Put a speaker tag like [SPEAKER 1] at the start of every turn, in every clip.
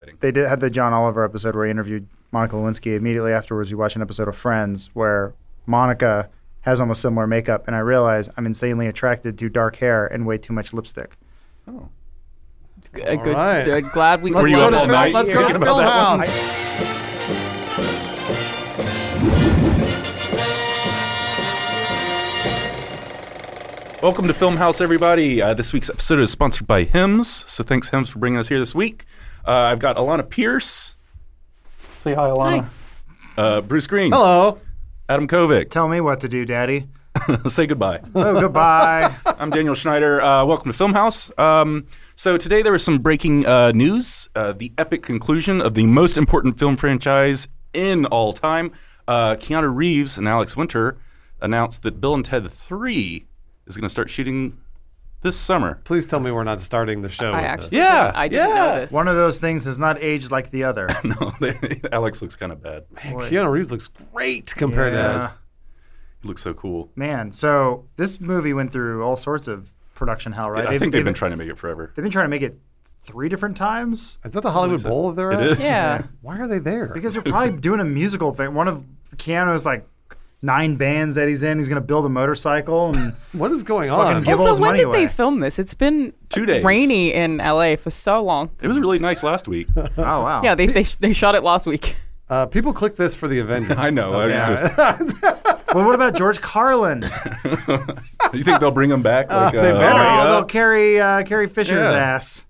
[SPEAKER 1] kidding.
[SPEAKER 2] they did had the John Oliver episode where he interviewed Monica Lewinsky. Immediately afterwards, you watch an episode of Friends where Monica has almost similar makeup, and I realize I'm insanely attracted to dark hair and way too much lipstick.
[SPEAKER 3] A good,
[SPEAKER 4] right.
[SPEAKER 3] they're glad we
[SPEAKER 4] Let's
[SPEAKER 3] cleared up
[SPEAKER 4] go to
[SPEAKER 3] all
[SPEAKER 4] Phil.
[SPEAKER 3] night
[SPEAKER 4] Let's go
[SPEAKER 3] here.
[SPEAKER 4] to Phil House.
[SPEAKER 1] Welcome to Film House, everybody. Uh, this week's episode is sponsored by Hems, so thanks Hems for bringing us here this week. Uh, I've got Alana Pierce,
[SPEAKER 5] Say hi, Alana.
[SPEAKER 1] uh, Bruce Green,
[SPEAKER 4] Hello.
[SPEAKER 1] Adam Kovic.
[SPEAKER 2] Tell me what to do, Daddy.
[SPEAKER 1] Say goodbye.
[SPEAKER 2] Oh, goodbye.
[SPEAKER 1] I'm Daniel Schneider. Uh, welcome to Film House. Um, so today there was some breaking uh, news: uh, the epic conclusion of the most important film franchise in all time. Uh, Keanu Reeves and Alex Winter announced that Bill and Ted Three is going to start shooting this summer.
[SPEAKER 4] Please tell me we're not starting the show.
[SPEAKER 3] I
[SPEAKER 4] with
[SPEAKER 3] actually,
[SPEAKER 4] this.
[SPEAKER 1] Yeah,
[SPEAKER 3] didn't- I didn't
[SPEAKER 1] yeah.
[SPEAKER 3] know this.
[SPEAKER 2] One of those things has not aged like the other.
[SPEAKER 1] no, Alex looks kind of bad. He
[SPEAKER 4] Keanu Reeves looks great compared
[SPEAKER 2] Yeah.
[SPEAKER 4] to us.
[SPEAKER 1] looks so cool.
[SPEAKER 2] Man, so this movie went through all sorts of production hell, right?
[SPEAKER 1] I think they've been
[SPEAKER 2] they've-
[SPEAKER 1] trying to make it forever.
[SPEAKER 2] They've been trying to make it three different times
[SPEAKER 4] Is that the Hollywood
[SPEAKER 1] so.
[SPEAKER 4] Bowl they're
[SPEAKER 1] It
[SPEAKER 4] at?
[SPEAKER 1] is.
[SPEAKER 3] yeah,
[SPEAKER 4] Why are they there?
[SPEAKER 2] because they're probably doing a musical thing. One of Keanu's like nine bands that he's in. He's going to build a motorcycle and
[SPEAKER 4] what is going on?
[SPEAKER 2] give all
[SPEAKER 3] Also,
[SPEAKER 2] his
[SPEAKER 3] when
[SPEAKER 2] money
[SPEAKER 3] did
[SPEAKER 2] away.
[SPEAKER 3] they film this? It's been
[SPEAKER 1] Two days.
[SPEAKER 3] rainy in LA for so long.
[SPEAKER 1] It was really nice last week.
[SPEAKER 2] oh wow,
[SPEAKER 3] Yeah, they they, they shot it last week.
[SPEAKER 4] Uh, people click this for the Avengers.
[SPEAKER 1] I know. I
[SPEAKER 4] Okay.
[SPEAKER 1] was just,
[SPEAKER 2] Well, what about George Carlin?
[SPEAKER 4] Oh,
[SPEAKER 1] you think they'll bring him back? Like,
[SPEAKER 4] they
[SPEAKER 1] uh,
[SPEAKER 4] better.
[SPEAKER 1] Aria?
[SPEAKER 2] oh, they'll carry uh, carry Fisher's
[SPEAKER 1] Yeah.
[SPEAKER 2] ass.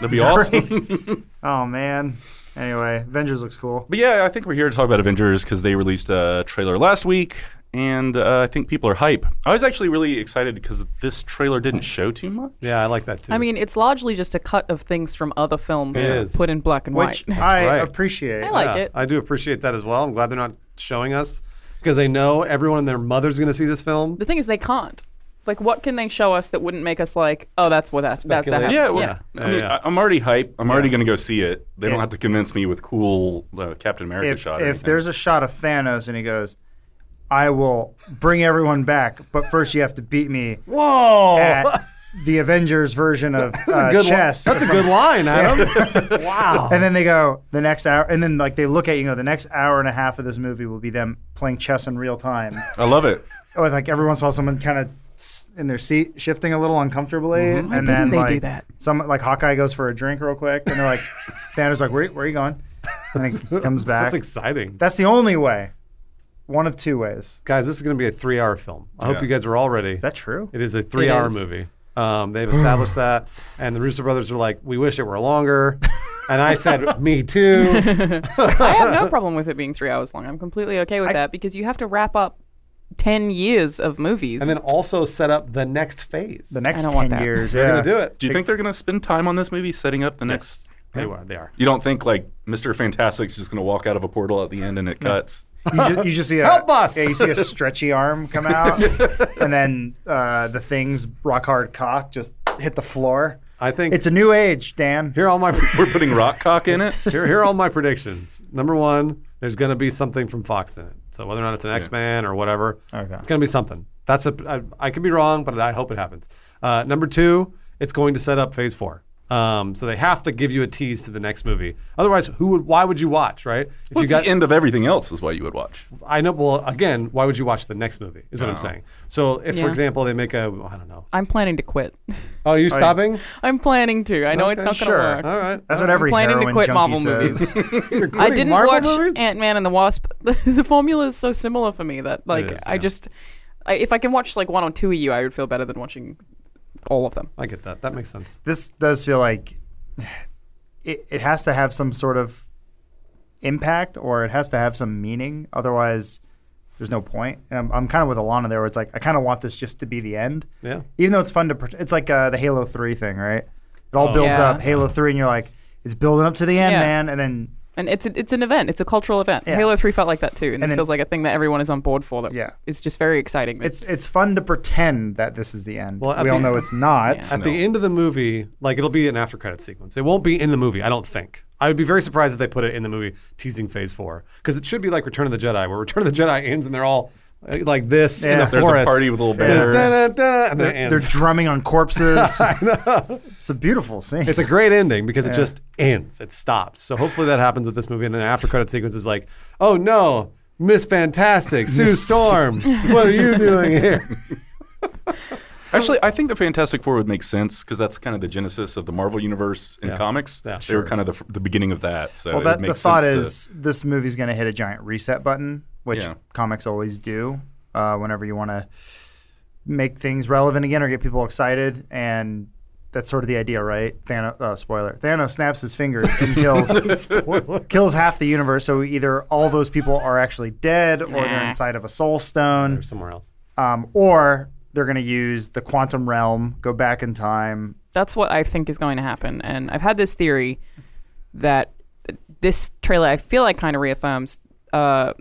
[SPEAKER 1] That'd be awesome.
[SPEAKER 2] Oh man. Anyway, Avengers looks cool.
[SPEAKER 1] But yeah, I think we're here to talk about Avengers because they released a trailer last week, and uh, I think people are hype. I was actually really excited because this trailer didn't show too much.
[SPEAKER 4] yeah, I like that too.
[SPEAKER 3] I mean, it's largely just a cut of things from other films
[SPEAKER 4] It is.
[SPEAKER 3] put in black and
[SPEAKER 2] Which
[SPEAKER 3] white.
[SPEAKER 2] I
[SPEAKER 4] right.
[SPEAKER 2] appreciate.
[SPEAKER 3] I like it.
[SPEAKER 4] I do appreciate that as well. I'm glad they're not showing us because they know everyone and their mother's going to see this film.
[SPEAKER 3] the thing is, they can't. Like, what can they show us that wouldn't make us like, oh, that's what that that, that
[SPEAKER 4] Speculate.
[SPEAKER 3] happened?
[SPEAKER 1] Yeah, well,
[SPEAKER 4] Yeah.
[SPEAKER 1] I mean,
[SPEAKER 4] Yeah.
[SPEAKER 1] I- I'm already hype. I'm already going to go see it. They
[SPEAKER 2] Yeah.
[SPEAKER 1] don't have to convince me with cool uh, Captain America
[SPEAKER 2] If,
[SPEAKER 1] shot. or
[SPEAKER 2] if
[SPEAKER 1] anything.
[SPEAKER 2] there's a shot of Thanos and he goes, "I will bring everyone back, but first you have to beat me
[SPEAKER 4] Whoa.
[SPEAKER 2] at the Avengers version of uh,
[SPEAKER 4] good li-
[SPEAKER 2] chess."
[SPEAKER 4] That's a good line, Adam. wow.
[SPEAKER 3] Oh.
[SPEAKER 2] and then they go the next hour, and then like they look at you know the next hour and a half of this movie will be them playing chess in real time.
[SPEAKER 1] I love it.
[SPEAKER 2] oh, like every once in a while, someone kind of in their seat, shifting a little uncomfortably, and
[SPEAKER 3] didn't
[SPEAKER 2] then
[SPEAKER 3] they do
[SPEAKER 2] like
[SPEAKER 3] that?
[SPEAKER 2] some like Hawkeye goes for a drink real quick, and they're like, Thanos like, where, where are you going? And he comes back. That's,
[SPEAKER 4] That's exciting.
[SPEAKER 2] the only way. One of two ways.
[SPEAKER 4] guys, this is going to be a three hour film. I hope
[SPEAKER 1] Yeah.
[SPEAKER 4] you guys are all ready.
[SPEAKER 2] Is that true?
[SPEAKER 4] It is a three hour
[SPEAKER 3] is.
[SPEAKER 4] movie. Um, they've established that. And the Rooster Brothers were like, we wish it were longer. And I said, me too.
[SPEAKER 3] I have no problem with it being three hours long. I'm completely okay with that because you have to wrap up ten years of movies.
[SPEAKER 4] And then also set up the next phase.
[SPEAKER 2] The next
[SPEAKER 3] don't want
[SPEAKER 2] ten
[SPEAKER 3] that.
[SPEAKER 2] years,
[SPEAKER 4] They're
[SPEAKER 2] yeah.
[SPEAKER 4] going to do it.
[SPEAKER 1] Do you think they're going to spend time on this movie, setting up the next?
[SPEAKER 4] They are. They are.
[SPEAKER 1] You don't think like Mr. Fantastic's just going to walk out of a portal at the end and it cuts?
[SPEAKER 2] You just, you just see a
[SPEAKER 4] Help us!
[SPEAKER 2] Yeah, you see a stretchy arm come out, and then uh, the thing's rock hard cock just hit the floor.
[SPEAKER 4] I think
[SPEAKER 2] It's a new age, Dan.
[SPEAKER 4] here are all my
[SPEAKER 1] We're putting rock cock in it.
[SPEAKER 4] here, here are all my predictions. Number one, there's going to be something from Fox in it. So whether or not it's an X Man or whatever,
[SPEAKER 2] Okay.
[SPEAKER 4] it's going to be something. That's a. I, I could be wrong, but I hope it happens. Uh, number two, it's going to set up Phase Four. Um, so they have to give you a tease to the next movie. Otherwise, who would? Why would you watch? Right? If
[SPEAKER 1] What's
[SPEAKER 4] you got,
[SPEAKER 1] the end of everything else is what you would watch.
[SPEAKER 4] I know. Well, again, why would you watch the next movie? Is what I'm saying. So if,
[SPEAKER 3] Yeah.
[SPEAKER 4] for example, they make a, I don't know.
[SPEAKER 3] I'm planning to quit.
[SPEAKER 4] Oh, you're stopping?
[SPEAKER 3] I'm planning to. I know it's
[SPEAKER 4] Okay,
[SPEAKER 3] not going to
[SPEAKER 4] sure.
[SPEAKER 3] work.
[SPEAKER 4] All right.
[SPEAKER 2] That's
[SPEAKER 4] all
[SPEAKER 2] what every
[SPEAKER 3] planning to
[SPEAKER 2] heroin
[SPEAKER 3] quit
[SPEAKER 2] junkie
[SPEAKER 3] Marvel
[SPEAKER 2] says.
[SPEAKER 3] movies.
[SPEAKER 4] right. You're
[SPEAKER 3] I
[SPEAKER 4] quitting
[SPEAKER 3] didn't
[SPEAKER 4] Marvel
[SPEAKER 3] watch
[SPEAKER 4] movies?
[SPEAKER 3] Ant Man and the Wasp. the formula is so similar for me that like
[SPEAKER 4] It is,
[SPEAKER 3] I
[SPEAKER 4] yeah.
[SPEAKER 3] just I, if I can watch like one or two of you, I would feel better than watching all of them.
[SPEAKER 4] I get that. That makes sense.
[SPEAKER 2] this does feel like it, it has to have some sort of impact or it has to have some meaning otherwise there's no point and i'm, I'm kind of with alana there where it's like i kind of want this just to be the end
[SPEAKER 4] Yeah.
[SPEAKER 2] even though it's fun to pret- it's like uh, the halo 3 thing right it
[SPEAKER 4] Oh,
[SPEAKER 2] all builds
[SPEAKER 3] Yeah.
[SPEAKER 2] up halo 3 and you're like it's building up to the end
[SPEAKER 3] Yeah.
[SPEAKER 2] man and then
[SPEAKER 3] And it's a, it's an event. It's a cultural event.
[SPEAKER 2] Yeah.
[SPEAKER 3] Halo Three felt like that too, and, this
[SPEAKER 2] then-
[SPEAKER 3] feels like a thing that everyone is on board for. That
[SPEAKER 2] Yeah.
[SPEAKER 3] is just very exciting.
[SPEAKER 2] it's it's fun to pretend that this is the end
[SPEAKER 4] Well, at
[SPEAKER 2] we all
[SPEAKER 4] the-
[SPEAKER 2] know it's not
[SPEAKER 4] At the end of the movie, like it'll be an after credit sequence. It won't be in the movie, I don't think. I would be very surprised if they put it in the movie teasing phase four. Because it should be like Return of the Jedi, where Return of the Jedi ends and they're all uh, like this in
[SPEAKER 2] Yeah.
[SPEAKER 4] a
[SPEAKER 2] There's
[SPEAKER 1] a
[SPEAKER 4] forest.
[SPEAKER 1] party with little
[SPEAKER 4] Dun,
[SPEAKER 1] bears.
[SPEAKER 4] dun, dun, dun, and then
[SPEAKER 2] They're,
[SPEAKER 4] it
[SPEAKER 2] they're
[SPEAKER 4] ends.
[SPEAKER 2] drumming on corpses. It's a beautiful scene.
[SPEAKER 4] It's a great ending because it just ends. It stops. So hopefully that happens with this movie. And then after credit sequence is like, oh no, Miss Fantastic, Sue
[SPEAKER 2] Miss-
[SPEAKER 4] Storm, what are you doing here?
[SPEAKER 1] Actually, I think the Fantastic Four would make sense because that's kind of the genesis of the Marvel universe in
[SPEAKER 4] Yeah.
[SPEAKER 1] comics.
[SPEAKER 4] Yeah,
[SPEAKER 1] they were kind of the, f- the beginning of that. So
[SPEAKER 2] well,
[SPEAKER 1] it
[SPEAKER 2] that, the
[SPEAKER 1] makes
[SPEAKER 2] thought
[SPEAKER 1] sense to-
[SPEAKER 2] is this movie's going to hit a giant reset button, which
[SPEAKER 1] Yeah.
[SPEAKER 2] comics always do uh, whenever you want to make things relevant again or get people excited. And that's sort of the idea, right? Thanos, uh, spoiler. Thanos snaps his fingers and kills kills half the universe. So either all those people are actually dead, or they're
[SPEAKER 3] Nah.
[SPEAKER 2] inside of a soul stone,
[SPEAKER 4] Or somewhere else.
[SPEAKER 2] um, or they're going to use the quantum realm, go back in time.
[SPEAKER 3] That's what I think is going to happen. And I've had this theory that this trailer, I feel like, kind of reaffirms uh,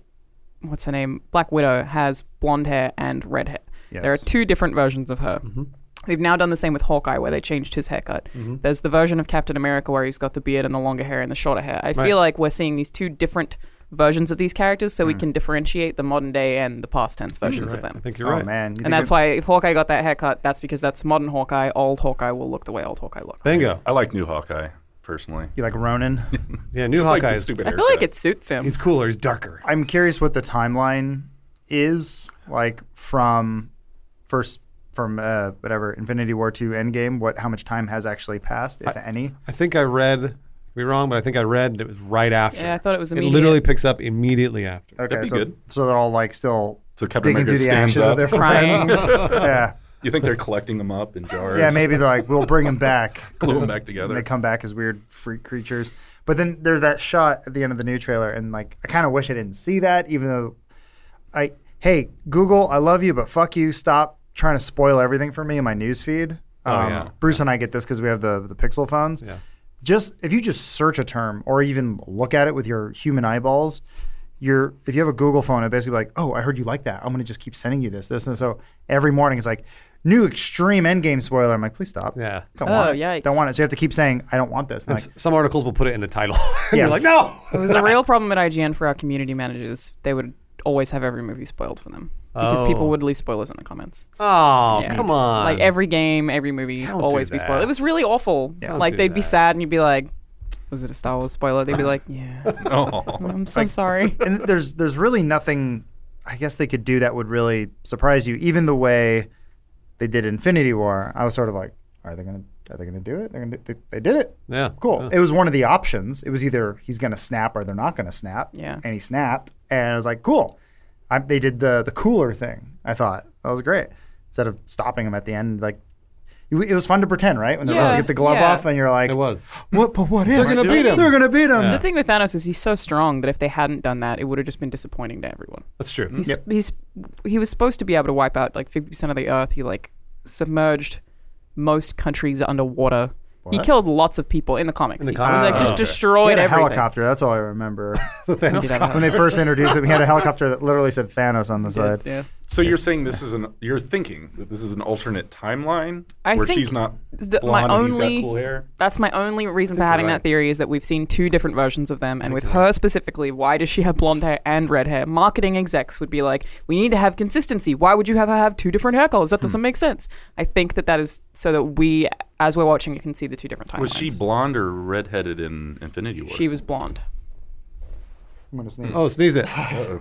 [SPEAKER 3] what's her name? Black Widow has blonde hair and red hair. There are
[SPEAKER 2] Yes.
[SPEAKER 3] two different versions of her.
[SPEAKER 4] Mm-hmm.
[SPEAKER 3] They've now done the same with Hawkeye, where they changed his haircut. There's the version of Captain America where he's got the beard and the longer hair and the shorter hair. I
[SPEAKER 4] Right.
[SPEAKER 3] feel like we're seeing these two different versions of these characters so we can differentiate the modern day and the past tense versions of
[SPEAKER 4] Mm. Right. I
[SPEAKER 3] them.
[SPEAKER 4] think you're
[SPEAKER 2] oh
[SPEAKER 4] right.
[SPEAKER 2] man, You
[SPEAKER 3] And
[SPEAKER 2] think-
[SPEAKER 3] that's why if Hawkeye got that haircut, that's because that's modern Hawkeye. Old Hawkeye will look the way old Hawkeye looked.
[SPEAKER 4] Bingo.
[SPEAKER 1] I like New Hawkeye personally.
[SPEAKER 2] you like Ronan.
[SPEAKER 4] Yeah, new
[SPEAKER 1] Just like
[SPEAKER 4] Hawkeye
[SPEAKER 1] the
[SPEAKER 4] is
[SPEAKER 1] stupid
[SPEAKER 3] I feel
[SPEAKER 1] haircut.
[SPEAKER 3] like it suits him.
[SPEAKER 4] He's cooler. He's darker.
[SPEAKER 2] I'm curious what the timeline is like from first from uh, whatever Infinity War to Endgame. What how much time has actually passed, if any?
[SPEAKER 4] I think I read. could Be wrong, but I think I read that it was right after.
[SPEAKER 3] Yeah, I thought it was
[SPEAKER 4] It
[SPEAKER 3] immediate.
[SPEAKER 4] literally picks up immediately after.
[SPEAKER 2] Okay,
[SPEAKER 1] be
[SPEAKER 2] so
[SPEAKER 1] good.
[SPEAKER 2] so they're all like still
[SPEAKER 1] So Captain
[SPEAKER 2] digging
[SPEAKER 1] America
[SPEAKER 2] through the
[SPEAKER 1] stands
[SPEAKER 2] ashes
[SPEAKER 1] up.
[SPEAKER 2] of their friends.
[SPEAKER 3] crying.
[SPEAKER 2] yeah,
[SPEAKER 1] you think they're collecting them up in jars?
[SPEAKER 2] yeah. Maybe they're like we'll bring them back.
[SPEAKER 1] glue them back
[SPEAKER 2] And
[SPEAKER 1] together.
[SPEAKER 2] they come back as weird freak creatures. But then there's that shot at the end of the new trailer, and like I kind of wish I didn't see that, even though I hey Google, I love you, but fuck you, stop trying to spoil everything for me in my news feed. Um,
[SPEAKER 4] Oh, yeah.
[SPEAKER 2] Bruce and I get this because we have the the Pixel phones.
[SPEAKER 4] Yeah.
[SPEAKER 2] Just if you just search a term or even look at it with your human eyeballs, you're if you have a Google phone, it basically be like, oh, I heard you like that. I'm gonna just keep sending you this, this, and so every morning it's like new extreme endgame spoiler. I'm like, please stop.
[SPEAKER 4] Yeah.
[SPEAKER 2] Don't
[SPEAKER 3] Oh,
[SPEAKER 2] want it.
[SPEAKER 3] yikes.
[SPEAKER 2] Don't want it. So you have to keep saying, I don't want this. And
[SPEAKER 4] And
[SPEAKER 2] like,
[SPEAKER 4] s- some articles will put it in the title. and
[SPEAKER 2] Yeah.
[SPEAKER 4] You're like, no.
[SPEAKER 3] It was a real problem at IGN for our community managers. They would always have every movie spoiled for them because
[SPEAKER 4] Oh.
[SPEAKER 3] people would leave spoilers in the comments.
[SPEAKER 4] Oh,
[SPEAKER 3] Yeah.
[SPEAKER 4] come on.
[SPEAKER 3] Like every game, every movie,
[SPEAKER 4] Don't do
[SPEAKER 3] always be
[SPEAKER 4] that.
[SPEAKER 3] spoiled. It was really awful.
[SPEAKER 4] Don't
[SPEAKER 3] like
[SPEAKER 4] do
[SPEAKER 3] they'd be
[SPEAKER 4] that.
[SPEAKER 3] sad and you'd be like, "Was it a Star Wars spoiler?" They'd be like, "Yeah,
[SPEAKER 1] Oh.
[SPEAKER 3] I'm so sorry."
[SPEAKER 2] and there's there's really nothing I guess they could do that would really surprise you. Even the way they did Infinity War, I was sort of like, are they gonna are they gonna do it? They're gonna do, they, they did it.
[SPEAKER 4] Yeah.
[SPEAKER 2] Cool.
[SPEAKER 4] Yeah.
[SPEAKER 2] It was one of the options. It was either he's gonna snap or they're not gonna snap.
[SPEAKER 3] Yeah.
[SPEAKER 2] And he snapped, and I was like, cool. I, they did the the cooler thing. I thought that was great. Instead of stopping him at the end, like. you- It was fun to pretend, right? When they're about to
[SPEAKER 3] Yeah.
[SPEAKER 2] get the glove
[SPEAKER 3] Yeah.
[SPEAKER 2] off, and you're like,
[SPEAKER 4] It was.
[SPEAKER 2] "What? But what if they're
[SPEAKER 4] gonna beat him.
[SPEAKER 2] They're gonna beat him."
[SPEAKER 4] Yeah.
[SPEAKER 3] The thing with Thanos is he's so strong that if they hadn't done that, it would have just been disappointing to everyone.
[SPEAKER 4] That's true.
[SPEAKER 3] He's, he's he was supposed to be able to wipe out like 50% of the earth. He like submerged most countries underwater. He
[SPEAKER 2] What?
[SPEAKER 3] killed lots of people in the comics.
[SPEAKER 4] In the
[SPEAKER 3] He-
[SPEAKER 4] comics.
[SPEAKER 3] He, like,
[SPEAKER 4] Oh,
[SPEAKER 3] just
[SPEAKER 4] okay.
[SPEAKER 2] We
[SPEAKER 3] destroyed
[SPEAKER 2] had a
[SPEAKER 3] everything.
[SPEAKER 2] helicopter. That's all I remember.
[SPEAKER 3] He did have a
[SPEAKER 2] when they
[SPEAKER 3] helicopter.
[SPEAKER 2] first introduced it, we had a helicopter that literally said Thanos on the side.
[SPEAKER 3] Yeah.
[SPEAKER 1] So you're saying this is an you're thinking that this is an alternate timeline
[SPEAKER 3] I
[SPEAKER 1] where
[SPEAKER 3] think
[SPEAKER 1] she's not
[SPEAKER 3] th- my
[SPEAKER 1] blonde and he's
[SPEAKER 3] only-
[SPEAKER 1] got cool hair.
[SPEAKER 3] That's my only reason for having
[SPEAKER 1] you're
[SPEAKER 3] that
[SPEAKER 1] right.
[SPEAKER 3] theory is that we've seen two different versions of them. And with her specifically, why does she have blonde hair and red hair? Marketing execs would be like, we need to have consistency. Why would you have her have two different hair colors? That doesn't make sense. I think that that is so that we, as we're watching, you can see the two different timelines.
[SPEAKER 1] Was she blonde or redheaded in Infinity War?
[SPEAKER 3] She was blonde.
[SPEAKER 2] I'm gonna sneeze.
[SPEAKER 4] Oh, sneeze it.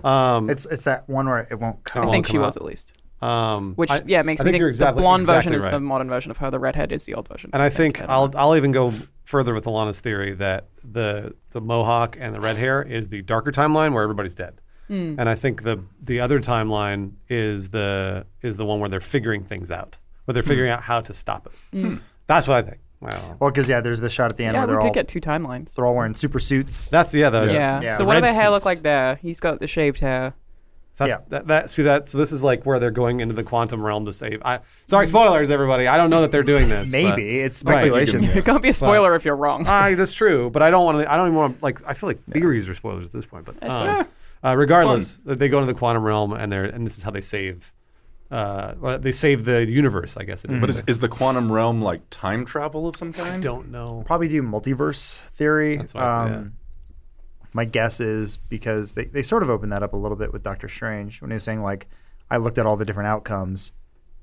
[SPEAKER 4] Um,
[SPEAKER 2] It's it's that one where it won't come.
[SPEAKER 3] I think
[SPEAKER 4] come
[SPEAKER 3] she
[SPEAKER 4] out.
[SPEAKER 3] was at least.
[SPEAKER 4] um,
[SPEAKER 3] Which
[SPEAKER 4] I-
[SPEAKER 3] yeah makes me
[SPEAKER 4] I think
[SPEAKER 3] think
[SPEAKER 4] you're exactly-
[SPEAKER 3] the blonde
[SPEAKER 4] exactly
[SPEAKER 3] version is
[SPEAKER 4] right.
[SPEAKER 3] the modern version of her. The redhead is the old version.
[SPEAKER 4] And I think
[SPEAKER 3] don't
[SPEAKER 4] I'll I'll even go further with Alana's theory that the the mohawk and the red hair is the darker timeline where everybody's dead.
[SPEAKER 3] Hmm.
[SPEAKER 4] And I think the the other timeline is the is the one where they're figuring things out, where
[SPEAKER 3] Hmm.
[SPEAKER 4] they're figuring out how to stop it. That's what I think. Wow.
[SPEAKER 2] Well, because yeah, there's the shot at the end
[SPEAKER 3] yeah,
[SPEAKER 2] where
[SPEAKER 3] we
[SPEAKER 2] they're
[SPEAKER 3] could
[SPEAKER 2] all
[SPEAKER 3] get two timelines.
[SPEAKER 2] they're all wearing super suits.
[SPEAKER 4] That's yeah. The,
[SPEAKER 3] Yeah.
[SPEAKER 2] Yeah.
[SPEAKER 3] So what do
[SPEAKER 4] Red
[SPEAKER 3] their hair look
[SPEAKER 4] suits.
[SPEAKER 3] like there? He's got the shaved hair.
[SPEAKER 4] That's,
[SPEAKER 2] Yeah.
[SPEAKER 4] that, that see that so this is like where they're going into the quantum realm to save. I sorry spoilers everybody. I don't know that they're doing this. but-
[SPEAKER 2] Maybe it's
[SPEAKER 4] Right, you can-
[SPEAKER 2] speculation.
[SPEAKER 1] Yeah.
[SPEAKER 3] It can't be a spoiler if you're wrong.
[SPEAKER 4] I that's true, but I don't want to. I don't even want to. Like I feel like theories are spoilers at this point, but
[SPEAKER 3] That's
[SPEAKER 4] um, uh, regardless, they go into the quantum realm and they're and this is how they save. Uh, well, they save the universe, I guess. It is.
[SPEAKER 1] But is, is the quantum realm like time travel of some kind?
[SPEAKER 4] I don't know.
[SPEAKER 2] Probably do multiverse theory. Um,
[SPEAKER 4] That's what I-
[SPEAKER 2] My guess is because they, they sort of opened that up a little bit with Doctor Strange when he was saying like, I looked at all the different outcomes.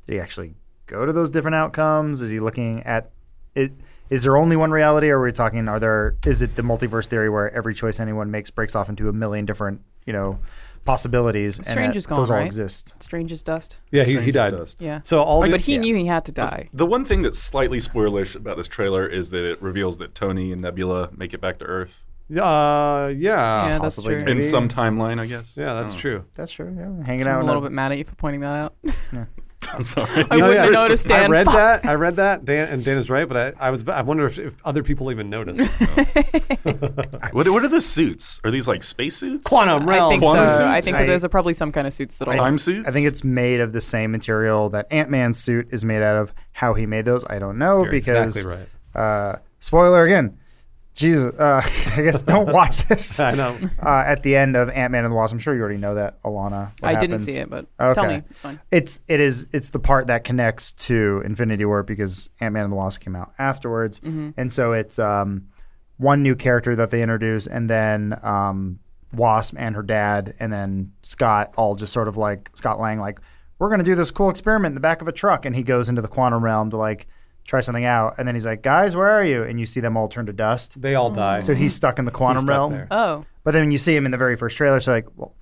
[SPEAKER 2] Did he actually go to those different outcomes? Is he looking at it? Is there only one reality, or are we talking? Are there? Is it the multiverse theory where every choice anyone makes breaks off into a million different, you know, possibilities? and
[SPEAKER 3] Strange
[SPEAKER 2] that
[SPEAKER 3] is gone,
[SPEAKER 2] Those all
[SPEAKER 3] right?
[SPEAKER 2] exist.
[SPEAKER 3] Strange as dust.
[SPEAKER 4] Yeah, he, he
[SPEAKER 1] Strange
[SPEAKER 4] died.
[SPEAKER 1] dust.
[SPEAKER 3] Yeah.
[SPEAKER 4] So all
[SPEAKER 3] Right,
[SPEAKER 4] the,
[SPEAKER 3] but he
[SPEAKER 2] yeah.
[SPEAKER 3] knew he had to die.
[SPEAKER 1] The one thing that's slightly spoilerish about this trailer is that it reveals that Tony and Nebula make it back to Earth
[SPEAKER 4] uh, yeah,
[SPEAKER 3] yeah,
[SPEAKER 4] yeah,
[SPEAKER 3] that's
[SPEAKER 2] possibly
[SPEAKER 3] true.
[SPEAKER 2] Maybe.
[SPEAKER 1] in some timeline, I guess.
[SPEAKER 4] that's
[SPEAKER 1] Oh,
[SPEAKER 4] true.
[SPEAKER 2] That's true. Yeah, hanging out.
[SPEAKER 3] I'm a
[SPEAKER 2] in
[SPEAKER 3] little bit mad at you for pointing that out.
[SPEAKER 1] I'm sorry.
[SPEAKER 3] I wouldn't have
[SPEAKER 4] yeah.
[SPEAKER 3] noticed,
[SPEAKER 4] I
[SPEAKER 3] Dan.
[SPEAKER 4] read
[SPEAKER 3] Fuck.
[SPEAKER 4] that. I read that. Dan and Dan is right, but I, I was. I wonder if, if other people even noticed.
[SPEAKER 1] What, what are the suits? Are these like spacesuits?
[SPEAKER 4] Quantum realm.
[SPEAKER 3] I think so.
[SPEAKER 1] Quantum
[SPEAKER 3] I
[SPEAKER 1] suits?
[SPEAKER 3] think that
[SPEAKER 2] I-
[SPEAKER 3] there's a, probably some kind of suits that'll.
[SPEAKER 1] Time suits?
[SPEAKER 2] I think it's made of the same material that Ant Man's suit is made out of. How he made those, I don't know
[SPEAKER 4] You're
[SPEAKER 2] because.
[SPEAKER 4] exactly right.
[SPEAKER 2] Uh, spoiler again. Jesus, uh, I guess don't watch this. Uh,
[SPEAKER 4] I know.
[SPEAKER 2] at the end of Ant Man and the Wasp, I'm sure you already know that, Alana. what
[SPEAKER 3] I didn't
[SPEAKER 2] happens.
[SPEAKER 3] see it, but tell
[SPEAKER 2] Okay.
[SPEAKER 3] me. It's fine.
[SPEAKER 2] It's it is it's the part that connects to Infinity War because Ant Man and the Wasp came out afterwards,
[SPEAKER 4] Mm-hmm.
[SPEAKER 2] and so it's um, one new character that they introduce, and then um, Wasp and her dad, and then Scott all just sort of like Scott Lang, like we're gonna do this cool experiment in the back of a truck, and he goes into the quantum realm to like try something out, and then he's like, guys, where are you? And you see them all turn to dust.
[SPEAKER 4] They all die.
[SPEAKER 2] So he's stuck in the quantum
[SPEAKER 4] Mm-hmm. stuck
[SPEAKER 2] realm,
[SPEAKER 4] there.
[SPEAKER 3] Oh,
[SPEAKER 2] but then when you see him in the very first trailer, it's like, well,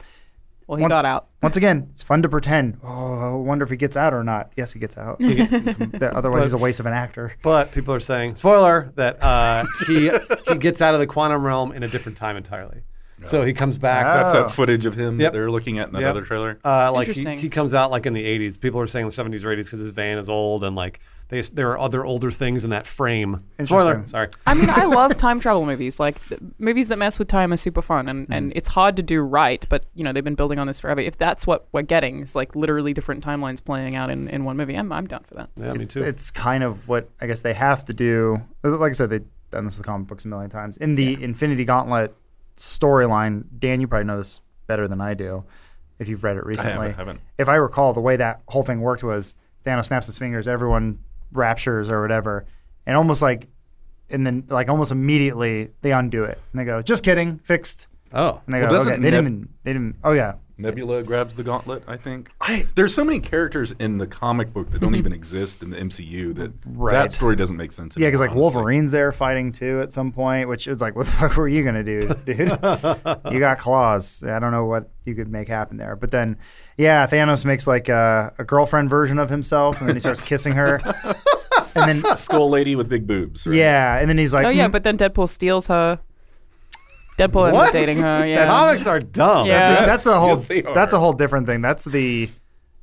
[SPEAKER 3] well, he
[SPEAKER 2] One-
[SPEAKER 3] got out.
[SPEAKER 2] once again, it's fun to pretend. Oh, I wonder if he gets out or not. Yes, he gets out.
[SPEAKER 4] He gets-
[SPEAKER 2] Otherwise, he's a waste of an actor.
[SPEAKER 4] But people are saying, spoiler, that uh, he he gets out of the quantum realm in a different time entirely. So he comes back.
[SPEAKER 2] Ah.
[SPEAKER 1] That's
[SPEAKER 2] Oh.
[SPEAKER 1] that footage of him
[SPEAKER 4] Yep.
[SPEAKER 1] that they're looking at in that
[SPEAKER 4] Yep.
[SPEAKER 1] other trailer.
[SPEAKER 4] Uh, like he,
[SPEAKER 3] Interesting.
[SPEAKER 4] he comes out like in the 80s. People are saying the 70s or 80s because his van is old and like they, there are other older things in that frame. Spoiler.
[SPEAKER 2] Interesting.
[SPEAKER 4] Sorry.
[SPEAKER 3] I mean, I love time travel movies. Like th- movies that mess with time are super fun, and, and
[SPEAKER 2] Mm.
[SPEAKER 3] it's hard to do right. But you know, they've been building on this forever. If that's what we're getting, it's like literally different timelines playing out in, in one movie. I'm I'm down for that.
[SPEAKER 4] Yeah, me too.
[SPEAKER 2] It's kind of what I guess they have to do. Like I said, they've done this with comic books a million times. In the Infinity Gauntlet storyline, Dan, you probably know this better than I do if you've read it
[SPEAKER 1] I haven't,
[SPEAKER 2] recently.
[SPEAKER 1] haven't.
[SPEAKER 2] If I recall, the way that whole thing worked was Thanos snaps his fingers, everyone raptures or whatever, and almost like, and then like almost immediately they undo it and they go, "Just kidding, fixed."
[SPEAKER 4] oh.
[SPEAKER 2] And they
[SPEAKER 1] Well,
[SPEAKER 2] go,
[SPEAKER 1] doesn't
[SPEAKER 2] okay. They didn't
[SPEAKER 1] Neb-
[SPEAKER 2] even. They didn't. Oh yeah.
[SPEAKER 1] Nebula grabs the gauntlet, I think. There's so many characters in the comic book that don't even exist in the MCU that
[SPEAKER 2] Right.
[SPEAKER 1] that story doesn't make sense.
[SPEAKER 2] Yeah,
[SPEAKER 1] anymore,
[SPEAKER 2] because like
[SPEAKER 1] honestly.
[SPEAKER 2] Wolverine's there fighting too at some point, which is like, what the fuck were you gonna do, dude? you got claws. I don't know what you could make happen there. But then, yeah, Thanos makes like a, a girlfriend version of himself, and then he starts kissing her, and then
[SPEAKER 1] Skull Lady with big boobs. Right?
[SPEAKER 2] yeah, and then he's like,
[SPEAKER 3] oh yeah,
[SPEAKER 2] "Mm,
[SPEAKER 3] but then Deadpool steals her. Deadpool ends up
[SPEAKER 4] What?
[SPEAKER 3] dating her. Yeah,
[SPEAKER 4] The comics are dumb.
[SPEAKER 3] Yeah.
[SPEAKER 4] That's
[SPEAKER 2] that's,
[SPEAKER 4] it.
[SPEAKER 2] a
[SPEAKER 1] Yes,
[SPEAKER 2] whole
[SPEAKER 1] yes, they are.
[SPEAKER 2] that's a whole different thing. That's the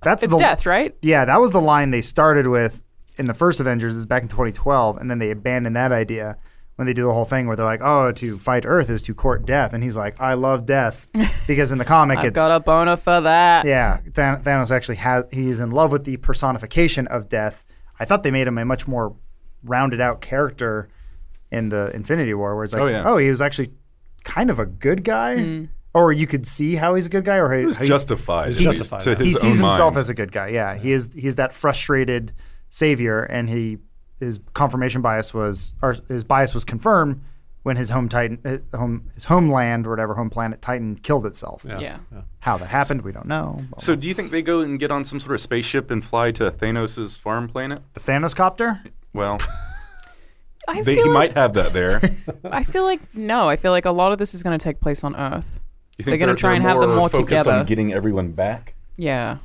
[SPEAKER 2] that's
[SPEAKER 3] it's
[SPEAKER 2] the
[SPEAKER 3] death, right?
[SPEAKER 2] Yeah, that was the line they started with in the first Avengers is back in 2012, and then they abandoned that idea when they do the whole thing where they're like, "Oh, to fight Earth is to court death," and he's like, "I love death," because in the comic
[SPEAKER 3] I've
[SPEAKER 2] it's
[SPEAKER 3] got a boner for that.
[SPEAKER 2] yeah, Than- Thanos actually has he's in love with the personification of death. I thought they made him a much more rounded out character in the Infinity War, where it's like, "Oh,
[SPEAKER 1] Oh, yeah.
[SPEAKER 2] he was actually kind of a good guy,"
[SPEAKER 3] Mm.
[SPEAKER 2] or you could see how he's a good guy, or how,
[SPEAKER 1] It's
[SPEAKER 2] how you-
[SPEAKER 1] justified.
[SPEAKER 4] He-
[SPEAKER 1] at least
[SPEAKER 4] Justified
[SPEAKER 1] to
[SPEAKER 4] that.
[SPEAKER 1] his
[SPEAKER 2] he sees
[SPEAKER 1] own
[SPEAKER 2] himself
[SPEAKER 1] mind.
[SPEAKER 2] as a good guy. Yeah, he is. He's that frustrated savior, and he his confirmation bias was or his bias was confirmed when his home titan his home his homeland or whatever home planet Titan killed itself.
[SPEAKER 3] Yeah.
[SPEAKER 2] How that happened, we don't know.
[SPEAKER 1] So, do you think they go and get on some sort of spaceship and fly to Thanos' farm planet?
[SPEAKER 2] the Thanos copter.
[SPEAKER 1] Well,
[SPEAKER 3] I
[SPEAKER 1] they,
[SPEAKER 3] feel
[SPEAKER 1] he
[SPEAKER 3] like,
[SPEAKER 1] might have that there.
[SPEAKER 3] I feel like no. I feel like a lot of this is going to take place on Earth.
[SPEAKER 1] You think
[SPEAKER 3] They're gonna try and have them more
[SPEAKER 1] focused
[SPEAKER 3] together.
[SPEAKER 1] on getting everyone back
[SPEAKER 3] Yeah.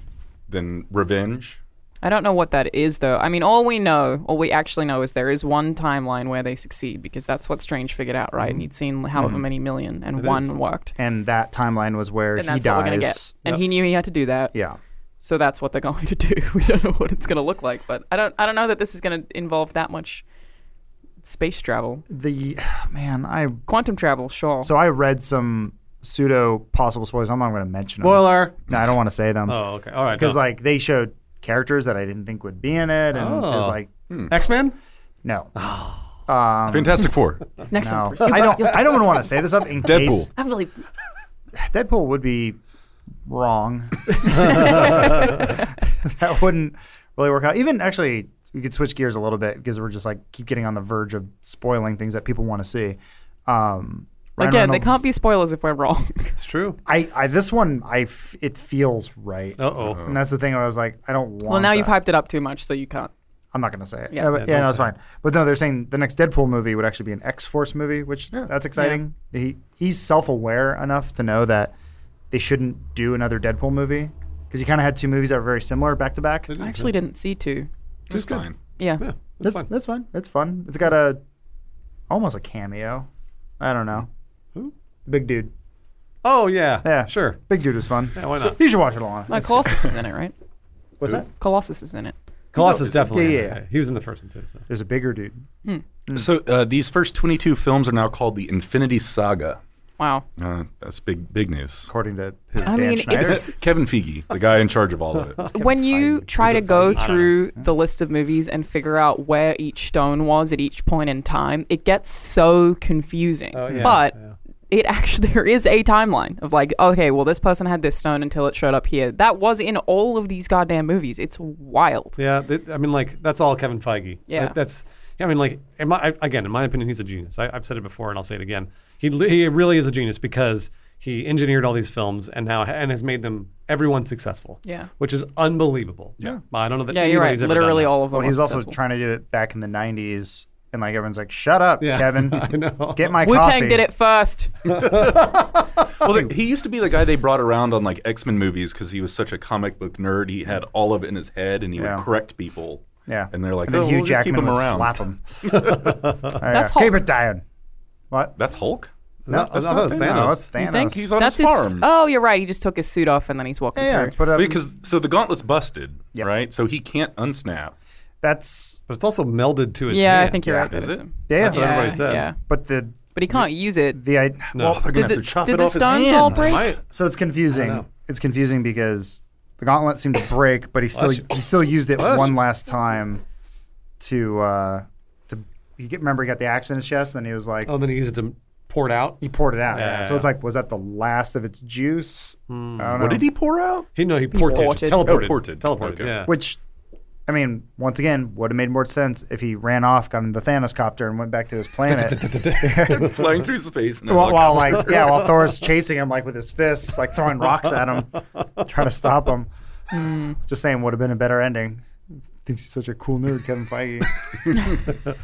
[SPEAKER 1] than revenge?
[SPEAKER 3] I don't know what that is, though. I mean, all we know, all we actually know, is there is one timeline where they succeed because that's what Strange figured out,
[SPEAKER 2] Mm-hmm.
[SPEAKER 3] right? And he'd seen however many million, and one
[SPEAKER 4] is.
[SPEAKER 3] worked.
[SPEAKER 2] And that timeline was where
[SPEAKER 3] And
[SPEAKER 2] he
[SPEAKER 3] that's
[SPEAKER 2] dies.
[SPEAKER 3] what we're gonna get. And
[SPEAKER 4] Yep.
[SPEAKER 3] he knew he had to do that,
[SPEAKER 2] Yeah.
[SPEAKER 3] so that's what they're going to do. We don't know what it's going to look like, but I don't, I don't know that this is going to involve that much space travel,
[SPEAKER 2] The man, I
[SPEAKER 3] quantum travel, sure.
[SPEAKER 2] so I read some pseudo possible spoilers. I'm not going to mention them.
[SPEAKER 4] Spoiler.
[SPEAKER 2] no, I don't want to say them
[SPEAKER 4] Oh, okay. All right.
[SPEAKER 2] because like they showed characters that I didn't think would be in it, and it was
[SPEAKER 4] Oh.
[SPEAKER 2] like
[SPEAKER 4] X Men?
[SPEAKER 2] No. Um,
[SPEAKER 1] Fantastic Four.
[SPEAKER 3] Next
[SPEAKER 2] no.
[SPEAKER 3] time,
[SPEAKER 2] I don't. I don't want to say this stuff in case
[SPEAKER 1] Deadpool.
[SPEAKER 3] I really,
[SPEAKER 2] Deadpool would be wrong. that wouldn't really work out. Even actually, we could switch gears a little bit because we're just like keep getting on the verge of spoiling things that people want to see. Um, Ryan
[SPEAKER 3] Again, they
[SPEAKER 2] Reynolds-
[SPEAKER 3] can't be spoilers if we're wrong.
[SPEAKER 4] It's true.
[SPEAKER 2] I, I this one I f- it feels right,
[SPEAKER 4] Uh oh.
[SPEAKER 2] and that's the thing. I was like, I don't want.
[SPEAKER 3] well, now you've
[SPEAKER 2] that.
[SPEAKER 3] hyped it up too much, so you can't.
[SPEAKER 2] I'm not going to say it.
[SPEAKER 3] Yeah.
[SPEAKER 2] Yeah, but,
[SPEAKER 4] Yeah,
[SPEAKER 2] yeah,
[SPEAKER 4] don't
[SPEAKER 2] no, it's
[SPEAKER 4] say
[SPEAKER 2] fine. But no, they're saying the next Deadpool movie would actually be an X Force movie, which that's exciting. He he's self aware enough to know that they shouldn't do another Deadpool movie because you kind of had two movies that were very similar back to back.
[SPEAKER 3] I actually didn't see two.
[SPEAKER 1] It's fine.
[SPEAKER 3] Yeah.
[SPEAKER 4] Yeah, that's
[SPEAKER 2] That's
[SPEAKER 4] fine.
[SPEAKER 2] that's fun. It's fun. It's got a almost a cameo. I don't know.
[SPEAKER 4] Who?
[SPEAKER 2] Big dude.
[SPEAKER 4] Oh yeah.
[SPEAKER 2] Yeah.
[SPEAKER 4] Sure.
[SPEAKER 2] Big dude was fun.
[SPEAKER 4] Yeah, why not?
[SPEAKER 2] you should watch it, Alana.
[SPEAKER 3] No, Colossus is in it, right?
[SPEAKER 2] What's that?
[SPEAKER 3] Colossus is in it.
[SPEAKER 4] Colossus
[SPEAKER 2] Yeah,
[SPEAKER 4] definitely.
[SPEAKER 2] yeah,
[SPEAKER 4] in it.
[SPEAKER 2] yeah.
[SPEAKER 4] He was in the first one too. So.
[SPEAKER 2] There's a bigger dude.
[SPEAKER 1] So uh, these first 22 films are now called the Infinity Saga.
[SPEAKER 3] Wow.
[SPEAKER 1] Uh, that's big, big news.
[SPEAKER 2] According to his
[SPEAKER 3] I
[SPEAKER 2] Dan
[SPEAKER 3] mean,
[SPEAKER 2] Schneider.
[SPEAKER 3] it's-
[SPEAKER 1] Kevin Feige, the guy in charge of all of it.
[SPEAKER 3] when you
[SPEAKER 2] Feige.
[SPEAKER 3] try
[SPEAKER 2] Is
[SPEAKER 3] to
[SPEAKER 2] it
[SPEAKER 3] go
[SPEAKER 2] Feige? I don't
[SPEAKER 3] through the list of movies and figure out where each stone was at each point in time, it gets so confusing.
[SPEAKER 4] Oh, yeah,
[SPEAKER 3] but
[SPEAKER 4] yeah.
[SPEAKER 3] it actually there is a timeline of like, okay, well this person had this stone until it showed up here. That was in all of these goddamn movies. It's wild.
[SPEAKER 4] Yeah, th- I mean, like that's all Kevin Feige.
[SPEAKER 3] Yeah.
[SPEAKER 4] That- that's. I mean, like, in my, I, again, in my opinion, he's a genius. I, I've said it before, and I'll say it again. He li- he really is a genius because he engineered all these films and now and has made them everyone successful.
[SPEAKER 3] Yeah.
[SPEAKER 4] which is unbelievable.
[SPEAKER 1] Yeah.
[SPEAKER 4] I don't know that.
[SPEAKER 3] Yeah, you're right.
[SPEAKER 4] anybody's ever done
[SPEAKER 3] Literally
[SPEAKER 4] that.
[SPEAKER 3] all of them.
[SPEAKER 2] Well, he's
[SPEAKER 3] were
[SPEAKER 2] also
[SPEAKER 3] successful.
[SPEAKER 2] trying to do it back in the 90s, and like everyone's like, shut up,
[SPEAKER 4] Yeah.
[SPEAKER 2] Kevin.
[SPEAKER 4] I know.
[SPEAKER 2] Get my
[SPEAKER 3] Wu
[SPEAKER 2] coffee.
[SPEAKER 3] Tang did it first.
[SPEAKER 1] Well, th- he used to be the guy they brought around on like X Men movies because he was such a comic book nerd. He had all of it in his head, and he
[SPEAKER 2] Yeah.
[SPEAKER 1] would correct people.
[SPEAKER 2] Yeah.
[SPEAKER 1] and they're like,
[SPEAKER 2] then
[SPEAKER 1] "Oh,
[SPEAKER 2] Hugh
[SPEAKER 1] we'll just keep
[SPEAKER 2] Jackman
[SPEAKER 1] him
[SPEAKER 2] would
[SPEAKER 1] around."
[SPEAKER 2] slap him. All right,
[SPEAKER 3] That's
[SPEAKER 2] yeah. Keep
[SPEAKER 3] Hulk.
[SPEAKER 2] it down. What?
[SPEAKER 1] That's Hulk.
[SPEAKER 3] Um,
[SPEAKER 4] No, I thought it was Thanos.
[SPEAKER 2] No, it's Thanos.
[SPEAKER 3] You think?
[SPEAKER 1] He's on
[SPEAKER 3] That's
[SPEAKER 1] his farm.
[SPEAKER 3] His, oh, you're right. He just took his suit off and then he's walking
[SPEAKER 2] yeah,
[SPEAKER 3] through.
[SPEAKER 2] but um,
[SPEAKER 1] because so the gauntlet's busted,
[SPEAKER 2] Yep.
[SPEAKER 1] right? So he can't unsnap.
[SPEAKER 2] that's
[SPEAKER 4] but it's also melded to his.
[SPEAKER 3] yeah, I
[SPEAKER 4] hand.
[SPEAKER 3] think you're right.
[SPEAKER 1] Is
[SPEAKER 3] That is
[SPEAKER 1] it?
[SPEAKER 3] him.
[SPEAKER 2] yeah.
[SPEAKER 4] That's what
[SPEAKER 3] yeah,
[SPEAKER 4] everybody said.
[SPEAKER 3] Yeah.
[SPEAKER 2] But the
[SPEAKER 3] But he can't use it.
[SPEAKER 2] the I
[SPEAKER 4] No.
[SPEAKER 1] Oh, they're gonna
[SPEAKER 3] Did
[SPEAKER 1] have to
[SPEAKER 3] the-
[SPEAKER 1] chop
[SPEAKER 3] did
[SPEAKER 1] it
[SPEAKER 3] the
[SPEAKER 1] off his
[SPEAKER 3] stones
[SPEAKER 1] hand.
[SPEAKER 3] all break?
[SPEAKER 4] Might.
[SPEAKER 2] so it's confusing.
[SPEAKER 4] know.
[SPEAKER 2] It's confusing because the gauntlet seemed to break, but he still
[SPEAKER 4] Bless you.
[SPEAKER 2] he still used it
[SPEAKER 4] Bless
[SPEAKER 2] one
[SPEAKER 4] you.
[SPEAKER 2] last time to uh to you get remember he got the axe in his chest and he was like
[SPEAKER 4] Oh, then he used it to pour it out.
[SPEAKER 2] he poured it out.
[SPEAKER 4] Yeah,
[SPEAKER 2] Yeah,
[SPEAKER 4] yeah,
[SPEAKER 2] So
[SPEAKER 4] yeah.
[SPEAKER 2] it's like was that the last of its juice? I don't
[SPEAKER 1] Hmm. What
[SPEAKER 2] know.
[SPEAKER 1] did he pour out?
[SPEAKER 4] He no, he ported,
[SPEAKER 3] ported.
[SPEAKER 4] teleported,
[SPEAKER 1] Oh, ported.
[SPEAKER 4] teleported.
[SPEAKER 1] Okay.
[SPEAKER 4] Yeah.
[SPEAKER 2] Which I mean, once again, would have made more sense if he ran off, got into the Thanos copter, and went back to his planet.
[SPEAKER 1] Flying through space. No,
[SPEAKER 2] while,
[SPEAKER 1] look,
[SPEAKER 2] while like yeah, while Thor's chasing him like with his fists, like throwing rocks at him, trying to stop him. Just saying, would have been a better ending. Thinks he's such a cool nerd, Kevin Feige.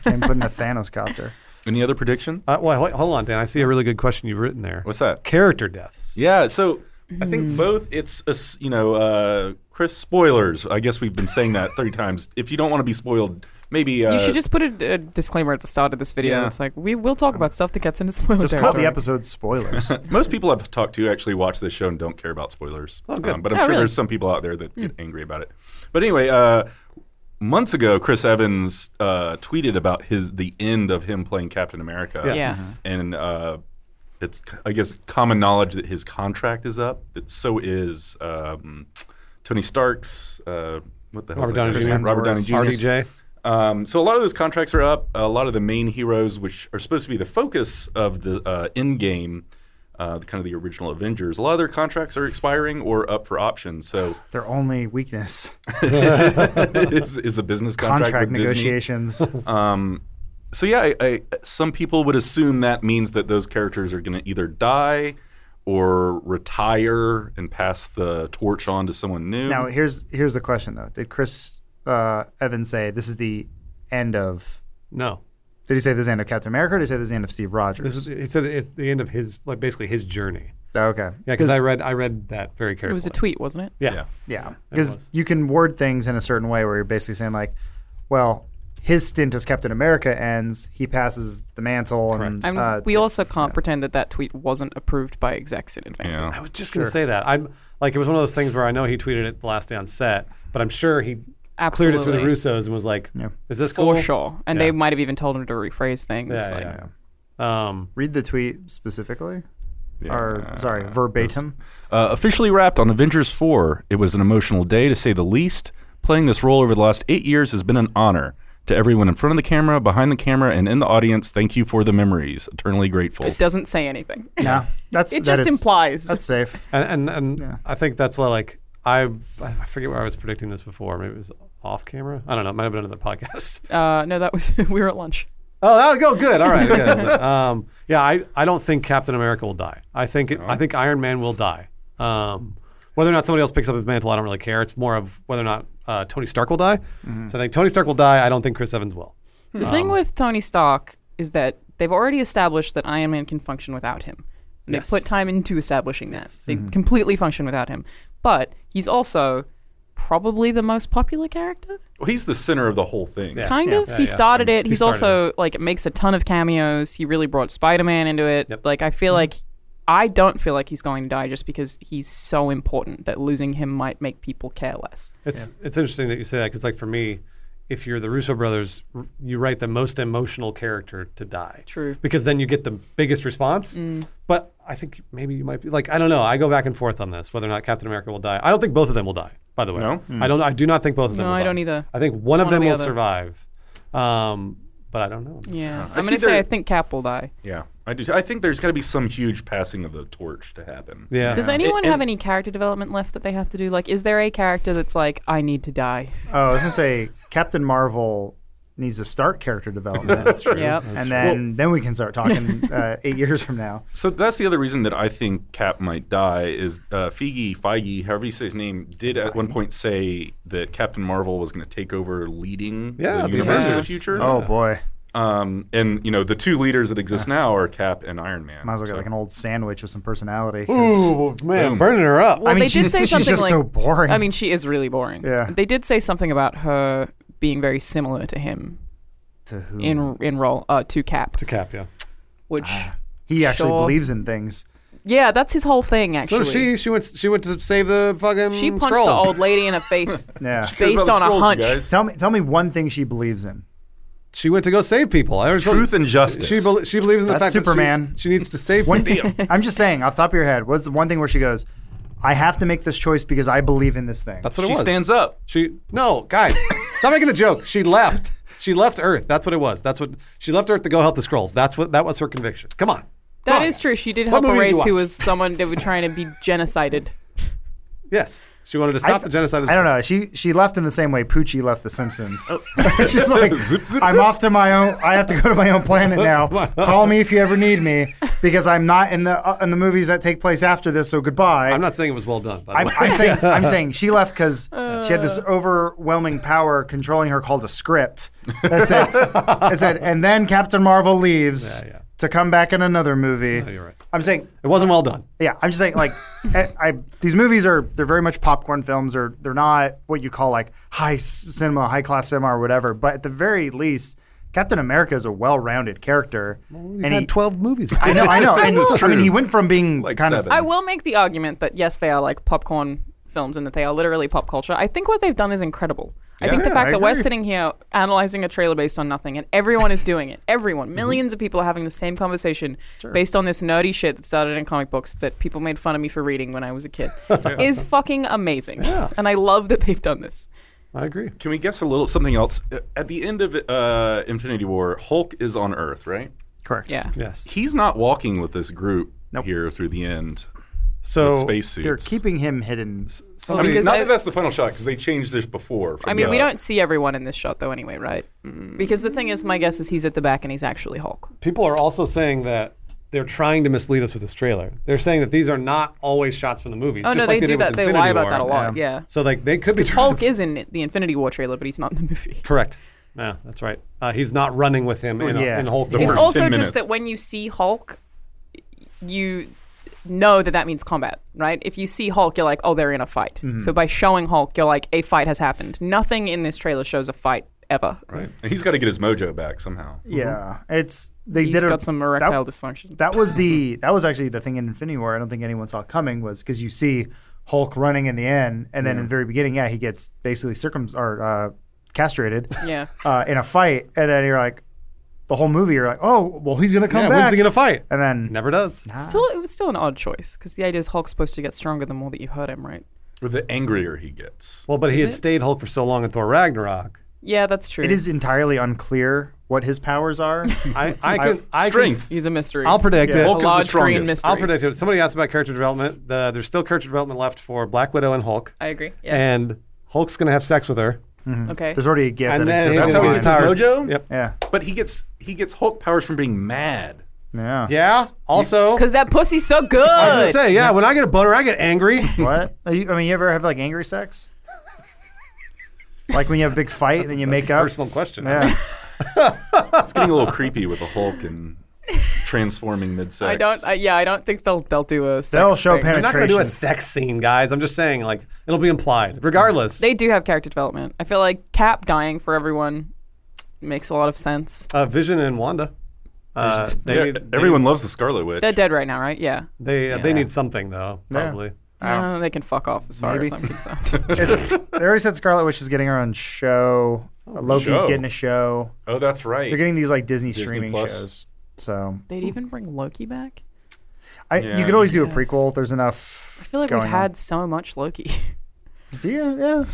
[SPEAKER 2] Can't put in the Thanos copter.
[SPEAKER 1] Any other prediction?
[SPEAKER 4] Uh, well, wait, hold on, Dan. I see a really good question you've written there.
[SPEAKER 1] What's that?
[SPEAKER 4] character deaths?
[SPEAKER 1] Yeah, so I
[SPEAKER 3] Hmm.
[SPEAKER 1] think both it's a s you know uh, Chris spoilers. I guess we've been saying that three times. If you don't want to be spoiled, maybe uh,
[SPEAKER 3] You should just put a, a disclaimer at the start of this video.
[SPEAKER 1] Yeah.
[SPEAKER 3] It's like we will talk about stuff that gets into spoiler
[SPEAKER 2] Just call
[SPEAKER 3] territory.
[SPEAKER 2] the episode spoilers.
[SPEAKER 1] Most people I've talked to actually watch this show and don't care about spoilers. Um,
[SPEAKER 4] Oh, good.
[SPEAKER 1] but I'm
[SPEAKER 3] Oh,
[SPEAKER 1] sure
[SPEAKER 3] really? Hmm.
[SPEAKER 1] there's some people out there that get angry about it. But anyway, uh, months ago, Chris Evans uh, tweeted about his the end of him playing Captain America.
[SPEAKER 4] Yes.
[SPEAKER 3] Yeah.
[SPEAKER 1] And uh, it's, I guess, common knowledge that his contract is up. But so is um, Tony Stark's. Uh, what the hell?
[SPEAKER 4] Robert Downey Jr.
[SPEAKER 1] Robert Downey Jr.
[SPEAKER 4] RDJ.
[SPEAKER 1] Um, so a lot of those contracts are up. A lot of the main heroes, which are supposed to be the focus of the uh, end game, uh, the, kind of the original Avengers, a lot of their contracts are expiring or up for options. So
[SPEAKER 2] Their only weakness:
[SPEAKER 1] is, is a business contract,
[SPEAKER 2] contract
[SPEAKER 1] with Disney.
[SPEAKER 2] negotiations.
[SPEAKER 1] Um, so yeah, I, I, some people would assume that means that those characters are going to either die or retire and pass the torch on to someone new.
[SPEAKER 2] Now here's here's the question though. Did Chris uh, Evans say this is the end of?
[SPEAKER 4] No,
[SPEAKER 2] Did he say this is the end of Captain America? Or did he say this is the end of Steve Rogers?
[SPEAKER 4] this is he said it's the end of his like basically his journey.
[SPEAKER 2] Oh, okay.
[SPEAKER 4] Yeah, because I read I read that very carefully.
[SPEAKER 3] It was a tweet, wasn't it?
[SPEAKER 4] Yeah.
[SPEAKER 1] Yeah.
[SPEAKER 2] yeah,
[SPEAKER 4] it
[SPEAKER 2] because
[SPEAKER 4] was.
[SPEAKER 2] you can word things in a certain way where you're basically saying like, well, his stint as Captain America ends, he passes the mantle, and
[SPEAKER 3] And
[SPEAKER 2] uh,
[SPEAKER 3] we also can't pretend that that tweet wasn't approved by execs in advance.
[SPEAKER 1] Yeah.
[SPEAKER 4] I was just gonna say that. I'm like it was one of those things where I know he tweeted it the last day on set, but I'm sure he cleared it through the
[SPEAKER 3] Absolutely.
[SPEAKER 4] Russos and was like,
[SPEAKER 2] Yeah.
[SPEAKER 4] "Is this cool?"
[SPEAKER 3] For sure. And
[SPEAKER 4] Yeah.
[SPEAKER 3] they might have even told him to rephrase things.
[SPEAKER 4] Yeah,
[SPEAKER 3] like-
[SPEAKER 4] yeah, yeah. Um,
[SPEAKER 2] read the tweet specifically,
[SPEAKER 1] Yeah.
[SPEAKER 2] or sorry, verbatim.
[SPEAKER 1] Uh, officially wrapped on Avengers 4, it was an emotional day to say the least. Playing this role over the last eight years has been an honor. To everyone in front of the camera, behind the camera, and in the audience, thank you for the memories. Eternally grateful.
[SPEAKER 3] It doesn't say anything.
[SPEAKER 2] Yeah, that's
[SPEAKER 3] It
[SPEAKER 2] that
[SPEAKER 3] just
[SPEAKER 2] is-
[SPEAKER 3] implies.
[SPEAKER 2] that's safe.
[SPEAKER 4] and and, and
[SPEAKER 2] Yeah.
[SPEAKER 4] I think that's why like I I forget where I was predicting this before. Maybe it was off camera. I don't know. It might have been another podcast.
[SPEAKER 3] Uh, no, that was we were at lunch.
[SPEAKER 4] Oh, that go good. All right. good. Um, yeah, I, I don't think Captain America will die. I think it, I think Iron Man will die. Um, whether or not somebody else picks up his mantle, I don't really care. It's more of whether or not uh, Tony Stark will die. So I think Tony Stark will die. I don't think Chris Evans will.
[SPEAKER 3] The thing with Tony Stark is that they've already established that Iron Man can function without him. And
[SPEAKER 4] Yes.
[SPEAKER 3] They put time into establishing that. They completely function without him. But he's also probably the most popular character.
[SPEAKER 1] Well, he's the center of the whole thing.
[SPEAKER 4] Yeah.
[SPEAKER 3] Kind of.
[SPEAKER 4] yeah,
[SPEAKER 3] he
[SPEAKER 4] yeah.
[SPEAKER 3] started it.
[SPEAKER 4] He
[SPEAKER 3] He's
[SPEAKER 4] started
[SPEAKER 3] also like makes a ton of cameos. He really brought Spider Man into it.
[SPEAKER 4] Yep. Mm-hmm.
[SPEAKER 3] Like I feel like I don't feel like he's going to die just because he's so important that losing him might make people care less.
[SPEAKER 4] It's it's interesting that you say that because like for me, if you're the Russo brothers, r- you write the most emotional character to die.
[SPEAKER 3] True. Mm.
[SPEAKER 4] Because then you get the biggest response. But I think maybe you might be like I don't know. I go back and forth on this whether or not Captain America will die. I don't think both of them will die. By the way,
[SPEAKER 1] No? Mm.
[SPEAKER 4] I don't. I do not think both of them.
[SPEAKER 3] No,
[SPEAKER 4] will
[SPEAKER 3] I
[SPEAKER 4] die.
[SPEAKER 3] don't either.
[SPEAKER 4] I think one, of
[SPEAKER 3] or
[SPEAKER 4] them
[SPEAKER 3] the
[SPEAKER 4] will
[SPEAKER 3] other.
[SPEAKER 4] survive. Um, but I Uh-huh. don't know.
[SPEAKER 3] Yeah.
[SPEAKER 1] I
[SPEAKER 3] I'm
[SPEAKER 1] see
[SPEAKER 3] gonna say
[SPEAKER 1] there-
[SPEAKER 3] I think Cap will die.
[SPEAKER 1] Yeah, I do. too. I think there's got to be some huge passing of the torch to happen.
[SPEAKER 4] Yeah.
[SPEAKER 3] Does anyone
[SPEAKER 1] And-
[SPEAKER 3] have any character development left that they have to do? Like, is there a character that's like, I need to die?
[SPEAKER 2] Oh, I was gonna say Captain Marvel needs to start character development.
[SPEAKER 4] That's true.
[SPEAKER 3] Yep.
[SPEAKER 4] That's
[SPEAKER 2] and
[SPEAKER 4] true.
[SPEAKER 2] then then we can start talking uh, eight years from now.
[SPEAKER 1] So that's the other reason that I think Cap might die is uh, Feige, Feige, however you say his name, did at one point say that Captain Marvel was going to take over leading
[SPEAKER 4] Yeah,
[SPEAKER 1] the
[SPEAKER 4] the
[SPEAKER 1] universe in the
[SPEAKER 3] Avengers.
[SPEAKER 1] future.
[SPEAKER 2] Oh boy,
[SPEAKER 1] Um, and you know the two leaders that exist now are Cap and Iron Man.
[SPEAKER 2] might as well get like an old sandwich with some personality. 'cause-
[SPEAKER 4] Ooh man,
[SPEAKER 1] Boom.
[SPEAKER 4] burning her up.
[SPEAKER 3] Well,
[SPEAKER 2] mean,
[SPEAKER 3] they did
[SPEAKER 2] she's-
[SPEAKER 3] say
[SPEAKER 2] she's
[SPEAKER 3] something
[SPEAKER 2] just
[SPEAKER 3] like,
[SPEAKER 2] so boring.
[SPEAKER 3] I mean, she is really boring.
[SPEAKER 2] Yeah.
[SPEAKER 3] They did say something about her being very similar to him
[SPEAKER 2] to who?
[SPEAKER 3] in in role uh, to Cap,
[SPEAKER 4] to Cap, yeah.
[SPEAKER 3] which
[SPEAKER 2] Ah. he actually
[SPEAKER 3] Sure.
[SPEAKER 2] believes in things.
[SPEAKER 3] yeah, that's his whole thing
[SPEAKER 4] So
[SPEAKER 3] actually.
[SPEAKER 4] does she she went she went to save the fucking.
[SPEAKER 3] She punched
[SPEAKER 4] scrolls.
[SPEAKER 3] the old lady in the face
[SPEAKER 2] Yeah.
[SPEAKER 1] Cares
[SPEAKER 3] based
[SPEAKER 1] about
[SPEAKER 3] on
[SPEAKER 1] the
[SPEAKER 3] a
[SPEAKER 1] scrolls,
[SPEAKER 3] hunch.
[SPEAKER 1] you guys.
[SPEAKER 2] Tell me, tell me one thing she believes in.
[SPEAKER 4] She went to go save people. I was
[SPEAKER 1] Truth and justice.
[SPEAKER 4] She, bel she believes in the
[SPEAKER 2] That's
[SPEAKER 4] fact that she-
[SPEAKER 2] Superman.
[SPEAKER 4] She, needs to save
[SPEAKER 2] One
[SPEAKER 4] people.
[SPEAKER 2] I'm just saying, off the top of your head, what's the one thing where she goes, "I have to make this choice because I believe in this thing."
[SPEAKER 4] That's what it
[SPEAKER 1] She
[SPEAKER 4] was.
[SPEAKER 1] stands up.
[SPEAKER 4] She no, guys, stop making the joke. She left. She left Earth. That's what it was. That's what she left Earth to go help the scrolls. That's what that was her conviction. Come on.
[SPEAKER 3] That is true. She did
[SPEAKER 4] What
[SPEAKER 3] help a
[SPEAKER 4] movie did you
[SPEAKER 3] race who
[SPEAKER 4] watch?
[SPEAKER 3] was someone that was trying to be genocided.
[SPEAKER 4] Yes, she wanted to stop
[SPEAKER 2] I-
[SPEAKER 4] the genocide. of
[SPEAKER 2] I don't
[SPEAKER 4] scrolls.
[SPEAKER 2] know. She she left in the same way Poochie left The Simpsons. She's like,
[SPEAKER 1] Zip, zip,
[SPEAKER 2] I'm off to my own. I have to go to my own planet now. Call me if you ever need me because I'm not in the uh, in the movies that take place after this. So goodbye.
[SPEAKER 4] I'm not saying it was well done. By
[SPEAKER 2] I'm,
[SPEAKER 4] the way.
[SPEAKER 2] I'm saying I'm saying she left because she had this overwhelming power controlling her called a script. That's it. That's it. And then Captain Marvel leaves
[SPEAKER 4] Yeah, yeah.
[SPEAKER 2] to come back in another movie.
[SPEAKER 4] you're right.
[SPEAKER 2] I'm saying
[SPEAKER 4] It wasn't well done.
[SPEAKER 2] yeah, I'm just saying, like, I, I, these movies are they're very much popcorn films, or they're not what you call like high s- cinema, high class cinema, or whatever. But at the very least, Captain America is a well-rounded character, and he,
[SPEAKER 4] 12 movies.
[SPEAKER 2] I know, I know, and I mean,
[SPEAKER 1] true.
[SPEAKER 2] he went from being
[SPEAKER 1] Like
[SPEAKER 2] kind
[SPEAKER 1] seven.
[SPEAKER 2] of
[SPEAKER 3] I will make the argument that yes, they are like popcorn films and that they are literally pop culture. I think what they've done is incredible. I
[SPEAKER 1] Yeah.
[SPEAKER 3] think
[SPEAKER 2] Yeah,
[SPEAKER 3] the fact
[SPEAKER 2] I
[SPEAKER 3] that we're
[SPEAKER 2] agree.
[SPEAKER 3] sitting here analyzing a trailer based on nothing and everyone is doing it. Everyone,
[SPEAKER 4] Mm-hmm.
[SPEAKER 3] 1000000s of people are having the same conversation based on this nerdy shit that started in comic books that people made fun of me for reading when I was a kid is fucking amazing. And I love that they've done this.
[SPEAKER 4] I agree.
[SPEAKER 1] Can we guess a little something else? Uh, At the end of uh, Infinity War, Hulk is on Earth, right?
[SPEAKER 2] correct.
[SPEAKER 3] Yeah.
[SPEAKER 4] Yes.
[SPEAKER 1] He's not walking with this group
[SPEAKER 2] Nope.
[SPEAKER 1] here through the end.
[SPEAKER 4] So
[SPEAKER 1] with spacesuits.
[SPEAKER 2] They're keeping him hidden.
[SPEAKER 3] Well,
[SPEAKER 1] I mean,
[SPEAKER 3] because
[SPEAKER 1] not
[SPEAKER 3] I-
[SPEAKER 1] that that's the final shot because they changed this before. from
[SPEAKER 3] I mean, we
[SPEAKER 1] the-
[SPEAKER 3] don't see everyone in this shot though, anyway, right? Because the thing is, my guess is he's at the back and he's actually Hulk.
[SPEAKER 4] people are also saying that they're trying to mislead us with this trailer. They're saying that these are not always shots from the movies.
[SPEAKER 3] Oh
[SPEAKER 4] just
[SPEAKER 3] no,
[SPEAKER 4] like
[SPEAKER 3] they, do
[SPEAKER 4] did
[SPEAKER 3] that.
[SPEAKER 4] With
[SPEAKER 3] They
[SPEAKER 4] Infinity
[SPEAKER 3] lie about
[SPEAKER 4] War.
[SPEAKER 3] that a lot. Yeah.
[SPEAKER 4] So like they could be trying to
[SPEAKER 3] Hulk is in the Infinity War trailer, but he's not in the movie.
[SPEAKER 4] Correct. Yeah, that's right. Uh, he's not running with him in,
[SPEAKER 2] Yeah.
[SPEAKER 4] in Hulk.
[SPEAKER 1] The
[SPEAKER 4] form.
[SPEAKER 1] first
[SPEAKER 3] It's also
[SPEAKER 1] 10 minutes.
[SPEAKER 3] just that when you see Hulk, you know that that means combat, right? If you see Hulk, you're like, oh, they're in a fight. So by showing Hulk, you're like, a fight has happened. Nothing in this trailer shows a fight ever. Right.
[SPEAKER 1] And he's got to get his mojo back somehow.
[SPEAKER 2] Yeah,
[SPEAKER 1] mm-hmm.
[SPEAKER 2] it's they
[SPEAKER 3] He's
[SPEAKER 2] did a-
[SPEAKER 3] got some erectile
[SPEAKER 2] that-
[SPEAKER 3] dysfunction.
[SPEAKER 2] that was the that was actually the thing in Infinity War. I don't think anyone saw coming was because you see Hulk running in the end, and then in the very beginning, yeah, he gets basically circum or uh, castrated
[SPEAKER 3] yeah.
[SPEAKER 2] uh, in a fight, and then you're like, the whole movie, you're like, oh, well, he's gonna come
[SPEAKER 4] yeah,
[SPEAKER 2] back,
[SPEAKER 4] when's he gonna fight?
[SPEAKER 2] and then
[SPEAKER 4] Never does.
[SPEAKER 3] Still, it was still an odd choice because the idea is Hulk's supposed to get stronger the more that you hurt him, right?
[SPEAKER 1] Or the angrier he gets.
[SPEAKER 4] Well, but he had
[SPEAKER 3] it?
[SPEAKER 4] stayed Hulk for so long in Thor Ragnarok.
[SPEAKER 3] Yeah, that's true.
[SPEAKER 2] it is entirely unclear what his powers are.
[SPEAKER 4] I, I can I
[SPEAKER 1] Strength.
[SPEAKER 3] He's a mystery.
[SPEAKER 4] Can, I'll predict
[SPEAKER 2] Yeah.
[SPEAKER 4] it.
[SPEAKER 1] Hulk is the
[SPEAKER 3] large green
[SPEAKER 1] strongest.
[SPEAKER 3] mystery.
[SPEAKER 4] I'll predict it. Somebody asked about character development. The, there's still character development left for Black Widow and Hulk,
[SPEAKER 3] I agree. Yeah.
[SPEAKER 4] and Hulk's gonna have sex with her.
[SPEAKER 3] Okay.
[SPEAKER 2] There's already a gift.
[SPEAKER 4] And
[SPEAKER 2] that
[SPEAKER 4] then
[SPEAKER 2] exists
[SPEAKER 1] That's
[SPEAKER 4] he's
[SPEAKER 1] how he
[SPEAKER 4] gonna
[SPEAKER 2] online.
[SPEAKER 1] gets his
[SPEAKER 4] powers-
[SPEAKER 1] mojo?
[SPEAKER 4] Yep.
[SPEAKER 2] Yeah.
[SPEAKER 1] But he gets he gets Hulk powers from being mad.
[SPEAKER 2] Yeah.
[SPEAKER 4] Yeah. Also,
[SPEAKER 3] Because that pussy's so good.
[SPEAKER 4] I was gonna say, yeah, when I get a boner, I get angry.
[SPEAKER 2] What? Are you, I mean, you ever have like angry sex? like when you have a big fight and then you make up.
[SPEAKER 4] Personal question.
[SPEAKER 2] Yeah.
[SPEAKER 1] It's getting a little creepy with the Hulk and transforming mid sex.
[SPEAKER 3] I don't. I, yeah, I don't think they'll they'll do a. Sex
[SPEAKER 2] They'll show
[SPEAKER 3] thing.
[SPEAKER 2] pen-
[SPEAKER 4] I'm not gonna do a
[SPEAKER 2] Penetration.
[SPEAKER 4] sex scene, guys. I'm just saying, like, it'll be implied, regardless.
[SPEAKER 3] They do have character development. I feel like Cap dying for everyone makes a lot of sense.
[SPEAKER 4] uh, Vision and Wanda. Uh, they
[SPEAKER 1] Yeah,
[SPEAKER 4] need, they
[SPEAKER 1] everyone
[SPEAKER 4] need-
[SPEAKER 1] loves the Scarlet Witch.
[SPEAKER 3] They're dead right now, right? Yeah.
[SPEAKER 4] They uh,
[SPEAKER 3] Yeah.
[SPEAKER 4] they need something though,
[SPEAKER 2] Yeah.
[SPEAKER 4] probably.
[SPEAKER 3] Uh, they can fuck off as far
[SPEAKER 2] Maybe.
[SPEAKER 3] as I'm concerned.
[SPEAKER 2] It's- they already said Scarlet Witch is getting her own show. Loki's
[SPEAKER 1] Oh, show.
[SPEAKER 2] getting a show.
[SPEAKER 1] Oh, that's right.
[SPEAKER 2] They're getting these like Disney,
[SPEAKER 1] Disney
[SPEAKER 2] streaming
[SPEAKER 1] Plus.
[SPEAKER 2] shows. So
[SPEAKER 3] They'd even bring Loki back.
[SPEAKER 2] I,
[SPEAKER 1] Yeah,
[SPEAKER 2] you could always do a
[SPEAKER 3] yes.
[SPEAKER 2] prequel. There's enough.
[SPEAKER 3] I feel like
[SPEAKER 2] going
[SPEAKER 3] we've had so much Loki.
[SPEAKER 2] On. Yeah, yeah. You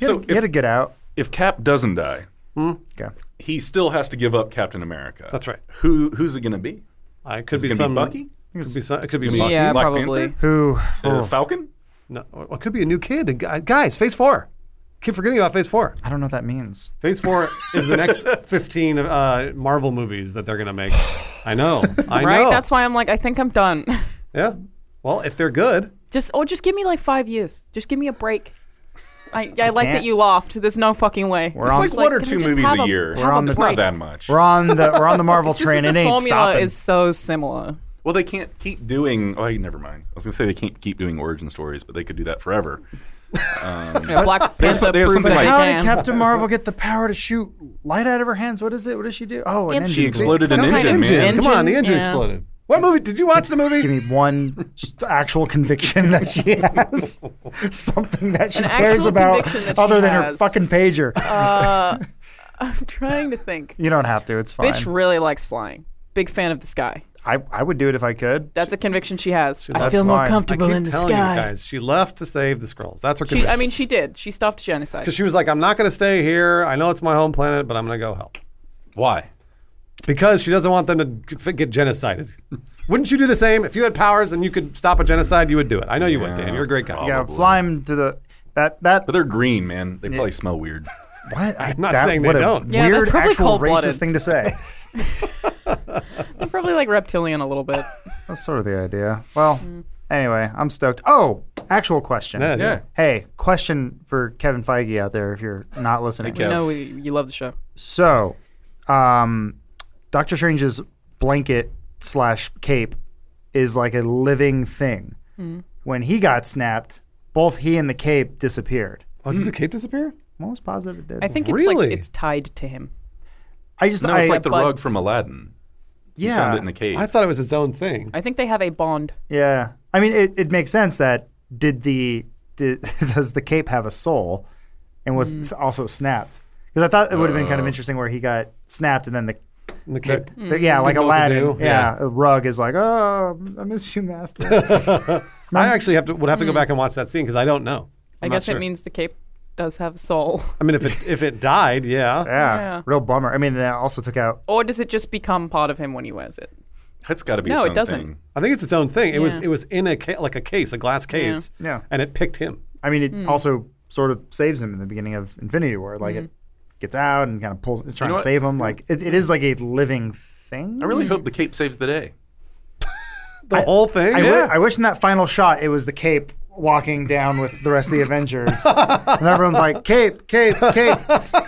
[SPEAKER 1] So
[SPEAKER 2] so
[SPEAKER 1] if-
[SPEAKER 2] you had to get out.
[SPEAKER 1] if Cap doesn't die,
[SPEAKER 2] Okay.
[SPEAKER 1] he still has to give up Captain America.
[SPEAKER 4] That's right.
[SPEAKER 1] Who who's it going to be?
[SPEAKER 4] I could
[SPEAKER 1] Is
[SPEAKER 4] be
[SPEAKER 1] it
[SPEAKER 4] some
[SPEAKER 1] gonna be Bucky?
[SPEAKER 4] Could be some, it could be
[SPEAKER 1] Bucky?
[SPEAKER 3] yeah,
[SPEAKER 1] Black
[SPEAKER 3] probably.
[SPEAKER 1] Panther?
[SPEAKER 2] Who?
[SPEAKER 1] Uh,
[SPEAKER 2] oh,
[SPEAKER 1] Falcon?
[SPEAKER 4] no, well, it could be a new kid. And gu- Guys, Phase Four. Keep forgetting about Phase Four.
[SPEAKER 2] I don't know what that means.
[SPEAKER 4] Phase Four is the next 15 uh, Marvel movies that they're gonna make. I know. I
[SPEAKER 3] right?
[SPEAKER 4] know.
[SPEAKER 3] That's why I'm like, I think I'm done.
[SPEAKER 4] yeah. Well, if they're good,
[SPEAKER 3] just or just give me like five years. Just give me a break. I, I like that
[SPEAKER 2] can't.
[SPEAKER 3] you laughed. There's no fucking way.
[SPEAKER 2] We're
[SPEAKER 1] It's
[SPEAKER 2] on-
[SPEAKER 1] like
[SPEAKER 2] It's
[SPEAKER 1] one or
[SPEAKER 3] can
[SPEAKER 1] two
[SPEAKER 3] we just
[SPEAKER 1] movies
[SPEAKER 3] have
[SPEAKER 1] a
[SPEAKER 3] a-
[SPEAKER 1] year.
[SPEAKER 3] have
[SPEAKER 2] a
[SPEAKER 1] It's not
[SPEAKER 3] break.
[SPEAKER 1] that much.
[SPEAKER 2] We're on the we're on the Marvel
[SPEAKER 3] Just that
[SPEAKER 2] train. It
[SPEAKER 3] the
[SPEAKER 2] ain't
[SPEAKER 3] formula
[SPEAKER 2] stopping.
[SPEAKER 3] is so similar.
[SPEAKER 1] Well, they can't keep doing. Oh, never mind. I was going to say they can't keep doing origin stories, but they could do that forever.
[SPEAKER 3] Yeah, Black
[SPEAKER 1] they have
[SPEAKER 3] Panther
[SPEAKER 1] some- they have
[SPEAKER 3] proved
[SPEAKER 1] something
[SPEAKER 3] that
[SPEAKER 1] like-
[SPEAKER 3] they
[SPEAKER 2] How
[SPEAKER 3] can.
[SPEAKER 2] did Captain Marvel get the power to shoot light out of her hands? What is it? What does she do? Oh, an
[SPEAKER 3] It's-
[SPEAKER 2] engine.
[SPEAKER 1] She exploded an
[SPEAKER 4] Come on,
[SPEAKER 1] engine,
[SPEAKER 4] engine.
[SPEAKER 1] man.
[SPEAKER 4] Come on, the engine
[SPEAKER 3] Yeah.
[SPEAKER 4] exploded. What movie did you watch? The
[SPEAKER 2] Give
[SPEAKER 4] movie?
[SPEAKER 2] me one actual conviction that she has. Something that she
[SPEAKER 3] An
[SPEAKER 2] cares
[SPEAKER 3] actual
[SPEAKER 2] about
[SPEAKER 3] conviction that she
[SPEAKER 2] other than her
[SPEAKER 3] has.
[SPEAKER 2] fucking pager.
[SPEAKER 3] Uh, I'm trying to think.
[SPEAKER 2] you don't have to. It's fine.
[SPEAKER 3] Bitch really likes flying. Big fan of the sky.
[SPEAKER 2] I, I would do it if I could.
[SPEAKER 3] That's a conviction she has. I
[SPEAKER 4] that's
[SPEAKER 3] feel more
[SPEAKER 2] fine. I
[SPEAKER 4] I
[SPEAKER 3] comfortable
[SPEAKER 4] keep
[SPEAKER 3] in the
[SPEAKER 4] telling you
[SPEAKER 3] sky.
[SPEAKER 4] guys, she left to save the scrolls. That's her.
[SPEAKER 3] She, I
[SPEAKER 4] conviction.
[SPEAKER 3] mean, she did. She stopped genocide.
[SPEAKER 4] Because she was like, I'm not going to stay here. I know it's my home planet, but I'm going to go help.
[SPEAKER 1] Why?
[SPEAKER 4] Because she doesn't want them to g- get genocided. Wouldn't you do the same? If you had powers and you could stop a genocide, you would do it. I know you would, Dan. You're a great guy.
[SPEAKER 2] Yeah,
[SPEAKER 1] Probably.
[SPEAKER 2] fly him to the that that.
[SPEAKER 1] But they're green, man. They probably smell weird.
[SPEAKER 2] what? I'm
[SPEAKER 4] not saying they don't.
[SPEAKER 3] Yeah, that's
[SPEAKER 2] weird
[SPEAKER 3] probably
[SPEAKER 2] actual
[SPEAKER 3] cold-blooded.
[SPEAKER 2] racist thing to say.
[SPEAKER 3] They're probably like reptilian a little bit.
[SPEAKER 2] That's sort of the idea. Well,
[SPEAKER 3] Mm.
[SPEAKER 2] anyway, I'm stoked. Oh, actual question.
[SPEAKER 4] Yeah,
[SPEAKER 1] Yeah.
[SPEAKER 4] yeah.
[SPEAKER 2] Hey, question for Kevin Feige out there if you're not listening.
[SPEAKER 1] Kev. Yeah.
[SPEAKER 3] No, we, you love the show.
[SPEAKER 2] So, um, Doctor Strange's blanket slash cape is like a living thing.
[SPEAKER 3] Mm.
[SPEAKER 2] When he got snapped, both he and the cape disappeared.
[SPEAKER 4] Oh, did the cape disappear?
[SPEAKER 2] I'm almost positive it did.
[SPEAKER 3] I think it's
[SPEAKER 4] Really?
[SPEAKER 3] like it's tied to him.
[SPEAKER 2] I just
[SPEAKER 1] No, it's
[SPEAKER 2] I-
[SPEAKER 1] like the
[SPEAKER 3] but-
[SPEAKER 1] rug from Aladdin. He
[SPEAKER 2] yeah
[SPEAKER 1] found it in a cave.
[SPEAKER 4] I thought it was its own thing.
[SPEAKER 3] I think they have a bond.
[SPEAKER 2] Yeah, I mean, it, it makes sense that did the did, does the cape have a soul, and was
[SPEAKER 3] Mm.
[SPEAKER 2] s- also snapped? Because I thought it would have been kind of interesting where he got snapped and then the,
[SPEAKER 4] And the cape.
[SPEAKER 2] the, the- yeah, like
[SPEAKER 4] know what to
[SPEAKER 2] Aladdin,
[SPEAKER 4] do.
[SPEAKER 2] yeah, rug is like, oh, I miss you, master.
[SPEAKER 4] I actually have to would have to go back and watch that scene because I don't know.
[SPEAKER 3] Mm. i
[SPEAKER 4] I'm not
[SPEAKER 3] guess
[SPEAKER 4] sure.
[SPEAKER 3] it means the cape does have a soul.
[SPEAKER 4] I mean, if it if it died, yeah.
[SPEAKER 2] yeah,
[SPEAKER 3] Yeah.
[SPEAKER 2] real bummer. I mean, that also took out.
[SPEAKER 3] Or does it just become part of him when he wears it?
[SPEAKER 1] That's got to be
[SPEAKER 3] No,
[SPEAKER 1] its
[SPEAKER 3] it
[SPEAKER 1] own
[SPEAKER 3] doesn't.
[SPEAKER 1] thing.
[SPEAKER 4] I think it's its own thing. It was
[SPEAKER 3] Yeah.
[SPEAKER 4] it was in a ca- like a case, a glass case,
[SPEAKER 2] Yeah.
[SPEAKER 4] and it picked him.
[SPEAKER 2] I mean, it
[SPEAKER 3] Hmm.
[SPEAKER 2] also sort of saves him in the beginning of Infinity War, like it
[SPEAKER 3] Hmm.
[SPEAKER 2] gets out and kind of pulls, it's trying
[SPEAKER 1] know
[SPEAKER 2] to
[SPEAKER 1] what?
[SPEAKER 2] save him. Like it, it is like a living thing.
[SPEAKER 1] I really hope the cape saves the day.
[SPEAKER 4] The whole thing.
[SPEAKER 2] I, wi- I wish in that final shot it was the cape walking down with the rest of the Avengers, and everyone's like, "Cape, cape, cape."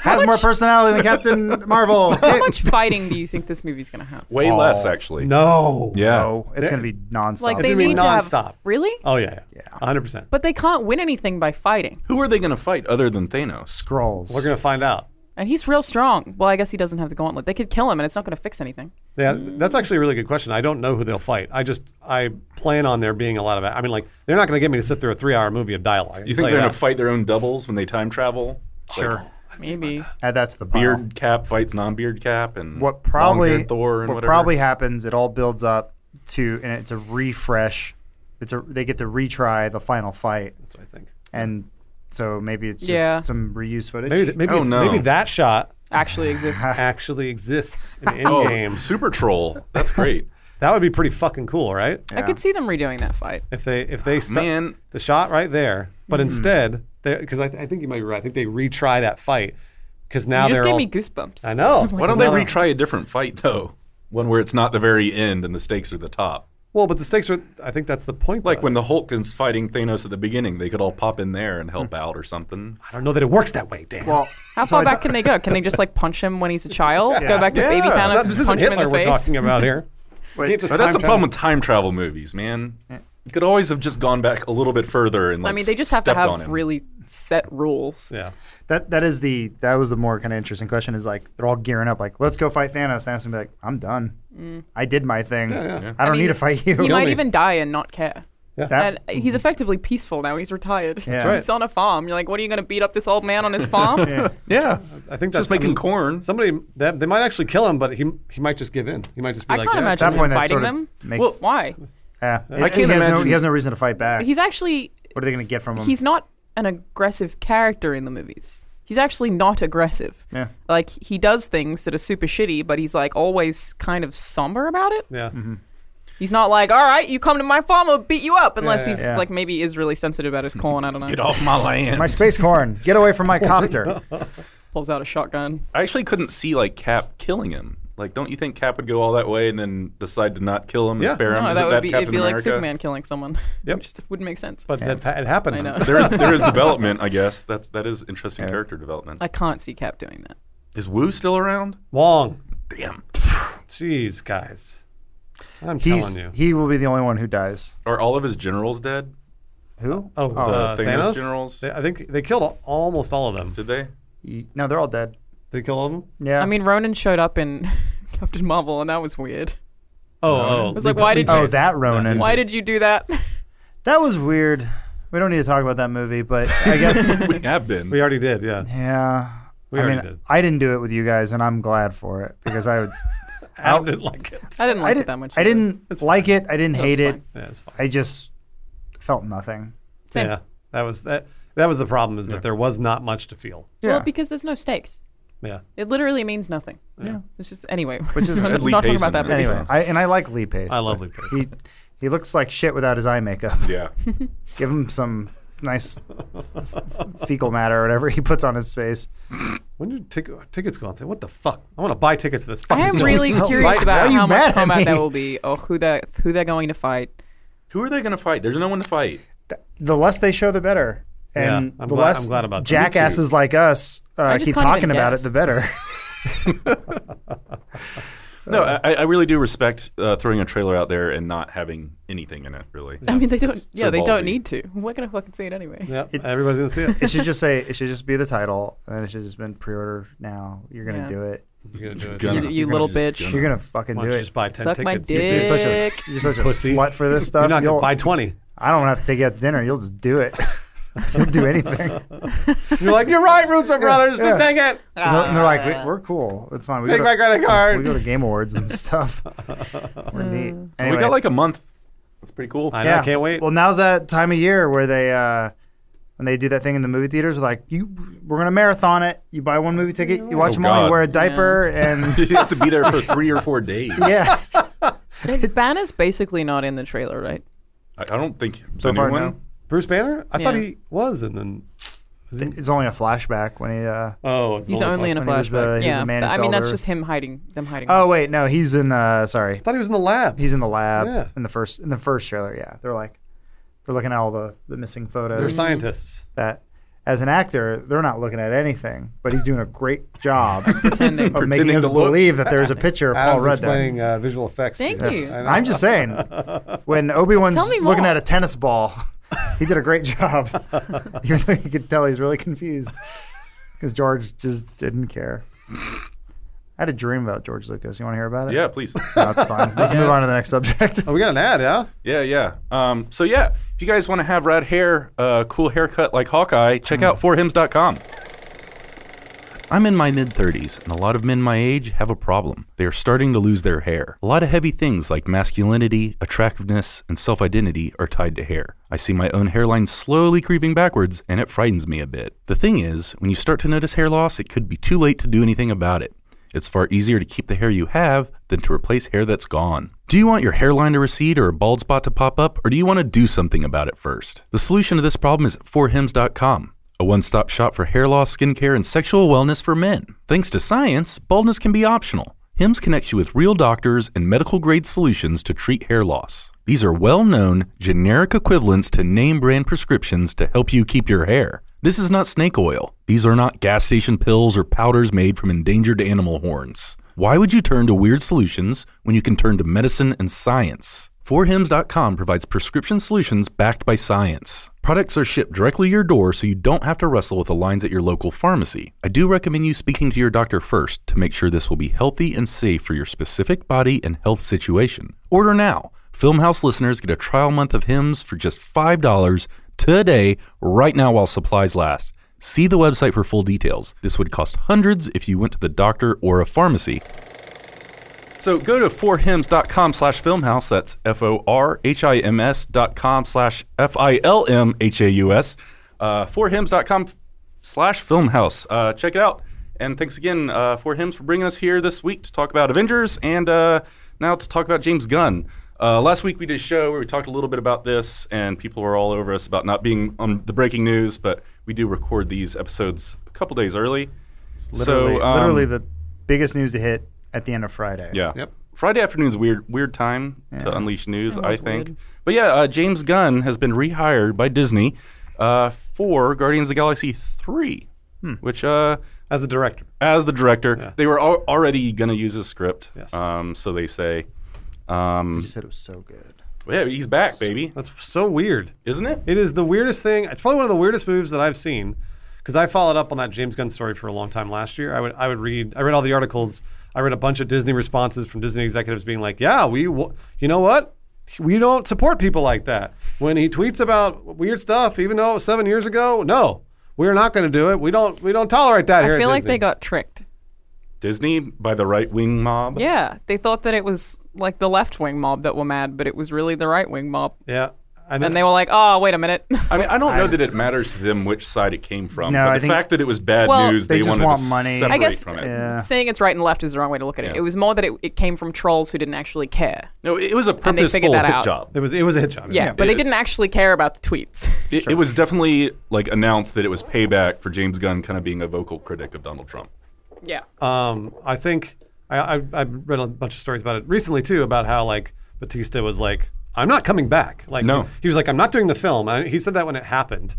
[SPEAKER 2] Has more personality than Captain Marvel. Cape.
[SPEAKER 3] How much fighting do you think this movie's going to have?
[SPEAKER 1] Way less, actually.
[SPEAKER 4] no.
[SPEAKER 1] Yeah.
[SPEAKER 2] No, it's gonna be nonstop.
[SPEAKER 3] Like
[SPEAKER 4] It's
[SPEAKER 3] they
[SPEAKER 4] gonna be
[SPEAKER 3] need to
[SPEAKER 4] nonstop.
[SPEAKER 3] have really,
[SPEAKER 4] Oh yeah. Yeah. Hundred percent.
[SPEAKER 3] but they can't win anything by fighting.
[SPEAKER 1] Who are they going to fight other than Thanos?
[SPEAKER 2] scrolls.
[SPEAKER 4] We're gonna find out.
[SPEAKER 3] And he's real strong. Well, I guess he doesn't have the gauntlet. They could kill him, and it's not going to fix anything.
[SPEAKER 4] Yeah, that's actually a really good question. I don't know who they'll fight. I just I plan on there being a lot of. I mean, like they're not going to get me to sit through a three-hour movie of dialogue. I can
[SPEAKER 1] You
[SPEAKER 4] tell
[SPEAKER 1] think they're going
[SPEAKER 4] that.
[SPEAKER 1] to fight their own doubles when they time travel? Sure.
[SPEAKER 3] Maybe.
[SPEAKER 2] Add that to the pile.
[SPEAKER 1] beard cap fights non-beard cap, and
[SPEAKER 2] What probably
[SPEAKER 1] long-haired Thor and
[SPEAKER 2] what
[SPEAKER 1] whatever.
[SPEAKER 2] probably happens? It all builds up to, and it's a refresh. It's a they get to retry the final fight,
[SPEAKER 4] That's what I think.
[SPEAKER 2] and so maybe it's just
[SPEAKER 3] Yeah.
[SPEAKER 2] some reuse footage.
[SPEAKER 4] Maybe th- maybe
[SPEAKER 1] Oh,
[SPEAKER 4] it's,
[SPEAKER 1] no.
[SPEAKER 4] maybe that shot
[SPEAKER 3] Actually exists.
[SPEAKER 4] actually exists in
[SPEAKER 1] oh,
[SPEAKER 4] Endgame.
[SPEAKER 1] super troll. That's great.
[SPEAKER 4] that would be pretty fucking cool, right?
[SPEAKER 3] I could see them redoing that fight.
[SPEAKER 4] If they if they stop
[SPEAKER 1] Man,
[SPEAKER 4] the shot right there. But instead, because I, th- I think you might be right. I think they retry that fight because now
[SPEAKER 3] you just
[SPEAKER 4] they're
[SPEAKER 3] gave
[SPEAKER 4] all.
[SPEAKER 3] me goosebumps.
[SPEAKER 4] I know.
[SPEAKER 1] Why don't they retry a different fight though? One where it's not the very end and the stakes are the top.
[SPEAKER 4] Well, but the stakes are. I think that's the point.
[SPEAKER 1] Like
[SPEAKER 4] though.
[SPEAKER 1] when the Hulk is fighting Thanos at the beginning, they could all pop in there and
[SPEAKER 2] Hmm.
[SPEAKER 1] help out or something.
[SPEAKER 4] I don't know that it works that way, Dan.
[SPEAKER 2] Well,
[SPEAKER 3] How
[SPEAKER 2] so
[SPEAKER 3] far
[SPEAKER 2] I
[SPEAKER 3] back
[SPEAKER 2] th-
[SPEAKER 3] can they go? Can they just like punch him when he's a child?
[SPEAKER 2] Yeah.
[SPEAKER 3] Go back to baby
[SPEAKER 4] Yeah,
[SPEAKER 3] Thanos
[SPEAKER 4] that-
[SPEAKER 3] and
[SPEAKER 4] this isn't
[SPEAKER 3] punch him in
[SPEAKER 4] Hitler
[SPEAKER 3] the
[SPEAKER 4] we're
[SPEAKER 3] face?
[SPEAKER 4] talking about here.
[SPEAKER 2] Wait,
[SPEAKER 4] You can't just
[SPEAKER 1] But that's
[SPEAKER 4] time
[SPEAKER 1] the problem
[SPEAKER 4] travel.
[SPEAKER 1] with time travel movies, man. You could always have just gone back a little bit further and like
[SPEAKER 3] I mean, they just have to
[SPEAKER 1] stepped on
[SPEAKER 3] have
[SPEAKER 1] him.
[SPEAKER 3] really set rules.
[SPEAKER 4] Yeah.
[SPEAKER 2] That that is the that was the more kind of interesting question. Is like they're all gearing up, like let's go fight Thanos. Thanos would be like, I'm done. I did my thing.
[SPEAKER 4] yeah.
[SPEAKER 2] I don't
[SPEAKER 3] Mm. mean,
[SPEAKER 2] need to fight
[SPEAKER 3] He
[SPEAKER 2] you.
[SPEAKER 3] might
[SPEAKER 4] me.
[SPEAKER 3] even die and not care.
[SPEAKER 4] Yeah.
[SPEAKER 2] That-
[SPEAKER 3] And he's effectively peaceful now. He's retired.
[SPEAKER 2] That's right.
[SPEAKER 3] He's on a farm. You're like, what are you going to beat up this old man on his farm?
[SPEAKER 1] Yeah.
[SPEAKER 4] I think that's
[SPEAKER 1] Just making
[SPEAKER 4] I mean,
[SPEAKER 1] corn.
[SPEAKER 4] Somebody that they might actually kill him, but he he might just give in. He might just be
[SPEAKER 3] I
[SPEAKER 4] like,
[SPEAKER 3] can't
[SPEAKER 4] yeah,
[SPEAKER 2] At
[SPEAKER 3] imagine
[SPEAKER 2] that point,
[SPEAKER 3] him
[SPEAKER 2] that
[SPEAKER 3] fighting
[SPEAKER 2] sort of
[SPEAKER 3] them.
[SPEAKER 2] makes.
[SPEAKER 3] Why?
[SPEAKER 2] yeah,
[SPEAKER 1] I
[SPEAKER 2] he
[SPEAKER 1] can't
[SPEAKER 2] has No,
[SPEAKER 1] imagine-
[SPEAKER 2] he has no reason to fight back.
[SPEAKER 3] He's actually
[SPEAKER 2] what are they going to get from him?
[SPEAKER 3] he's not an aggressive character in the movies. He's actually not aggressive.
[SPEAKER 2] Yeah.
[SPEAKER 3] Like he does things that are super shitty, but he's like always kind of somber about it.
[SPEAKER 4] Yeah.
[SPEAKER 3] He's not like, all right, you come to my farm, I'll beat you up, unless
[SPEAKER 4] yeah,
[SPEAKER 3] he's
[SPEAKER 2] yeah.
[SPEAKER 3] like maybe is really sensitive about his corn. I don't know.
[SPEAKER 1] Get off my land.
[SPEAKER 2] my space corn. Get away from my copter.
[SPEAKER 3] Pulls out a shotgun.
[SPEAKER 1] I actually couldn't see like Cap killing him. Like, don't you think Cap would go all that way and then decide to not kill him
[SPEAKER 4] Yeah.
[SPEAKER 1] and spare him?
[SPEAKER 3] No,
[SPEAKER 1] Isn't
[SPEAKER 3] Oh, that would be it'd
[SPEAKER 1] Captain
[SPEAKER 3] be like
[SPEAKER 1] America?
[SPEAKER 3] Superman killing someone.
[SPEAKER 4] Yep.
[SPEAKER 3] it just wouldn't make sense.
[SPEAKER 4] But that's ha- it happened.
[SPEAKER 3] I know.
[SPEAKER 1] There is there is development, I guess. That's that is interesting character development.
[SPEAKER 3] I can't see Cap doing that.
[SPEAKER 1] Is Wu still around?
[SPEAKER 4] Wong.
[SPEAKER 1] Damn.
[SPEAKER 4] Jeez, guys. I'm
[SPEAKER 2] he's
[SPEAKER 4] telling you.
[SPEAKER 2] he will be the only one who dies.
[SPEAKER 1] Are all of his generals dead?
[SPEAKER 2] Who?
[SPEAKER 4] Oh, uh,
[SPEAKER 1] the Thanos
[SPEAKER 4] Thanos.
[SPEAKER 1] generals?
[SPEAKER 4] They- I think they killed al- almost all of them.
[SPEAKER 1] Did they?
[SPEAKER 2] Ye- No, they're all dead.
[SPEAKER 4] They killed all of them.
[SPEAKER 2] Yeah.
[SPEAKER 3] I mean, Ronan showed up in Captain Marvel, and that was weird.
[SPEAKER 4] Oh, oh.
[SPEAKER 3] was like, why did
[SPEAKER 2] Oh, that Ronan.
[SPEAKER 3] Why did you do that?
[SPEAKER 2] that was weird. We don't need to talk about that movie, but I guess
[SPEAKER 1] we have been.
[SPEAKER 4] We already did. Yeah.
[SPEAKER 2] yeah.
[SPEAKER 4] We
[SPEAKER 2] I
[SPEAKER 4] already
[SPEAKER 2] mean,
[SPEAKER 4] did.
[SPEAKER 2] I didn't do it with you guys, and I'm glad for it because I would.
[SPEAKER 4] Adam didn't like it.
[SPEAKER 3] I didn't
[SPEAKER 2] I,
[SPEAKER 3] like
[SPEAKER 2] did,
[SPEAKER 3] it that much.
[SPEAKER 2] I
[SPEAKER 3] either.
[SPEAKER 2] didn't like it. I didn't hate
[SPEAKER 3] it's
[SPEAKER 2] it.
[SPEAKER 3] fine.
[SPEAKER 4] Yeah, it's fine.
[SPEAKER 2] I just felt nothing.
[SPEAKER 3] Same.
[SPEAKER 4] Yeah. That was that. That was the problem is that there was not much to feel.
[SPEAKER 3] Well, because there's no stakes.
[SPEAKER 4] Yeah.
[SPEAKER 3] It literally means nothing. Yeah. It's just anyway.
[SPEAKER 2] Which is-
[SPEAKER 3] we're not
[SPEAKER 1] Lee
[SPEAKER 3] talking
[SPEAKER 1] Pace
[SPEAKER 3] about
[SPEAKER 1] in
[SPEAKER 3] that.
[SPEAKER 1] it.
[SPEAKER 3] but-
[SPEAKER 2] anyway, I, and I like Lee Pace.
[SPEAKER 4] I love
[SPEAKER 2] but
[SPEAKER 4] Lee Pace.
[SPEAKER 2] He he looks like shit without his eye makeup.
[SPEAKER 1] Yeah.
[SPEAKER 2] Give him some nice fecal matter or whatever he puts on his face.
[SPEAKER 4] When did tick- tickets go on sale? What the fuck? I want to buy tickets to this fucking.
[SPEAKER 3] I am
[SPEAKER 4] show.
[SPEAKER 3] really
[SPEAKER 2] So-
[SPEAKER 3] curious
[SPEAKER 2] Why- why
[SPEAKER 3] about
[SPEAKER 2] are you
[SPEAKER 3] how
[SPEAKER 2] mad
[SPEAKER 3] much
[SPEAKER 2] at
[SPEAKER 3] combat
[SPEAKER 2] me?
[SPEAKER 3] there will be, or who they who they're going to fight.
[SPEAKER 1] Who are they going to fight? There's no one to fight.
[SPEAKER 2] Th- The less they show, the better.
[SPEAKER 4] Yeah,
[SPEAKER 2] And
[SPEAKER 4] I'm
[SPEAKER 2] the
[SPEAKER 4] glad-
[SPEAKER 2] less
[SPEAKER 4] I'm glad about that. Me too.
[SPEAKER 2] jackasses like us uh,
[SPEAKER 3] I just
[SPEAKER 2] keep
[SPEAKER 3] can't
[SPEAKER 2] talking
[SPEAKER 3] even
[SPEAKER 2] about it,
[SPEAKER 3] guess.
[SPEAKER 2] the better.
[SPEAKER 1] No, I, I really do respect uh, throwing a trailer out there and not having anything in it. Really.
[SPEAKER 3] I mean, they don't.
[SPEAKER 1] That's so
[SPEAKER 3] yeah, they don't
[SPEAKER 1] ballsy.
[SPEAKER 3] need to. We're gonna fucking see it anyway.
[SPEAKER 4] Yep. everybody's gonna see it.
[SPEAKER 2] it should just say it should just be the title, and it should just been pre-order now. You're gonna
[SPEAKER 3] Yeah.
[SPEAKER 2] do it.
[SPEAKER 4] You're gonna do it.
[SPEAKER 1] Gonna-
[SPEAKER 3] You-
[SPEAKER 1] you're
[SPEAKER 3] you
[SPEAKER 1] gonna
[SPEAKER 3] little
[SPEAKER 1] just-
[SPEAKER 3] bitch.
[SPEAKER 1] gonna-
[SPEAKER 2] You're gonna fucking
[SPEAKER 4] Why
[SPEAKER 2] do
[SPEAKER 4] don't you
[SPEAKER 2] it.
[SPEAKER 4] just buy ten
[SPEAKER 3] Suck my
[SPEAKER 4] tickets?
[SPEAKER 2] You're
[SPEAKER 3] dick.
[SPEAKER 2] such a s- you're such a
[SPEAKER 4] Pussy.
[SPEAKER 2] slut for this stuff.
[SPEAKER 4] You're not
[SPEAKER 2] You'll-
[SPEAKER 4] gonna buy twenty.
[SPEAKER 2] I don't have to take you out to dinner. You'll just do it. You'll do anything.
[SPEAKER 4] You're like, you're right, Russo Brothers. Just
[SPEAKER 2] yeah.
[SPEAKER 4] take it.
[SPEAKER 2] And they're, and they're like,
[SPEAKER 3] Ah."
[SPEAKER 2] "We- we're cool. It's fine. We
[SPEAKER 4] Take
[SPEAKER 2] go to,
[SPEAKER 4] my credit
[SPEAKER 2] We
[SPEAKER 4] card.
[SPEAKER 2] go to Game Awards and stuff. we're
[SPEAKER 3] Uh.
[SPEAKER 2] neat. Anyway,
[SPEAKER 1] We got like a month. That's pretty cool.
[SPEAKER 4] I know. I can't wait.
[SPEAKER 2] Well, now's that time of year where they uh, when they do that thing in the movie theaters, like you, we're gonna marathon it. You buy one movie ticket, you watch
[SPEAKER 1] Oh,
[SPEAKER 2] them all, you
[SPEAKER 1] God.
[SPEAKER 2] wear a diaper, and
[SPEAKER 1] you have to be there for three or four days.
[SPEAKER 2] yeah.
[SPEAKER 3] Like, Banner's basically not in the trailer, right?
[SPEAKER 1] I, I don't think
[SPEAKER 2] So far,
[SPEAKER 1] anyone.
[SPEAKER 2] no.
[SPEAKER 4] Bruce Banner? I thought
[SPEAKER 3] Yeah.
[SPEAKER 4] he was, and then
[SPEAKER 2] It's only a flashback when he. Uh,
[SPEAKER 4] oh, it's
[SPEAKER 3] He's
[SPEAKER 4] the
[SPEAKER 3] only in
[SPEAKER 4] fuck.
[SPEAKER 3] a
[SPEAKER 2] When he was the-
[SPEAKER 3] flashback.
[SPEAKER 2] he was
[SPEAKER 3] yeah,
[SPEAKER 2] the
[SPEAKER 3] but I mean that's
[SPEAKER 2] Manifelder.
[SPEAKER 3] just him hiding them hiding.
[SPEAKER 2] oh wait, no, he's in. Uh, sorry,
[SPEAKER 4] I thought he was in the lab.
[SPEAKER 2] he's in the lab
[SPEAKER 4] Yeah.
[SPEAKER 2] in the first in the first trailer. Yeah, they're like they're looking at all the the missing photos.
[SPEAKER 4] They're scientists.
[SPEAKER 2] that as an actor, they're not looking at anything, but he's doing a great job
[SPEAKER 3] pretending.
[SPEAKER 2] of making
[SPEAKER 1] Pretending
[SPEAKER 2] us
[SPEAKER 1] to look.
[SPEAKER 2] believe that there's a picture of Paul
[SPEAKER 4] Adam's
[SPEAKER 2] Rudd. there.
[SPEAKER 4] explaining uh, visual effects. to
[SPEAKER 3] Thank
[SPEAKER 4] us.
[SPEAKER 3] you.
[SPEAKER 4] I know.
[SPEAKER 2] I'm just saying, when Obi Wan's
[SPEAKER 3] Tell me
[SPEAKER 2] looking
[SPEAKER 3] more.
[SPEAKER 2] at a tennis ball, he did a great job. Even though you could tell he's really confused because George just didn't care. I had a dream about George Lucas. You want to hear about it?
[SPEAKER 1] Yeah, please.
[SPEAKER 2] No, it's fine. Let's move on to the next subject.
[SPEAKER 4] Oh, we got an ad, yeah?
[SPEAKER 1] Yeah, yeah. Um, so yeah, if you guys want to have rad hair, uh, cool haircut like Hawkeye, check out forhims.com. I'm in my mid 30s, and a lot of men my age have a problem. They are starting to lose their hair. A lot of heavy things like masculinity, attractiveness, and self identity are tied to hair. I see my own hairline slowly creeping backwards, and it frightens me a bit. The thing is, when you start to notice hair loss, it could be too late to do anything about it. It's far easier to keep the hair you have than to replace hair that's gone. Do you want your hairline to recede or a bald spot to pop up, or do you want to do something about it first? The solution to this problem is at 4hims.com a one stop shop for hair loss, skincare, and sexual wellness for men. Thanks to science, baldness can be optional. HIMS connects you with real doctors and medical grade solutions to treat hair loss. These are well known, generic equivalents to name brand prescriptions to help you keep your hair. This is not snake oil. These are not gas station pills or powders made from endangered animal horns. Why would you turn to weird solutions when you can turn to medicine and science? 4hims.com provides prescription solutions backed by science. Products are shipped directly to your door so you don't have to wrestle with the lines at your local pharmacy. I do recommend you speaking to your doctor first to make sure this will be healthy and safe for your specific body and health situation. Order now. Filmhouse listeners get a trial month of hymns for just $5 today, right now while supplies last. See the website for full details. This would cost hundreds if you went to the doctor or a pharmacy. So go to forhims.com slash filmhouse. That's F-O-R-H-I-M-S dot com slash F-I-L-M-H-A-U-S. Uh, forhims.com slash filmhouse. Uh, check it out. And thanks again, uh, For Hims, for bringing us here this week to talk about Avengers and uh, now to talk about James Gunn. Uh, last week we did a show where we talked a little bit about this, and people were all over us about not being on the breaking news, but we do record these episodes a couple days early.
[SPEAKER 2] Literally,
[SPEAKER 1] so, um,
[SPEAKER 2] literally the biggest news to hit at the end of Friday.
[SPEAKER 1] yeah.
[SPEAKER 4] Yep.
[SPEAKER 1] Friday afternoon's a weird weird time to
[SPEAKER 2] Yeah.
[SPEAKER 1] unleash news,
[SPEAKER 3] It
[SPEAKER 1] I
[SPEAKER 3] was
[SPEAKER 1] think.
[SPEAKER 3] weird.
[SPEAKER 1] But yeah, uh, James Gunn has been rehired by Disney uh, for Guardians of the Galaxy 3,
[SPEAKER 2] Hmm.
[SPEAKER 1] which uh,
[SPEAKER 4] as a director.
[SPEAKER 1] as the director,
[SPEAKER 4] Yeah.
[SPEAKER 1] they were al- already going to use his script.
[SPEAKER 4] Yes.
[SPEAKER 1] Um, so they say.
[SPEAKER 2] He
[SPEAKER 1] Um,
[SPEAKER 2] just said it was so good.
[SPEAKER 1] yeah, he's back, baby.
[SPEAKER 4] That's so weird.
[SPEAKER 1] Isn't it?
[SPEAKER 4] It is the weirdest thing. It's probably one of the weirdest moves that I've seen because I followed up on that James Gunn story for a long time last year. I would I would read I read all the articles. I read a bunch of Disney responses from Disney executives being like, "Yeah, we w- you know what? We don't support people like that. When he tweets about weird stuff, even though it was 7 years ago, no. We're not going to do it. We don't we don't tolerate that here
[SPEAKER 3] I
[SPEAKER 4] at
[SPEAKER 3] feel like they
[SPEAKER 4] Disney."
[SPEAKER 3] got tricked.
[SPEAKER 1] Disney by the right wing mob.
[SPEAKER 3] Yeah, they thought that it was like the left wing mob that were mad, but it was really the right wing mob.
[SPEAKER 4] Yeah. And,
[SPEAKER 3] And
[SPEAKER 4] then
[SPEAKER 3] they were like, "Oh, wait a minute."
[SPEAKER 1] I mean, I don't know that it matters to them which side it came from.
[SPEAKER 2] No,
[SPEAKER 1] but
[SPEAKER 2] I
[SPEAKER 1] the
[SPEAKER 2] think-
[SPEAKER 1] fact that it was bad
[SPEAKER 3] Well,
[SPEAKER 1] news,
[SPEAKER 2] They just
[SPEAKER 1] wanted
[SPEAKER 2] want
[SPEAKER 1] to
[SPEAKER 2] money. I
[SPEAKER 1] separate
[SPEAKER 3] guess-
[SPEAKER 1] from it.
[SPEAKER 2] Yeah.
[SPEAKER 3] Saying it's right and left is the wrong way to look at it.
[SPEAKER 1] Yeah.
[SPEAKER 3] It was more that it, it came from trolls who didn't actually care.
[SPEAKER 1] No, it was a
[SPEAKER 3] And they figured
[SPEAKER 1] purposeful
[SPEAKER 3] that
[SPEAKER 1] hit
[SPEAKER 3] out.
[SPEAKER 1] job.
[SPEAKER 4] it was it was a hit job.
[SPEAKER 3] Yeah, but
[SPEAKER 1] it-
[SPEAKER 3] they didn't actually care about the tweets.
[SPEAKER 1] It, it was definitely like announced that it was payback for James Gunn kind of being a vocal critic of Donald Trump.
[SPEAKER 3] yeah.
[SPEAKER 4] Um, I think I, I I read a bunch of stories about it recently too, about how like Batista was like, "I'm not coming back." Like,
[SPEAKER 1] No.
[SPEAKER 4] he, he was like, "I'm not doing the film." And he said that when it happened,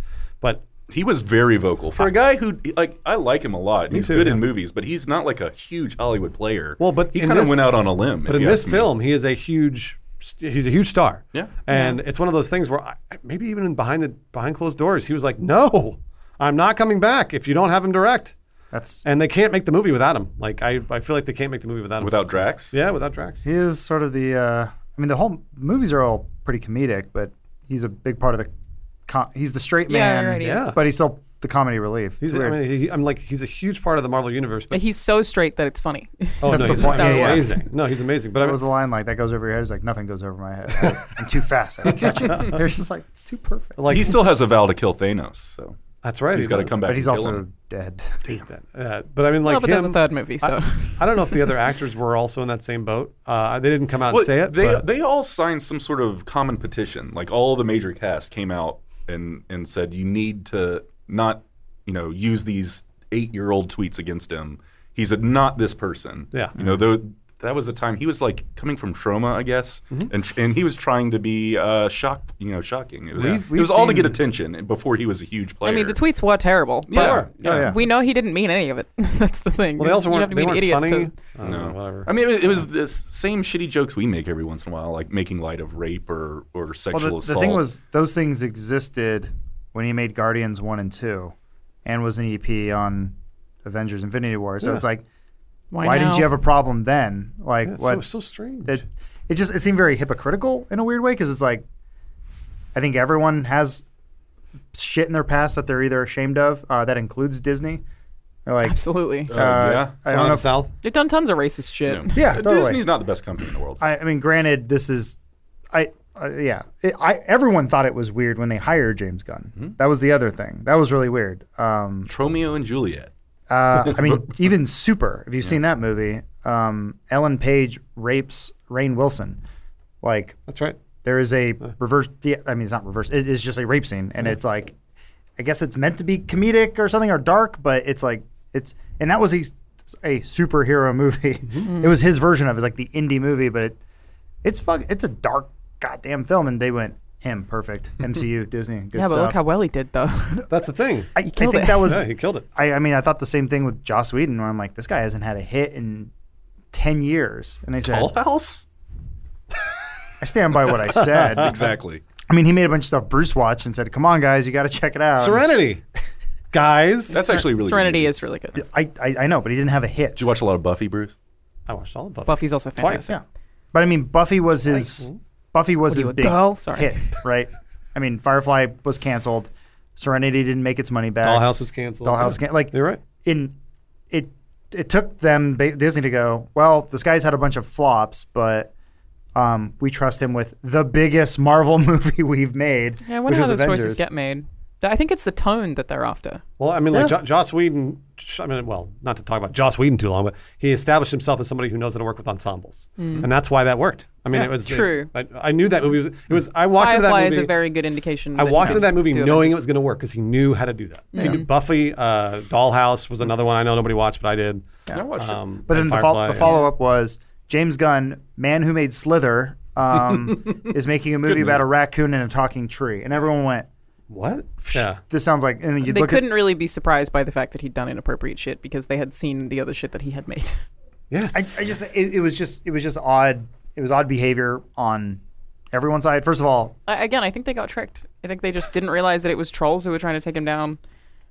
[SPEAKER 4] but
[SPEAKER 1] He was very vocal for a guy who like I like him a lot. He's
[SPEAKER 4] too,
[SPEAKER 1] good in
[SPEAKER 4] yeah.
[SPEAKER 1] movies, but he's not like a huge Hollywood player.
[SPEAKER 4] Well, but
[SPEAKER 1] he
[SPEAKER 4] in
[SPEAKER 1] kind of
[SPEAKER 4] this-
[SPEAKER 1] went out on a limb.
[SPEAKER 4] but
[SPEAKER 1] if
[SPEAKER 4] in
[SPEAKER 1] you
[SPEAKER 4] this
[SPEAKER 1] ask me.
[SPEAKER 4] film, he is a huge he's a huge star.
[SPEAKER 1] Yeah.
[SPEAKER 4] and it's one of those things where I, maybe even in behind the behind closed doors, he was like, "No, I'm not coming back if you don't have him direct."
[SPEAKER 2] That's
[SPEAKER 4] And they can't make the movie without him. Like I, I feel like they can't make the movie without him.
[SPEAKER 1] without Drax,
[SPEAKER 4] yeah, without Drax.
[SPEAKER 2] he is sort of the. Uh, I mean, the whole movies are all pretty comedic, but he's a big part of the. Com- he's the straight
[SPEAKER 3] Yeah,
[SPEAKER 2] man,
[SPEAKER 3] right, he
[SPEAKER 4] is. Yeah.
[SPEAKER 2] but he's still the comedy relief.
[SPEAKER 4] He's,
[SPEAKER 2] It's
[SPEAKER 4] I
[SPEAKER 2] weird.
[SPEAKER 4] mean, he, I'm like, he's a huge part of the Marvel universe. But
[SPEAKER 3] But he's so straight that it's funny.
[SPEAKER 4] Oh,
[SPEAKER 2] That's the
[SPEAKER 4] no, he's,
[SPEAKER 2] point.
[SPEAKER 4] he's
[SPEAKER 2] Yeah, yeah.
[SPEAKER 4] amazing. No, he's amazing. But I
[SPEAKER 2] There
[SPEAKER 4] was
[SPEAKER 2] was a line like that goes over your head. He's like nothing goes over my head. I- I'm too fast. I don't catch it. They're just like it's too perfect.
[SPEAKER 4] like,
[SPEAKER 1] he still has a vow to kill Thanos. So
[SPEAKER 4] that's right.
[SPEAKER 1] he's
[SPEAKER 4] he
[SPEAKER 1] got to
[SPEAKER 4] does.
[SPEAKER 1] come back.
[SPEAKER 2] But he's
[SPEAKER 1] and kill
[SPEAKER 2] also
[SPEAKER 1] him.
[SPEAKER 2] dead.
[SPEAKER 4] He's dead. Uh, but I mean, like
[SPEAKER 3] oh, but
[SPEAKER 4] him.
[SPEAKER 3] that's a third movie, so
[SPEAKER 4] I don't know if the other actors were also in that same boat. Uh, they didn't come out
[SPEAKER 1] Well,
[SPEAKER 4] and say it.
[SPEAKER 1] They
[SPEAKER 4] but
[SPEAKER 1] they all signed some sort of common petition. Like all the major cast came out and and said you need to not you know use these eight year old tweets against him. He's a, not this person.
[SPEAKER 4] Yeah.
[SPEAKER 1] you know though. That was the time he was like coming from trauma, I guess,
[SPEAKER 2] Mm-hmm.
[SPEAKER 1] and tr- and he was trying to be uh, shock, you know, shocking. It was,
[SPEAKER 2] We've-
[SPEAKER 1] it was
[SPEAKER 2] we've
[SPEAKER 1] all to get
[SPEAKER 2] seen-
[SPEAKER 1] attention and before he was a huge player.
[SPEAKER 3] I mean, the tweets were terrible.
[SPEAKER 1] yeah,
[SPEAKER 3] but
[SPEAKER 1] yeah.
[SPEAKER 2] yeah.
[SPEAKER 3] We know he didn't mean any of it. that's the thing.
[SPEAKER 4] well, they also
[SPEAKER 3] you
[SPEAKER 4] weren't.
[SPEAKER 3] have to
[SPEAKER 4] They
[SPEAKER 3] be an
[SPEAKER 4] weren't
[SPEAKER 3] idiot
[SPEAKER 4] funny.
[SPEAKER 3] to
[SPEAKER 4] I don't know, whatever.
[SPEAKER 1] I mean, it, it was the same shitty jokes we make every once in a while, like making light of rape or or sexual
[SPEAKER 2] Well, the,
[SPEAKER 1] assault.
[SPEAKER 2] the thing was those things existed when he made Guardians one and two, and was an EP on Avengers: Infinity War. So
[SPEAKER 4] Yeah.
[SPEAKER 2] it's like,
[SPEAKER 3] Why,
[SPEAKER 2] why, didn't
[SPEAKER 3] now?
[SPEAKER 2] you have a problem then? Like
[SPEAKER 4] That's
[SPEAKER 2] what?
[SPEAKER 4] so, so strange.
[SPEAKER 2] it it just it seemed very hypocritical in a weird way because it's like I think everyone has shit in their past that they're either ashamed of. Uh, that includes Disney. They're like,
[SPEAKER 3] Absolutely.
[SPEAKER 1] Uh,
[SPEAKER 2] uh,
[SPEAKER 1] yeah.
[SPEAKER 2] I
[SPEAKER 4] Down
[SPEAKER 2] don't know. If,
[SPEAKER 4] south.
[SPEAKER 3] They've done tons of racist shit.
[SPEAKER 1] No.
[SPEAKER 2] Yeah,
[SPEAKER 1] Uh,
[SPEAKER 2] totally.
[SPEAKER 1] Disney's not the best company in the world.
[SPEAKER 2] I, I mean, granted, this is I. Uh, yeah, it, I everyone thought it was weird when they hired James Gunn. That was the other thing. That was really weird. Um,
[SPEAKER 1] Tromeo and Juliet.
[SPEAKER 2] Uh, I mean, even Super. If you've seen that movie, um, Ellen Page rapes Rain Wilson. Like
[SPEAKER 4] That's right.
[SPEAKER 2] there is a reverse. yeah, I mean, it's not reverse. It is just a rape scene, and it's like, I guess it's meant to be comedic or something or dark, but it's like it's and that was a a superhero movie. It was his version of it, it's like the indie movie, but it it's fuck. It's a dark goddamn film, and they went him perfect. MCU Disney good
[SPEAKER 3] yeah,
[SPEAKER 2] stuff.
[SPEAKER 3] but look how well he did though.
[SPEAKER 4] That's the thing.
[SPEAKER 2] I, I
[SPEAKER 3] killed
[SPEAKER 2] think
[SPEAKER 3] it.
[SPEAKER 2] that was
[SPEAKER 4] yeah, he killed it.
[SPEAKER 2] I, I mean, I thought the same thing with Joss Whedon, where I'm like, this guy hasn't had a hit in ten years, and they said,
[SPEAKER 1] All House?
[SPEAKER 2] I stand by what I said.
[SPEAKER 1] Exactly.
[SPEAKER 2] I mean, he made a bunch of stuff Bruce watched and said, come on, guys, you got to check it out.
[SPEAKER 4] Serenity, guys.
[SPEAKER 1] That's actually really.
[SPEAKER 3] Serenity
[SPEAKER 1] good.
[SPEAKER 3] is really good.
[SPEAKER 2] I, I I know, but he didn't have a hit.
[SPEAKER 1] Did you watch a lot of Buffy, Bruce?
[SPEAKER 4] I watched all of Buffy.
[SPEAKER 3] Buffy's also fantastic.
[SPEAKER 2] Yeah, but I mean, Buffy was his Buffy was
[SPEAKER 3] What are
[SPEAKER 2] his
[SPEAKER 3] you, a
[SPEAKER 2] big
[SPEAKER 3] doll? Sorry.
[SPEAKER 2] hit, right? I mean, Firefly was canceled. Serenity didn't make its money back.
[SPEAKER 4] Dollhouse was canceled.
[SPEAKER 2] Dollhouse,
[SPEAKER 4] Yeah.
[SPEAKER 2] can- like
[SPEAKER 4] You're right.
[SPEAKER 2] in it it took them ba- Disney to go, well, this guy's had a bunch of flops, but um, we trust him with the biggest Marvel movie we've made.
[SPEAKER 3] Yeah, I
[SPEAKER 2] which
[SPEAKER 3] wonder how
[SPEAKER 2] was
[SPEAKER 3] those choices
[SPEAKER 2] Avengers.
[SPEAKER 3] get made. Th- I think it's the tone that they're after.
[SPEAKER 4] Well, I mean, like
[SPEAKER 2] Yeah.
[SPEAKER 4] Jo- Joss Whedon. sh- I mean, well, not to talk about Joss Whedon too long, but he established himself as somebody who knows how to work with ensembles, and that's why that worked. I mean,
[SPEAKER 3] Mm. Yeah,
[SPEAKER 4] it was
[SPEAKER 3] true.
[SPEAKER 4] I, I knew that movie was. It was. I walked into
[SPEAKER 3] Firefly
[SPEAKER 4] that
[SPEAKER 3] is
[SPEAKER 4] movie.
[SPEAKER 3] a very good indication.
[SPEAKER 4] I
[SPEAKER 3] that you
[SPEAKER 4] walked
[SPEAKER 3] can
[SPEAKER 4] into that movie
[SPEAKER 3] do Avengers.
[SPEAKER 4] knowing it was going to work because he knew how to do that. They knew Buffy, uh, Dollhouse was another one. I know nobody watched, but I did.
[SPEAKER 1] I watched
[SPEAKER 4] Um,
[SPEAKER 2] But then
[SPEAKER 4] and
[SPEAKER 2] the, fol-
[SPEAKER 4] Firefly,
[SPEAKER 2] the
[SPEAKER 4] yeah.
[SPEAKER 2] follow up was James Gunn, man who made Slither, um, is making a movie about a raccoon and a talking tree, and everyone went,
[SPEAKER 4] What? Yeah.
[SPEAKER 2] "This sounds like." And you
[SPEAKER 3] They
[SPEAKER 2] look
[SPEAKER 3] couldn't really be surprised by the fact that he'd done inappropriate shit because they had seen the other shit that he had made.
[SPEAKER 4] Yes.
[SPEAKER 2] At, I, I just it, it was just it was just odd. It was odd behavior on everyone's side. First of all,
[SPEAKER 3] I, again, I think they got tricked. I think they just didn't realize that it was trolls who were trying to take him down,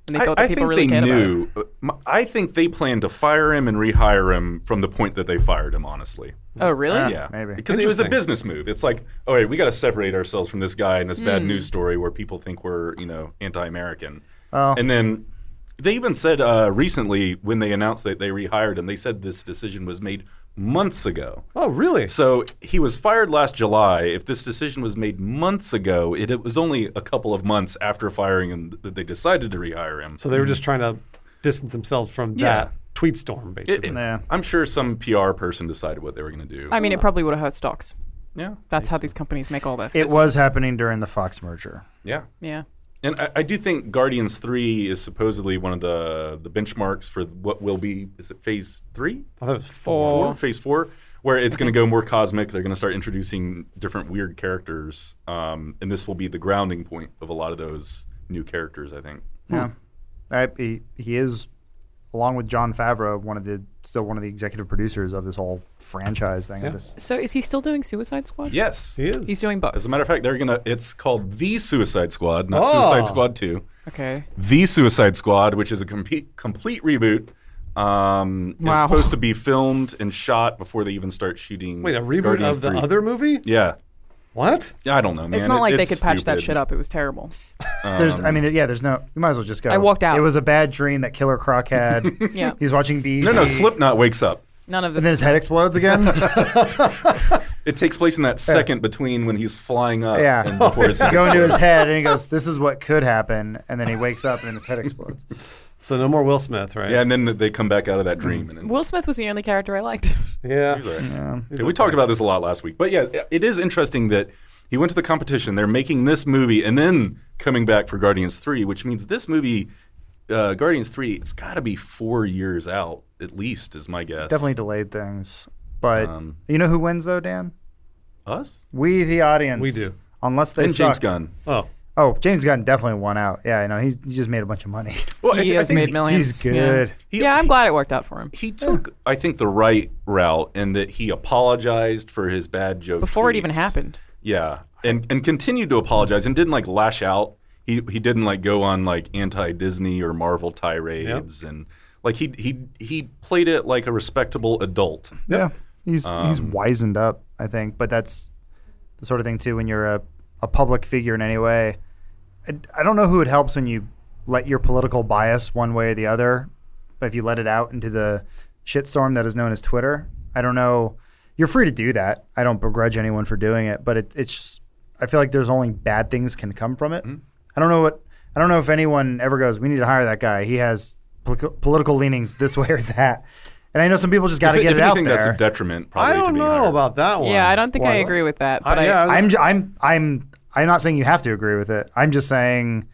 [SPEAKER 3] and they
[SPEAKER 1] I,
[SPEAKER 3] thought that
[SPEAKER 1] I
[SPEAKER 3] people
[SPEAKER 1] think
[SPEAKER 3] really cared
[SPEAKER 1] they
[SPEAKER 3] about it.
[SPEAKER 1] knew. uh, my- I think they planned to fire him and rehire him from the point that they fired him. Honestly,
[SPEAKER 3] Oh, really?
[SPEAKER 1] yeah,
[SPEAKER 2] maybe.
[SPEAKER 1] because it was a
[SPEAKER 4] Interesting.
[SPEAKER 1] business move. It's like, all right, we got to separate ourselves from this guy and this bad
[SPEAKER 3] Hmm.
[SPEAKER 1] news story where people think we're you know anti-American.
[SPEAKER 2] Oh.
[SPEAKER 1] And then they even said uh, recently when they announced that they rehired him, they said this decision was made months ago.
[SPEAKER 4] oh, really?
[SPEAKER 1] So he was fired last July. If this decision was made months ago, it, it was only a couple of months after firing him that they decided to rehire him.
[SPEAKER 4] So they were just trying to distance themselves from
[SPEAKER 1] Yeah.
[SPEAKER 4] that tweet storm,
[SPEAKER 1] It-
[SPEAKER 4] basically.
[SPEAKER 1] it-
[SPEAKER 2] Yeah.
[SPEAKER 1] I'm sure some PR person decided what they were going to do.
[SPEAKER 3] I mean, it probably would have hurt stocks.
[SPEAKER 1] yeah,
[SPEAKER 3] That's how these companies make all their.
[SPEAKER 2] it was happening during the Fox merger.
[SPEAKER 1] yeah.
[SPEAKER 3] Yeah.
[SPEAKER 1] And I, I do think Guardians Three is supposedly one of the the benchmarks for what will be. Is it Phase Three?
[SPEAKER 4] I thought it was four.
[SPEAKER 3] Or
[SPEAKER 1] Four? Phase Four, where it's going to go more cosmic. They're going to start introducing different weird characters, um, and this will be the grounding point of a lot of those new characters. I think.
[SPEAKER 4] Hmm.
[SPEAKER 2] Yeah, I, he, he is, along with John Favreau, one of the still one of the executive producers of this whole franchise thing. This-
[SPEAKER 3] So is he still doing Suicide Squad?
[SPEAKER 1] Yes.
[SPEAKER 4] He is.
[SPEAKER 3] He's doing
[SPEAKER 1] As
[SPEAKER 3] both.
[SPEAKER 1] a matter of fact, they're gonna. It's called the Suicide Squad, not
[SPEAKER 4] Oh.
[SPEAKER 1] Suicide Squad Two.
[SPEAKER 3] Okay.
[SPEAKER 1] The Suicide Squad, which is a complete complete reboot, um, is
[SPEAKER 3] Wow.
[SPEAKER 1] supposed to be filmed and shot before they even start shooting.
[SPEAKER 4] Wait, a reboot
[SPEAKER 1] Guardians
[SPEAKER 4] of the
[SPEAKER 1] 3.
[SPEAKER 4] other movie?
[SPEAKER 1] Yeah,
[SPEAKER 4] What?
[SPEAKER 1] yeah. I don't know, man.
[SPEAKER 3] It's not
[SPEAKER 1] It-
[SPEAKER 3] like they could patch that
[SPEAKER 1] stupid.
[SPEAKER 3] shit up. It was terrible.
[SPEAKER 4] Um,
[SPEAKER 2] There's, I mean, there- yeah. There's no. You might as well just go.
[SPEAKER 3] I walked out.
[SPEAKER 2] It was a bad dream that Killer Croc had.
[SPEAKER 3] Yeah.
[SPEAKER 2] he's watching bees.
[SPEAKER 1] No, no. Slipknot wakes up.
[SPEAKER 3] None of
[SPEAKER 2] And then
[SPEAKER 3] this.
[SPEAKER 2] his head explodes again.
[SPEAKER 1] It takes place in that second between when he's flying up.
[SPEAKER 2] Yeah.
[SPEAKER 1] and before his
[SPEAKER 2] go into his head, and he goes, "This is what could happen." And then he wakes up, and his head explodes.
[SPEAKER 4] So no more Will Smith, right?
[SPEAKER 1] Yeah, and then they come back out of that dream.
[SPEAKER 4] Mm.
[SPEAKER 1] And
[SPEAKER 3] Will Smith was the only character I liked.
[SPEAKER 4] Yeah.
[SPEAKER 1] He's all right. Yeah, we talked about this a lot last week, but yeah, it is interesting that he went to the competition. They're making this movie and then coming back for Guardians Three, which means this movie, uh, Guardians Three, it's got to be four years out at least, is my guess.
[SPEAKER 2] Definitely delayed things, but
[SPEAKER 1] Um,
[SPEAKER 2] you know who wins though, Dan?
[SPEAKER 1] us
[SPEAKER 2] We, the audience.
[SPEAKER 4] We do.
[SPEAKER 2] Unless they
[SPEAKER 1] and James
[SPEAKER 2] suck.
[SPEAKER 1] Gunn.
[SPEAKER 4] Oh,
[SPEAKER 2] Oh, James Gunn definitely won out. Yeah, I know. He's, he just made a bunch of money.
[SPEAKER 1] Well, I
[SPEAKER 3] He
[SPEAKER 1] thi- I
[SPEAKER 3] has
[SPEAKER 1] think
[SPEAKER 3] made
[SPEAKER 1] he-
[SPEAKER 3] millions.
[SPEAKER 2] he's
[SPEAKER 3] Yeah.
[SPEAKER 2] good.
[SPEAKER 1] He-
[SPEAKER 3] yeah, I'm glad it worked out for him.
[SPEAKER 1] He took, I think, the right route in that he apologized for his bad joke
[SPEAKER 3] Before it even
[SPEAKER 1] tweets.
[SPEAKER 3] happened.
[SPEAKER 1] Yeah, and and continued to apologize and didn't like lash out. He he didn't like go on like anti Disney or Marvel tirades and like he he he played it like a respectable adult.
[SPEAKER 2] Yeah, he's he's
[SPEAKER 1] Um,
[SPEAKER 2] wizened up, I think. But that's the sort of thing too when you're a, a public figure in any way. I, I don't know who it helps when you let your political bias one way or the other, but if you let it out into the shitstorm that is known as Twitter, I don't know. You're free to do that. I don't begrudge anyone for doing it, but it, it's just, I feel like there's only bad
[SPEAKER 1] Mm-hmm.
[SPEAKER 2] things can come from it. I don't know what I don't know if anyone ever goes. We need to hire that guy. He has poli- political leanings this way or that. And I know some people just got to
[SPEAKER 1] if,
[SPEAKER 2] get
[SPEAKER 1] if
[SPEAKER 2] it out
[SPEAKER 1] anything, that's
[SPEAKER 2] there.
[SPEAKER 1] a detriment. Probably
[SPEAKER 4] I
[SPEAKER 1] to
[SPEAKER 4] don't
[SPEAKER 1] being
[SPEAKER 4] know
[SPEAKER 1] hired.
[SPEAKER 4] about that one.
[SPEAKER 3] Yeah, I don't think
[SPEAKER 2] Why?
[SPEAKER 3] I agree with that.
[SPEAKER 4] I-
[SPEAKER 3] But I,
[SPEAKER 4] yeah, I-
[SPEAKER 2] I'm j- I'm I'm I'm not saying you have to agree with it. I'm just saying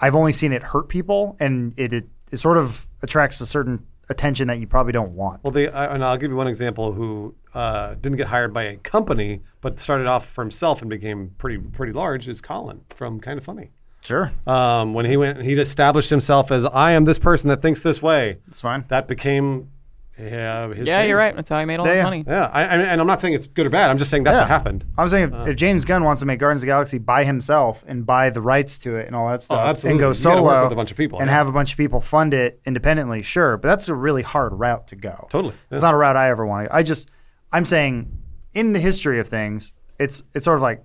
[SPEAKER 2] I've only seen it hurt people, and it it, it sort of attracts a certain attention that you probably don't want.
[SPEAKER 4] Well, they, I, and I'll give you one example who uh, didn't get hired by a company, but started off for himself and became pretty pretty large is Colin from Kind of Funny.
[SPEAKER 2] sure,
[SPEAKER 4] Um, when he went, he established himself as I am this person that thinks this way.
[SPEAKER 2] it's fine.
[SPEAKER 4] That became uh, his.
[SPEAKER 3] yeah,
[SPEAKER 4] thing.
[SPEAKER 3] you're right. That's how I made all this
[SPEAKER 2] Yeah.
[SPEAKER 3] money.
[SPEAKER 4] Yeah, I, I, and I'm not saying it's good or bad. I'm just saying that's
[SPEAKER 2] Yeah.
[SPEAKER 4] what happened.
[SPEAKER 2] I'm saying if,
[SPEAKER 4] Uh.
[SPEAKER 2] if James Gunn wants to make Guardians of the Galaxy by himself and buy the rights to it and all that stuff,
[SPEAKER 4] Oh, absolutely.
[SPEAKER 2] and go
[SPEAKER 4] You gotta work
[SPEAKER 2] solo
[SPEAKER 4] with a bunch of people,
[SPEAKER 2] and
[SPEAKER 4] yeah.
[SPEAKER 2] have a bunch of people fund it independently, sure. But that's a really hard route to go.
[SPEAKER 4] Totally,
[SPEAKER 2] it's not a route I ever want to. I just, I'm saying, in the history of things, it's it's sort of like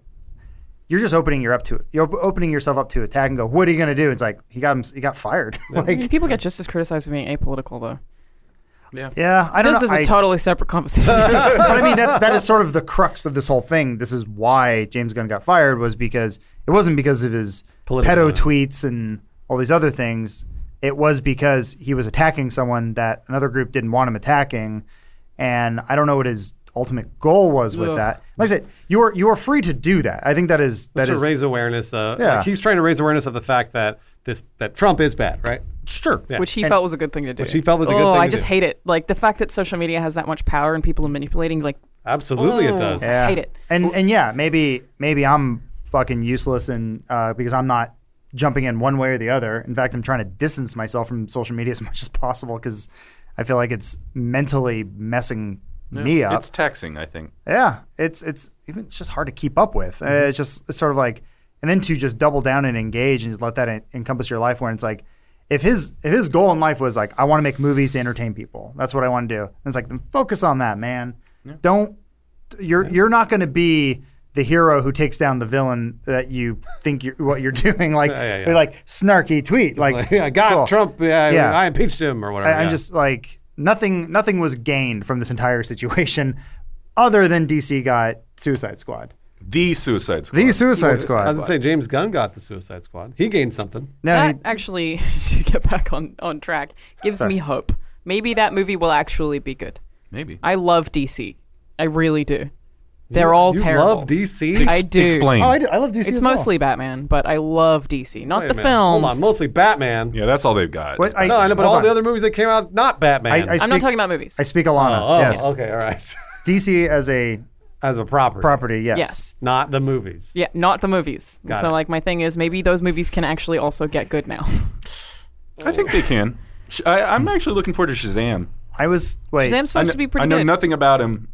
[SPEAKER 2] you're just opening your up to you're op- opening yourself up to attack and go. What are you gonna do? It's like he got him, he got fired.
[SPEAKER 3] I
[SPEAKER 2] like,
[SPEAKER 3] mean, people get just as criticized for being apolitical, though.
[SPEAKER 2] yeah, I don't
[SPEAKER 3] this
[SPEAKER 2] know.
[SPEAKER 3] is a
[SPEAKER 2] I-
[SPEAKER 3] totally separate conversation.
[SPEAKER 2] but I mean, that's, that is sort of the crux of this whole thing. This is why James Gunn got fired was because it wasn't because of his
[SPEAKER 4] Political
[SPEAKER 2] pedo
[SPEAKER 4] line.
[SPEAKER 2] tweets and all these other things. It was because he was attacking someone that another group didn't want him attacking, and I don't know what his ultimate goal was with
[SPEAKER 3] Ugh.
[SPEAKER 2] that. Like I said, you are you are free to do that. I think that is that
[SPEAKER 4] Just to
[SPEAKER 2] is
[SPEAKER 4] raise awareness. Uh,
[SPEAKER 2] Yeah.
[SPEAKER 4] like, he's trying to raise awareness of the fact that this that Trump is bad, right?
[SPEAKER 2] sure.
[SPEAKER 4] Yeah.
[SPEAKER 3] Which he
[SPEAKER 2] And-
[SPEAKER 3] felt was a good thing to do.
[SPEAKER 4] Which he felt was a good
[SPEAKER 3] oh,
[SPEAKER 4] thing
[SPEAKER 3] I
[SPEAKER 4] to
[SPEAKER 3] just
[SPEAKER 4] do.
[SPEAKER 3] hate it. Like the fact that social media has that much power and people are manipulating. Like
[SPEAKER 4] Absolutely,
[SPEAKER 3] oh,
[SPEAKER 4] it does.
[SPEAKER 2] Yeah.
[SPEAKER 3] Hate it.
[SPEAKER 2] And and yeah, maybe maybe I'm fucking useless and uh, because I'm not jumping in one way or the other. In fact, I'm trying to distance myself from social media as much as possible because I feel like it's mentally messing me up.
[SPEAKER 1] It's taxing, I think.
[SPEAKER 2] yeah, it's it's even it's just hard to keep up with. Uh,
[SPEAKER 4] Mm-hmm.
[SPEAKER 2] It's just it's sort of like and then to just double down and engage and just let that en- encompass your life. Where it's like. If his if his goal in life was like I want to make movies to entertain people, that's what I want to do. And it's like then focus on that, man. Don't you're you're not going to be the hero who takes down the villain that you think you're what you're doing like
[SPEAKER 4] Yeah, yeah, yeah.
[SPEAKER 2] like snarky tweet like,
[SPEAKER 4] Like, yeah, God,
[SPEAKER 2] cool.
[SPEAKER 4] Trump. Yeah,
[SPEAKER 2] Yeah.
[SPEAKER 4] I impeached him or whatever.
[SPEAKER 2] I, am
[SPEAKER 4] yeah.
[SPEAKER 2] just like nothing nothing was gained from this entire situation other than DC got Suicide Squad
[SPEAKER 1] The Suicide Squad.
[SPEAKER 2] the Suicide
[SPEAKER 4] I
[SPEAKER 2] Squad
[SPEAKER 4] was gonna say James Gunn got the Suicide Squad. He gained something.
[SPEAKER 2] no he-
[SPEAKER 3] that actually, to get back on, on track, gives
[SPEAKER 2] Sorry.
[SPEAKER 3] me hope. Maybe that movie will actually be good.
[SPEAKER 1] Maybe.
[SPEAKER 3] I love DC. I really do. They're all
[SPEAKER 4] you
[SPEAKER 3] terrible.
[SPEAKER 4] Love DC.
[SPEAKER 3] I do.
[SPEAKER 1] Explain.
[SPEAKER 2] oh I, do- I love DC
[SPEAKER 3] It's
[SPEAKER 2] as well.
[SPEAKER 3] mostly Batman, but I love DC. Not
[SPEAKER 4] Wait a
[SPEAKER 3] the
[SPEAKER 4] minute.
[SPEAKER 3] films.
[SPEAKER 4] Hold on, mostly Batman.
[SPEAKER 1] Yeah, that's all they've got.
[SPEAKER 2] Wait, I-
[SPEAKER 4] No, I know, but
[SPEAKER 2] Hold
[SPEAKER 4] all
[SPEAKER 2] on.
[SPEAKER 4] the other movies that came out, not Batman.
[SPEAKER 2] I- I s-
[SPEAKER 3] I'm not
[SPEAKER 2] speak-
[SPEAKER 3] talking about movies.
[SPEAKER 2] I speak Alana
[SPEAKER 4] oh,
[SPEAKER 2] yes
[SPEAKER 4] okay, all right.
[SPEAKER 2] DC as a
[SPEAKER 4] As a property,
[SPEAKER 2] property yes,
[SPEAKER 3] yes.
[SPEAKER 4] not the movies.
[SPEAKER 3] Yeah, not the movies.
[SPEAKER 4] Got
[SPEAKER 3] so,
[SPEAKER 4] it.
[SPEAKER 3] like, my thing is maybe those movies can actually also get good now.
[SPEAKER 1] I think they can. Sh- I, I'm actually looking forward to Shazam.
[SPEAKER 2] I was wait
[SPEAKER 3] Shazam's
[SPEAKER 1] I
[SPEAKER 3] supposed
[SPEAKER 1] kn-
[SPEAKER 3] to be pretty
[SPEAKER 1] I know
[SPEAKER 3] good.
[SPEAKER 1] nothing about him.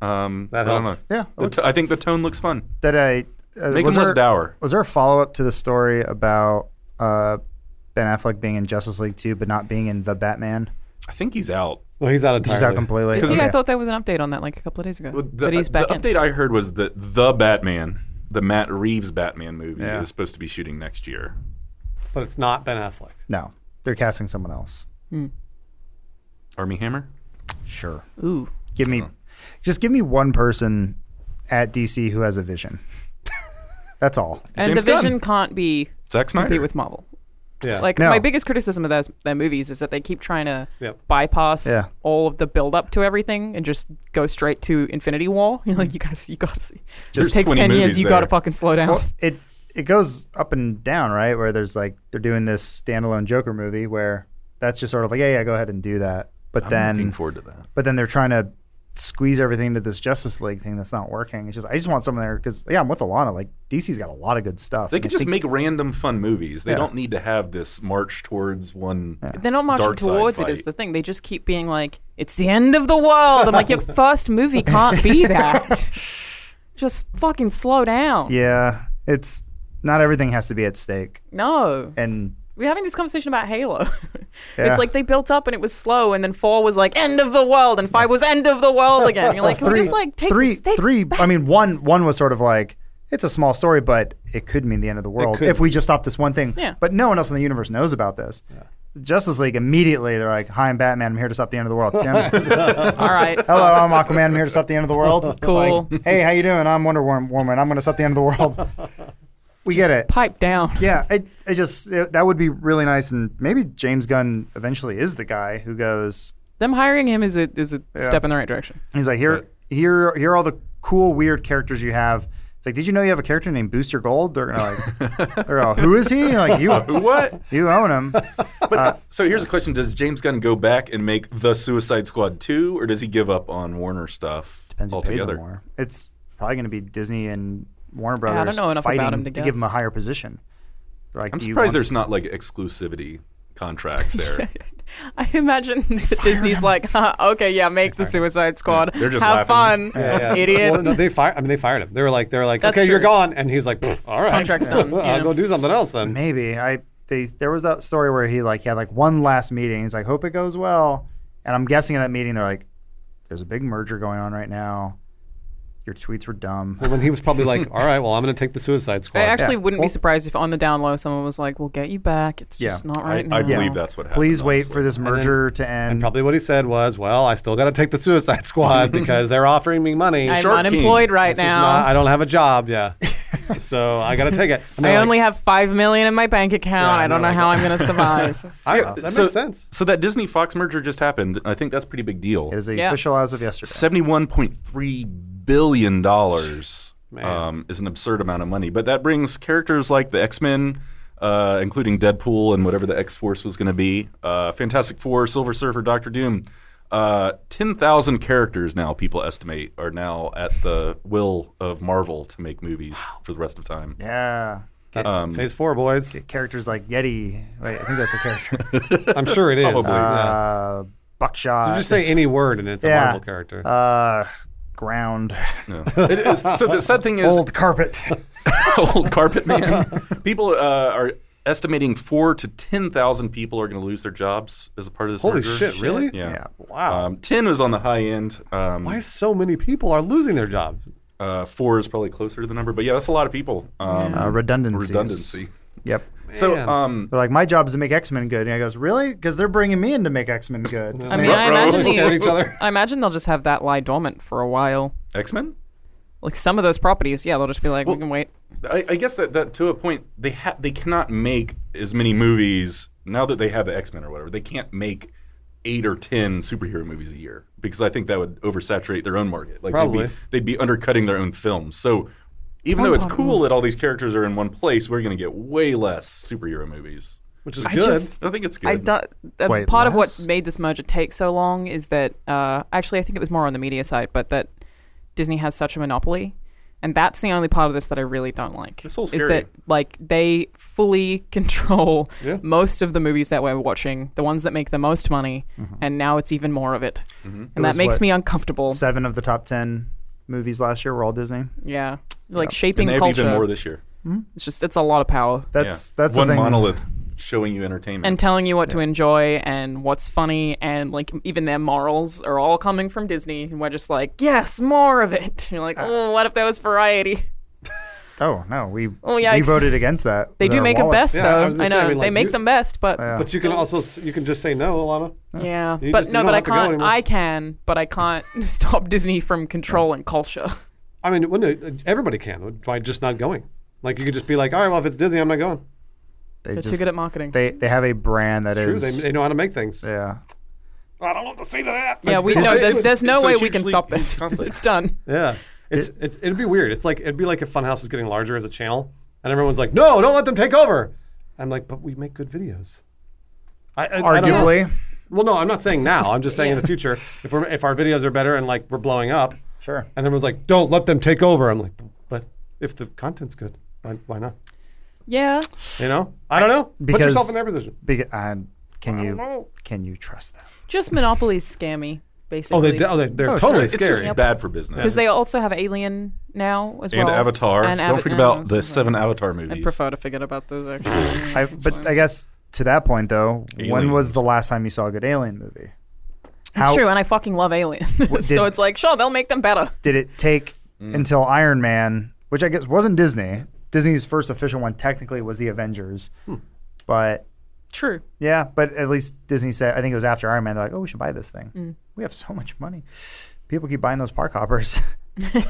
[SPEAKER 1] Um,
[SPEAKER 4] That
[SPEAKER 1] I don't
[SPEAKER 4] helps.
[SPEAKER 1] know.
[SPEAKER 2] yeah it
[SPEAKER 1] The
[SPEAKER 2] looks-
[SPEAKER 1] t- I think the tone looks fun.
[SPEAKER 2] that I uh,
[SPEAKER 1] Make
[SPEAKER 2] was
[SPEAKER 1] him less
[SPEAKER 2] there-
[SPEAKER 1] dour.
[SPEAKER 2] Was there a follow up to the story about uh, Ben Affleck being in Justice League 2 but not being in The Batman?
[SPEAKER 1] I think he's out.
[SPEAKER 4] Well, he's out entirely.
[SPEAKER 2] He's out completely.
[SPEAKER 3] You see,
[SPEAKER 2] Okay.
[SPEAKER 3] I thought there was an update on that like a couple of days ago.
[SPEAKER 1] Well,
[SPEAKER 3] but he's back
[SPEAKER 1] the
[SPEAKER 3] in.
[SPEAKER 1] update I heard was that the Batman, the Matt Reeves Batman movie,
[SPEAKER 2] Yeah.
[SPEAKER 1] is supposed to be shooting next year.
[SPEAKER 4] but it's not Ben Affleck.
[SPEAKER 2] no, they're casting someone else.
[SPEAKER 1] Army Hammer.
[SPEAKER 2] Sure.
[SPEAKER 3] Ooh.
[SPEAKER 2] Give me, just give me one person at DC who has a vision. That's all.
[SPEAKER 3] And
[SPEAKER 1] James
[SPEAKER 3] the
[SPEAKER 1] Gunn.
[SPEAKER 3] vision can't be
[SPEAKER 1] Zack Snyder.
[SPEAKER 3] compete with Marvel.
[SPEAKER 4] Yeah,
[SPEAKER 3] Like
[SPEAKER 2] No.
[SPEAKER 3] my biggest criticism of their, their movies is that they keep trying to
[SPEAKER 4] Yep.
[SPEAKER 3] bypass
[SPEAKER 2] Yeah.
[SPEAKER 3] all of the build up to everything and just go straight to Infinity War. You're like, you guys, you gotta see.
[SPEAKER 1] There's
[SPEAKER 3] it takes
[SPEAKER 1] 20
[SPEAKER 3] ten years.
[SPEAKER 1] movies
[SPEAKER 3] You gotta
[SPEAKER 1] there.
[SPEAKER 3] fucking slow down.
[SPEAKER 2] Well, it it goes up and down, right? Where there's like they're doing this standalone Joker movie where that's just sort of like, yeah, yeah, go ahead and do that. But
[SPEAKER 1] I'm
[SPEAKER 2] then
[SPEAKER 1] looking forward to that.
[SPEAKER 2] but then they're trying to squeeze everything into this Justice League thing that's not working. It's just I just want someone there because yeah, I'm with Alana. Like DC's got a lot of good stuff.
[SPEAKER 1] They
[SPEAKER 2] And
[SPEAKER 1] could
[SPEAKER 2] I
[SPEAKER 1] just
[SPEAKER 2] think-
[SPEAKER 1] make random fun movies. They
[SPEAKER 2] Yeah.
[SPEAKER 1] don't need to have this march towards one.
[SPEAKER 3] They're not marching
[SPEAKER 1] dark side
[SPEAKER 3] towards it. Is
[SPEAKER 1] fight.
[SPEAKER 3] the thing they just keep being like, it's the end of the world. I'm like, your first movie can't be that. just fucking slow down.
[SPEAKER 2] yeah, it's not everything has to be at stake,
[SPEAKER 3] No.
[SPEAKER 2] and
[SPEAKER 3] we're having this conversation about Halo.
[SPEAKER 2] Yeah.
[SPEAKER 3] It's like they built up and it was slow, and then four was like end of the world, and five was end of the world again. You're like, can we
[SPEAKER 2] three,
[SPEAKER 3] just like take
[SPEAKER 2] three,
[SPEAKER 3] this, take this
[SPEAKER 2] three.
[SPEAKER 3] back?
[SPEAKER 2] I mean, one, one was sort of like it's a small story, but it could mean the end of the world
[SPEAKER 4] could.
[SPEAKER 2] if we just stop this one thing.
[SPEAKER 3] Yeah.
[SPEAKER 2] But no one else in the universe knows about this. Justice League immediately they're like, "Hi, I'm Batman. I'm here to stop the end of the world." Damn it.
[SPEAKER 3] All right,
[SPEAKER 2] Hello, I'm Aquaman. I'm here to stop the end of the world.
[SPEAKER 3] Cool.
[SPEAKER 2] Like, hey, how you doing? I'm Wonder Wom- Woman. I'm going to stop the end of the world. we
[SPEAKER 3] Just
[SPEAKER 2] get it.
[SPEAKER 3] Pipe down.
[SPEAKER 2] Yeah, it, it just it, that would be really nice, and maybe James Gunn eventually is the guy who goes.
[SPEAKER 3] Them hiring him is a is a
[SPEAKER 2] Yeah.
[SPEAKER 3] step in the right direction.
[SPEAKER 2] He's like, here,
[SPEAKER 4] Right.
[SPEAKER 2] here, here are all the cool, weird characters you have. It's like, did you know you have a character named Booster Gold? They're gonna like, they're all, who is he? Like you,
[SPEAKER 1] What?
[SPEAKER 2] you own him.
[SPEAKER 1] So here's a question: Does James Gunn go back and make the Suicide Squad two, or does he give up on Warner stuff
[SPEAKER 2] Depends who pays him
[SPEAKER 1] altogether?
[SPEAKER 2] more. It's probably gonna be Disney and Warner
[SPEAKER 3] I
[SPEAKER 2] Brothers.
[SPEAKER 3] don't know enough about
[SPEAKER 2] fighting
[SPEAKER 3] him to
[SPEAKER 2] give him
[SPEAKER 3] guess.
[SPEAKER 2] a higher position. They're Like,
[SPEAKER 1] I'm
[SPEAKER 2] "Do you
[SPEAKER 1] surprised
[SPEAKER 2] want-
[SPEAKER 1] there's not like exclusivity contracts there.
[SPEAKER 3] I imagine that Disney's like, huh, okay, yeah, make the Suicide Squad.
[SPEAKER 1] they're just
[SPEAKER 3] Have fun,
[SPEAKER 1] laughing.
[SPEAKER 4] Yeah, yeah.
[SPEAKER 3] idiot.
[SPEAKER 4] Well, no, they fired. I mean, they fired him. They were like, they were like,
[SPEAKER 3] That's
[SPEAKER 4] okay, you're
[SPEAKER 3] true.
[SPEAKER 4] gone, and he's like, "Pfft, all right,
[SPEAKER 3] Contract's done,
[SPEAKER 4] Well,
[SPEAKER 3] yeah.
[SPEAKER 4] I'll go do something else then.
[SPEAKER 2] Maybe I they there was that story where he like he had like one last meeting. He's like, hope it goes well. And I'm guessing in that meeting they're like, there's a big merger going on right now. Your tweets were dumb.
[SPEAKER 4] Well, then he was probably like, all right, well, I'm going to take the Suicide Squad.
[SPEAKER 3] I actually
[SPEAKER 2] Yeah.
[SPEAKER 3] wouldn't be
[SPEAKER 2] Well-
[SPEAKER 3] surprised if on the down low someone was like, "We'll get you back. It's just
[SPEAKER 2] Yeah.
[SPEAKER 3] not right now."
[SPEAKER 1] I, I believe that's what happened.
[SPEAKER 2] Please wait
[SPEAKER 1] honestly.
[SPEAKER 2] for this
[SPEAKER 4] then-
[SPEAKER 2] merger to
[SPEAKER 4] and
[SPEAKER 2] end.
[SPEAKER 4] probably what he said was, well, I still got to take the Suicide Squad because they're offering me money.
[SPEAKER 3] I'm
[SPEAKER 1] Shark King.
[SPEAKER 3] unemployed right
[SPEAKER 4] This is
[SPEAKER 3] now.
[SPEAKER 4] not- I don't have a job. Yeah. so I got to take it. And
[SPEAKER 3] I
[SPEAKER 4] they're like,
[SPEAKER 3] only have five million in my bank account.
[SPEAKER 4] Yeah,
[SPEAKER 3] I don't
[SPEAKER 4] no,
[SPEAKER 3] know how I'm going to survive.
[SPEAKER 4] I,
[SPEAKER 1] Yeah,
[SPEAKER 4] that makes
[SPEAKER 1] so-
[SPEAKER 4] sense.
[SPEAKER 1] So that Disney Fox merger just happened. I think that's a pretty big deal.
[SPEAKER 2] it is
[SPEAKER 3] Yeah.
[SPEAKER 2] official as of yesterday.
[SPEAKER 1] Seventy-one point three billion dollars
[SPEAKER 4] Man.
[SPEAKER 1] um, is an absurd amount of money, but that brings characters like the X-Men, uh, including Deadpool and whatever the X-Force was going to be, uh, Fantastic Four, Silver Surfer, Doctor Doom. Uh, Ten thousand characters now, people estimate, are now at the will of Marvel to make movies for the rest of time.
[SPEAKER 2] Yeah.
[SPEAKER 4] That's phase four, boys.
[SPEAKER 2] Characters like Yeti. Wait, I think that's a character.
[SPEAKER 4] I'm sure it is.
[SPEAKER 1] Probably.
[SPEAKER 4] yeah.
[SPEAKER 2] uh, Buckshot.
[SPEAKER 4] You just say any word and it's a
[SPEAKER 2] yeah.
[SPEAKER 4] Marvel character.
[SPEAKER 2] uh, ground.
[SPEAKER 1] Yeah. It is- so the sad thing is,
[SPEAKER 2] Old carpet.
[SPEAKER 1] old carpet man. people uh, are estimating four to ten thousand people are going to lose their jobs as a part of this.
[SPEAKER 4] Holy
[SPEAKER 1] merger.
[SPEAKER 4] shit, really?
[SPEAKER 1] Yeah.
[SPEAKER 2] yeah.
[SPEAKER 4] Wow.
[SPEAKER 1] Um, ten was on the high end. Um,
[SPEAKER 4] Why so many people are losing their jobs?
[SPEAKER 1] uh, four is probably closer to the number, but yeah, that's a lot of people. Um,
[SPEAKER 2] Uh, redundancies.
[SPEAKER 1] redundancy.
[SPEAKER 2] Yep.
[SPEAKER 1] So,
[SPEAKER 4] Man.
[SPEAKER 1] um,
[SPEAKER 2] They're like, my job is to make X Men good. And I goes, really? Because they're bringing me in to make X Men good.
[SPEAKER 3] I mean,
[SPEAKER 1] Ruh-roh.
[SPEAKER 3] I
[SPEAKER 4] They
[SPEAKER 3] imagine
[SPEAKER 4] stare at each
[SPEAKER 3] the,
[SPEAKER 4] other.
[SPEAKER 3] I imagine they'll just have that lie dormant for a while.
[SPEAKER 1] X Men.
[SPEAKER 3] Like some of those properties, yeah, they'll just be like, "We can wait."
[SPEAKER 1] I, I guess that, that to a point they ha- they cannot make as many movies now that they have the X Men or whatever. They can't make eight or ten superhero movies a year because I think that would oversaturate their own market. Like
[SPEAKER 4] Probably.
[SPEAKER 1] They'd, be, they'd be undercutting their own films. So even though it's cool that all these characters are in one place, we're going to get way less superhero movies.
[SPEAKER 4] Which is
[SPEAKER 3] I
[SPEAKER 4] good.
[SPEAKER 3] just-
[SPEAKER 1] I think it's good.
[SPEAKER 3] I don't, uh,
[SPEAKER 2] Wait,
[SPEAKER 3] part of what
[SPEAKER 2] less?
[SPEAKER 3] made this merger take so long is that uh, actually I think it was more on the media side, but that Disney has such a monopoly, and that's the only part of this that I really don't like.
[SPEAKER 1] It's so
[SPEAKER 3] Is
[SPEAKER 1] scary.
[SPEAKER 3] that like they fully control
[SPEAKER 4] Yeah.
[SPEAKER 3] most of the movies that we're watching, the ones that make the most money, and now it's even more of it,
[SPEAKER 1] Mm-hmm.
[SPEAKER 3] and that
[SPEAKER 2] was
[SPEAKER 3] makes
[SPEAKER 2] what?
[SPEAKER 3] me uncomfortable.
[SPEAKER 2] Seven of the top 10 movies last year were all Disney.
[SPEAKER 3] yeah, like
[SPEAKER 1] and
[SPEAKER 3] shaping
[SPEAKER 1] they have
[SPEAKER 3] culture.
[SPEAKER 1] even more this year.
[SPEAKER 3] it's just it's a lot of power.
[SPEAKER 2] That's
[SPEAKER 1] Yeah.
[SPEAKER 2] that's
[SPEAKER 1] one
[SPEAKER 2] the thing.
[SPEAKER 1] monolith showing you entertainment.
[SPEAKER 3] and telling you what to enjoy and what's funny and like even their morals are all coming from Disney and we're just like yes more of it you're like oh what if there was variety
[SPEAKER 2] Oh, no. We,
[SPEAKER 3] Oh,
[SPEAKER 2] we
[SPEAKER 3] yikes.
[SPEAKER 2] voted against that.
[SPEAKER 3] they
[SPEAKER 2] with
[SPEAKER 3] do
[SPEAKER 2] our
[SPEAKER 3] make them
[SPEAKER 2] wallets.
[SPEAKER 3] best
[SPEAKER 4] Yeah, I
[SPEAKER 3] though
[SPEAKER 4] was
[SPEAKER 3] I,
[SPEAKER 4] gonna
[SPEAKER 3] know
[SPEAKER 4] say, I mean,
[SPEAKER 3] they
[SPEAKER 4] like,
[SPEAKER 3] make
[SPEAKER 4] you-
[SPEAKER 3] them best but
[SPEAKER 2] Yeah.
[SPEAKER 4] But you can also s- you can just say no, Alana.
[SPEAKER 3] yeah
[SPEAKER 4] You
[SPEAKER 3] but
[SPEAKER 4] just- you
[SPEAKER 3] no
[SPEAKER 4] don't
[SPEAKER 3] but I
[SPEAKER 4] have to go
[SPEAKER 3] can't
[SPEAKER 4] anymore.
[SPEAKER 3] I can but I can't stop Disney from controlling culture
[SPEAKER 4] I mean, when it, uh, everybody can by just not going. Like you could just be like, all right, well, if it's Disney, I'm not going.
[SPEAKER 2] They
[SPEAKER 3] they're too
[SPEAKER 2] just-
[SPEAKER 3] good at marketing
[SPEAKER 2] They, they have a brand that
[SPEAKER 4] It's
[SPEAKER 2] is.
[SPEAKER 4] true. They, they know how to make things.
[SPEAKER 2] yeah.
[SPEAKER 4] I don't know what to say to that.
[SPEAKER 3] yeah we
[SPEAKER 1] It's-
[SPEAKER 3] no
[SPEAKER 1] it's-
[SPEAKER 3] there's, there's no
[SPEAKER 1] it's a
[SPEAKER 3] way we can
[SPEAKER 1] hugely
[SPEAKER 3] stop this
[SPEAKER 1] complex.
[SPEAKER 3] it's done
[SPEAKER 4] Yeah. It's it's it'd be weird. It's like it'd be like if Funhouse is getting larger as a channel, and everyone's like, no, don't let them take over. I'm like, but we make good videos. I, I- I don't know.
[SPEAKER 2] Arguably.
[SPEAKER 4] Well, no, I'm not saying now. I'm just saying in the future, if we're if our videos are better and like we're blowing up,
[SPEAKER 2] Sure.
[SPEAKER 4] And everyone's like, don't let them take over. I'm like, but if the content's good, why, why not?
[SPEAKER 3] yeah
[SPEAKER 4] You know, I don't know. Put
[SPEAKER 2] Because-
[SPEAKER 4] yourself in their position.
[SPEAKER 2] Beca- and uh, can you can you trust them?
[SPEAKER 3] just monopolies scammy basically
[SPEAKER 4] Oh, they, oh, they they're
[SPEAKER 2] Oh,
[SPEAKER 4] totally
[SPEAKER 2] sure.
[SPEAKER 1] it's just
[SPEAKER 4] scary.
[SPEAKER 1] bad for business.
[SPEAKER 3] because they also have Alien now as
[SPEAKER 1] and
[SPEAKER 3] well
[SPEAKER 1] Avatar.
[SPEAKER 3] And
[SPEAKER 1] Don't
[SPEAKER 3] Ava-
[SPEAKER 1] forget
[SPEAKER 3] oh,
[SPEAKER 1] about the seven Avatar movies.
[SPEAKER 3] I prefer to forget about those actually.
[SPEAKER 2] I, but I guess to that point though, when
[SPEAKER 1] Alien.
[SPEAKER 2] was the last time you saw a good alien movie?
[SPEAKER 3] It's
[SPEAKER 2] How
[SPEAKER 3] true, and I fucking love Alien.
[SPEAKER 2] did-
[SPEAKER 3] so it's like, sure, they'll make them better.
[SPEAKER 2] did it take
[SPEAKER 4] Mm.
[SPEAKER 2] until Iron Man, which I guess wasn't Disney? Disney's first official one technically was the Avengers,
[SPEAKER 4] Hmm.
[SPEAKER 2] but
[SPEAKER 3] True.
[SPEAKER 2] yeah, but at least Disney said I think it was after Iron Man. They're like, oh, we should buy this thing.
[SPEAKER 3] Mm.
[SPEAKER 2] We have so much money. People keep buying those park hoppers.
[SPEAKER 4] That's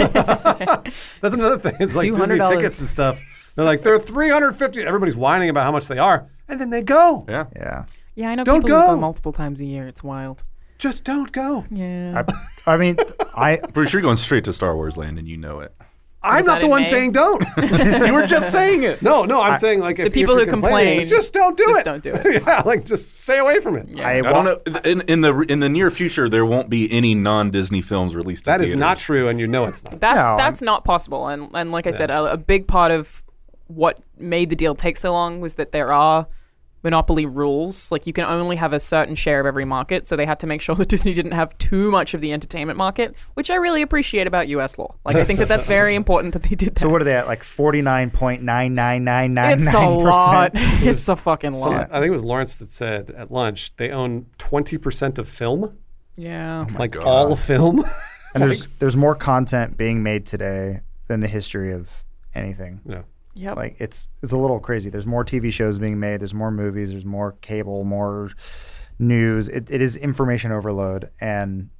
[SPEAKER 4] another thing. It's like Disney
[SPEAKER 3] $200.
[SPEAKER 4] tickets and stuff. They're like, they're 350. Everybody's whining about how much they are, and then they go.
[SPEAKER 1] Yeah.
[SPEAKER 2] Yeah.
[SPEAKER 3] Yeah, I know
[SPEAKER 4] Don't
[SPEAKER 3] people who go
[SPEAKER 4] go.
[SPEAKER 3] multiple times a year. It's wild.
[SPEAKER 4] Just don't go.
[SPEAKER 3] Yeah.
[SPEAKER 2] I, I mean, I
[SPEAKER 1] Bruce, you're going straight to Star Wars land, and you know it.
[SPEAKER 4] I'm
[SPEAKER 3] Is
[SPEAKER 4] not
[SPEAKER 3] that
[SPEAKER 4] the
[SPEAKER 3] in
[SPEAKER 4] one
[SPEAKER 3] May?
[SPEAKER 4] saying don't.
[SPEAKER 1] you were just saying it.
[SPEAKER 4] no, no, I'm saying like if
[SPEAKER 3] people
[SPEAKER 4] if you're
[SPEAKER 3] who
[SPEAKER 4] complaining,
[SPEAKER 3] complain,
[SPEAKER 4] just don't do
[SPEAKER 3] just
[SPEAKER 4] it.
[SPEAKER 3] don't do it.
[SPEAKER 4] yeah, like just stay away from it.
[SPEAKER 3] Yeah.
[SPEAKER 2] I,
[SPEAKER 1] I
[SPEAKER 2] wa-
[SPEAKER 1] don't know. In, in the in the near future, there won't be any non-Disney films released. in
[SPEAKER 4] That is not
[SPEAKER 1] theaters.
[SPEAKER 4] true, and you know it's not.
[SPEAKER 3] That's
[SPEAKER 2] No,
[SPEAKER 3] that's not possible. And and like I said, a, a big part of what made the deal take so long was that there are monopoly rules. Like you can only have a certain share of every market, so they had to make sure that Disney didn't have too much of the entertainment market, which I really appreciate about U.S. law. Like I think that that's very important that they did that.
[SPEAKER 2] So what are they at? Like forty nine point nine nine nine nine
[SPEAKER 3] it's a
[SPEAKER 2] nine
[SPEAKER 3] lot.
[SPEAKER 2] percent.
[SPEAKER 3] it's a fucking
[SPEAKER 4] Some-
[SPEAKER 3] lot.
[SPEAKER 4] I think it was Lawrence that said at lunch they own 20% of film,
[SPEAKER 3] Yeah.
[SPEAKER 4] like all film.
[SPEAKER 2] And there's there's more content being made today than the history of anything.
[SPEAKER 4] no.
[SPEAKER 3] Yep.
[SPEAKER 2] Like it's it's a little crazy. There's more TV shows being made. There's more movies. There's more cable. More news. It, it is information overload, and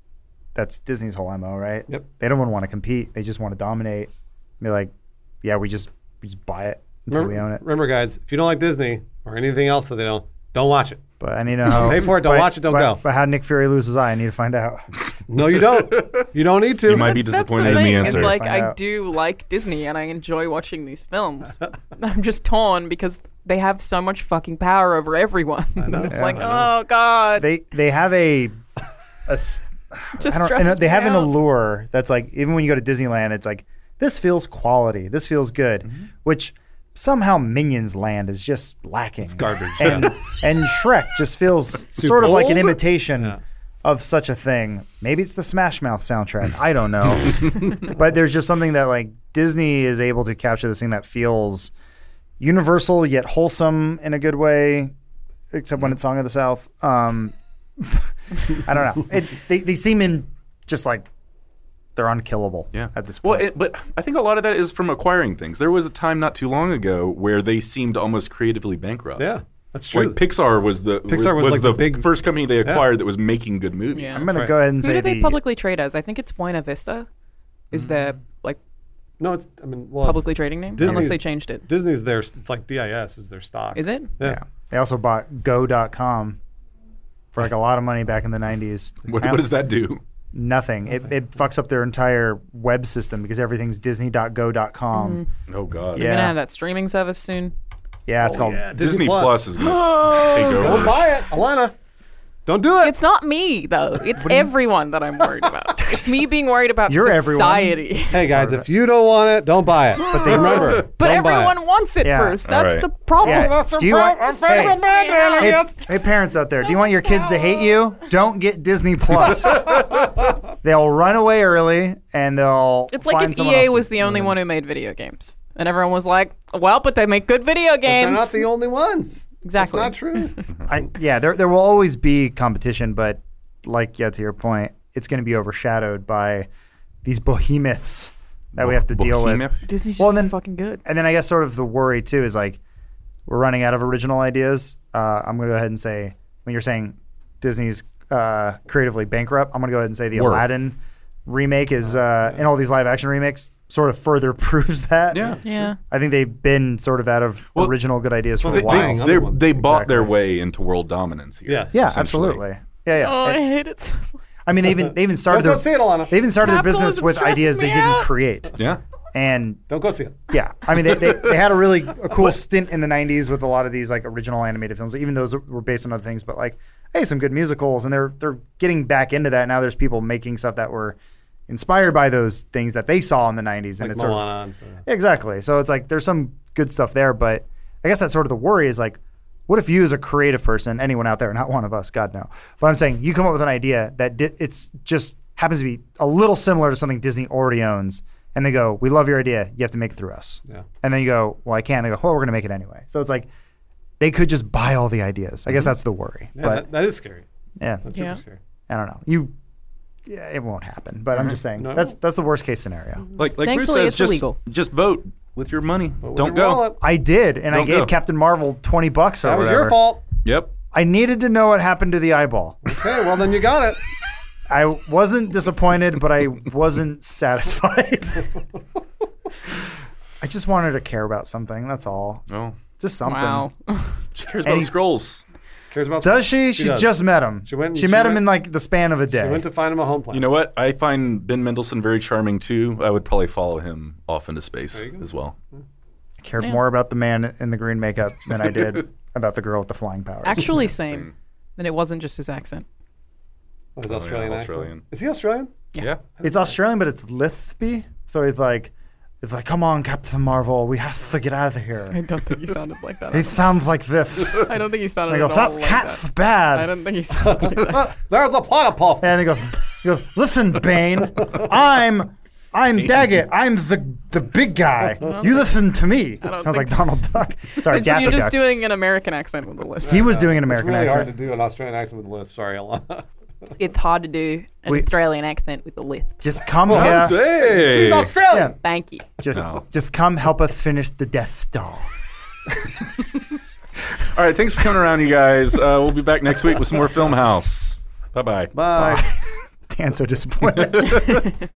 [SPEAKER 2] that's Disney's whole mo, right?
[SPEAKER 4] Yep.
[SPEAKER 2] They don't want to compete. They just want to dominate. Be like, yeah, we just we just buy it until
[SPEAKER 4] Remember,
[SPEAKER 2] we own it.
[SPEAKER 4] remember, guys, if you don't like Disney or anything else that they don't, don't watch it.
[SPEAKER 2] But I need to know. how-
[SPEAKER 4] Pay for it, don't
[SPEAKER 2] but-
[SPEAKER 4] watch it, don't
[SPEAKER 2] but-
[SPEAKER 4] go.
[SPEAKER 2] But how Nick Fury loses his eye, I need to find out.
[SPEAKER 4] No, you don't. you don't need to.
[SPEAKER 1] You might be
[SPEAKER 3] That's-
[SPEAKER 1] disappointed
[SPEAKER 3] that's
[SPEAKER 1] in
[SPEAKER 3] the
[SPEAKER 1] the
[SPEAKER 3] thing, is,
[SPEAKER 1] answer.
[SPEAKER 3] like
[SPEAKER 2] Find
[SPEAKER 3] I
[SPEAKER 2] out.
[SPEAKER 3] do like Disney and I enjoy watching these films. I'm just torn because they have so much fucking power over everyone.
[SPEAKER 4] know,
[SPEAKER 3] and it's
[SPEAKER 4] yeah,
[SPEAKER 3] like,
[SPEAKER 4] I know.
[SPEAKER 3] oh god,
[SPEAKER 2] they they have a, a s-
[SPEAKER 3] just
[SPEAKER 2] I don't, and
[SPEAKER 3] stresses
[SPEAKER 2] they
[SPEAKER 3] me
[SPEAKER 2] have an
[SPEAKER 3] out.
[SPEAKER 2] allure that's like even when you go to Disneyland, it's like this feels quality, this feels good, which somehow Minions Land is just lacking. It's
[SPEAKER 4] garbage,
[SPEAKER 2] and
[SPEAKER 4] yeah.
[SPEAKER 2] and Shrek just feels
[SPEAKER 4] too
[SPEAKER 2] sort of like an
[SPEAKER 4] bold.
[SPEAKER 2] imitation.
[SPEAKER 4] Yeah.
[SPEAKER 2] Of such a thing, maybe it's the Smash Mouth soundtrack. I don't know, but there's just something that like Disney is able to capture this thing that feels universal yet wholesome in a good way, except when it's Song of the South. Um, I don't know. It, they, they seem in just like they're unkillable
[SPEAKER 1] Yeah.
[SPEAKER 2] at this
[SPEAKER 1] Well,
[SPEAKER 2] point.
[SPEAKER 1] it, but I think a lot of that is from acquiring things. There was a time not too long ago where they seemed almost creatively bankrupt.
[SPEAKER 4] Yeah, that's true.
[SPEAKER 1] Like Pixar was the
[SPEAKER 4] Pixar was like
[SPEAKER 1] the,
[SPEAKER 4] the big-
[SPEAKER 1] first company they acquired that was making good movies.
[SPEAKER 3] Yeah.
[SPEAKER 2] I'm going
[SPEAKER 4] That's right.
[SPEAKER 2] to go ahead and
[SPEAKER 3] Who
[SPEAKER 2] say
[SPEAKER 3] do they
[SPEAKER 2] the-
[SPEAKER 3] publicly trade as? I think it's Buena Vista. Is their like
[SPEAKER 4] no, it's. I mean, well,
[SPEAKER 3] publicly trading name?
[SPEAKER 4] Disney
[SPEAKER 3] Unless
[SPEAKER 4] is-
[SPEAKER 3] they changed it.
[SPEAKER 4] Disney's their. It's like DIS is their stock.
[SPEAKER 3] Is it?
[SPEAKER 4] Yeah.
[SPEAKER 2] yeah. They also bought Go.com for like a lot of money back in the 90s.
[SPEAKER 1] What,
[SPEAKER 2] Now-
[SPEAKER 1] what does that do?
[SPEAKER 2] Nothing. It, it fucks up their entire web system because everything's Disney.go.com.
[SPEAKER 1] Oh God.
[SPEAKER 3] Mm-hmm. They're
[SPEAKER 2] Yeah.
[SPEAKER 3] gonna have that streaming service soon.
[SPEAKER 2] Yeah,
[SPEAKER 1] Oh,
[SPEAKER 2] it's called.
[SPEAKER 4] yeah,
[SPEAKER 1] Disney Plus. is going to take over.
[SPEAKER 4] Don't buy it, Alana. Don't do it.
[SPEAKER 3] It's not me though. It's everyone that I'm worried about. it's me being worried about
[SPEAKER 2] You're everyone.
[SPEAKER 3] society.
[SPEAKER 4] hey guys, if you don't want it, don't buy it. But
[SPEAKER 2] they-
[SPEAKER 3] But
[SPEAKER 4] remember, don't buy it.
[SPEAKER 3] everyone wants it
[SPEAKER 2] Yeah.
[SPEAKER 3] first.
[SPEAKER 1] All
[SPEAKER 3] That's
[SPEAKER 1] right.
[SPEAKER 3] the problem.
[SPEAKER 2] Yeah. Do you want, hey, hey,
[SPEAKER 3] Yeah.
[SPEAKER 2] hey, parents out there, do you want your kids to hate you? Don't get Disney Plus. they'll run away early and they'll.
[SPEAKER 3] It's like
[SPEAKER 2] find
[SPEAKER 3] if
[SPEAKER 2] someone
[SPEAKER 3] EA
[SPEAKER 2] else.
[SPEAKER 3] was the only one who made video games. And everyone was like, well, but they make good video
[SPEAKER 4] They're
[SPEAKER 3] games.
[SPEAKER 4] not the only ones.
[SPEAKER 3] Exactly.
[SPEAKER 4] That's not true.
[SPEAKER 2] I, yeah, there there will always be competition, but like yeah, to your point, it's going to be overshadowed by these behemoths that we have to deal with.
[SPEAKER 1] Behemoth?
[SPEAKER 3] Disney's just
[SPEAKER 2] Well,
[SPEAKER 3] so
[SPEAKER 2] then-
[SPEAKER 3] fucking good.
[SPEAKER 2] And then I guess sort of the worry too is like we're running out of original ideas. Uh, I'm going to go ahead and say when you're saying Disney's uh, creatively bankrupt, I'm going to go ahead and say the
[SPEAKER 1] Word. Oh,
[SPEAKER 2] Aladdin remake is uh, and all these live action remakes sort of further proves that.
[SPEAKER 1] Yeah.
[SPEAKER 3] Yeah.
[SPEAKER 2] I think they've been sort of out of
[SPEAKER 1] Well,
[SPEAKER 2] original good ideas for a
[SPEAKER 4] they- they-
[SPEAKER 2] while.
[SPEAKER 1] They, they, they bought their
[SPEAKER 2] Exactly.
[SPEAKER 1] way into world dominance here.
[SPEAKER 4] Yes.
[SPEAKER 2] yeah,
[SPEAKER 1] essentially.
[SPEAKER 2] absolutely. Yeah, yeah.
[SPEAKER 3] Oh,
[SPEAKER 2] It-
[SPEAKER 3] I hate it so much.
[SPEAKER 2] I mean, they even they even started
[SPEAKER 4] Don't go
[SPEAKER 2] their
[SPEAKER 4] see it, Alana.
[SPEAKER 2] they even started their business
[SPEAKER 3] Capitalism
[SPEAKER 2] with
[SPEAKER 3] stresses
[SPEAKER 2] ideas they
[SPEAKER 3] me
[SPEAKER 2] didn't
[SPEAKER 3] out.
[SPEAKER 2] create.
[SPEAKER 1] Yeah.
[SPEAKER 2] And
[SPEAKER 4] Don't go see it.
[SPEAKER 2] yeah, I mean, they, they, they had a really a cool stint in the '90s with a lot of these like original animated films. Even those were based on other things, but like, hey, some good musicals, and they're they're getting back into that now. There's people making stuff that were inspired by those things that they saw in the '90s, and
[SPEAKER 4] Like
[SPEAKER 2] it's sort of
[SPEAKER 4] Moana and stuff.
[SPEAKER 2] Exactly. So it's like there's some good stuff there, but I guess that's sort of the worry is like, what if you as a creative person, anyone out there, not one of us, God no, but I'm saying you come up with an idea that di- it's just happens to be a little similar to something Disney already owns, and they go, "We love your idea. You have to make it through us."
[SPEAKER 4] Yeah.
[SPEAKER 2] And then you go, "Well, I can't." They go, "Well, we're going to make it anyway." So it's like they could just buy all the ideas. I guess that's the worry.
[SPEAKER 4] Mm-hmm. Yeah,
[SPEAKER 2] but
[SPEAKER 4] that, that is scary.
[SPEAKER 2] yeah,
[SPEAKER 4] That's
[SPEAKER 3] Yeah.
[SPEAKER 4] super scary.
[SPEAKER 2] I don't know. You. Yeah, it won't happen, but I'm just saying
[SPEAKER 4] Mm-hmm. No.
[SPEAKER 2] that's that's the worst case scenario.
[SPEAKER 1] Like like Bruce
[SPEAKER 3] Thankfully,
[SPEAKER 1] says,
[SPEAKER 3] it's
[SPEAKER 1] just
[SPEAKER 3] illegal.
[SPEAKER 1] just vote with your money.
[SPEAKER 4] But with
[SPEAKER 1] Don't
[SPEAKER 4] your
[SPEAKER 1] go.
[SPEAKER 4] wallet,
[SPEAKER 2] I did, and I
[SPEAKER 1] Don't
[SPEAKER 2] gave
[SPEAKER 1] go.
[SPEAKER 2] Captain Marvel twenty bucks or
[SPEAKER 4] that was
[SPEAKER 2] whatever.
[SPEAKER 4] your fault.
[SPEAKER 1] Yep.
[SPEAKER 2] I needed to know what happened to the eyeball.
[SPEAKER 4] Okay, well then you got it.
[SPEAKER 2] I wasn't disappointed, but I wasn't satisfied. I just want her to care about something. That's all.
[SPEAKER 1] Oh,
[SPEAKER 2] Just something.
[SPEAKER 3] Wow.
[SPEAKER 1] she cares about
[SPEAKER 2] Any-
[SPEAKER 1] scrolls.
[SPEAKER 4] Cares about
[SPEAKER 2] Does she? She,
[SPEAKER 4] does.
[SPEAKER 2] just met him.
[SPEAKER 4] She went and-
[SPEAKER 2] She,
[SPEAKER 4] she
[SPEAKER 2] met him
[SPEAKER 4] went-
[SPEAKER 2] in like the span of a day.
[SPEAKER 4] She went to find him a home plan.
[SPEAKER 1] You know what? I find Ben Mendelsohn very charming too. I would probably follow him off into space as well.
[SPEAKER 2] I cared
[SPEAKER 3] Yeah.
[SPEAKER 2] more about the man in the green makeup than I did about the girl with the flying powers.
[SPEAKER 3] Actually, same. Then it wasn't just his accent.
[SPEAKER 4] What is
[SPEAKER 1] Oh, yeah,
[SPEAKER 4] Australian, accent?
[SPEAKER 1] Australian.
[SPEAKER 4] Is he Australian?
[SPEAKER 1] Yeah.
[SPEAKER 2] it's Australian, but it's Lithby, so it's like, it's like, come on, Captain Marvel, we have to get out of
[SPEAKER 3] I
[SPEAKER 2] here.
[SPEAKER 3] don't think he sounded like that.
[SPEAKER 2] It sounds like this.
[SPEAKER 3] I don't think he sounded
[SPEAKER 2] And he
[SPEAKER 3] at
[SPEAKER 2] goes,
[SPEAKER 3] all
[SPEAKER 2] that
[SPEAKER 3] like
[SPEAKER 2] cat's
[SPEAKER 3] that. I
[SPEAKER 2] bad.
[SPEAKER 3] don't think he sounded like that.
[SPEAKER 4] Ah, there's a platypus.
[SPEAKER 2] And he goes, he goes, listen, Bane, I'm, I'm Daggett, I'm the the big guy. You listen to me.
[SPEAKER 3] don't
[SPEAKER 2] Sounds like
[SPEAKER 3] think-
[SPEAKER 2] Donald Duck. Sorry,
[SPEAKER 3] You're
[SPEAKER 2] Daffy
[SPEAKER 3] just
[SPEAKER 2] Duck.
[SPEAKER 3] doing an American accent with the list.
[SPEAKER 2] He was doing an
[SPEAKER 4] It's
[SPEAKER 2] American
[SPEAKER 4] really hard to
[SPEAKER 2] accent.
[SPEAKER 4] do an Australian accent with a list. Sorry, Alana.
[SPEAKER 6] It's hard to do an
[SPEAKER 2] We-
[SPEAKER 6] Australian accent with a lisp.
[SPEAKER 2] Just come
[SPEAKER 1] That's-
[SPEAKER 2] here.
[SPEAKER 1] Hey!
[SPEAKER 4] She's Australian.
[SPEAKER 2] Yeah.
[SPEAKER 6] Thank you.
[SPEAKER 2] Just,
[SPEAKER 1] No.
[SPEAKER 2] just come help us finish the Death Star.
[SPEAKER 1] All right, thanks for coming around, you guys. Uh, we'll be back next
[SPEAKER 4] Uh,
[SPEAKER 1] week with some more Film House. Bye bye.
[SPEAKER 4] Bye.
[SPEAKER 2] Dan's so disappointed.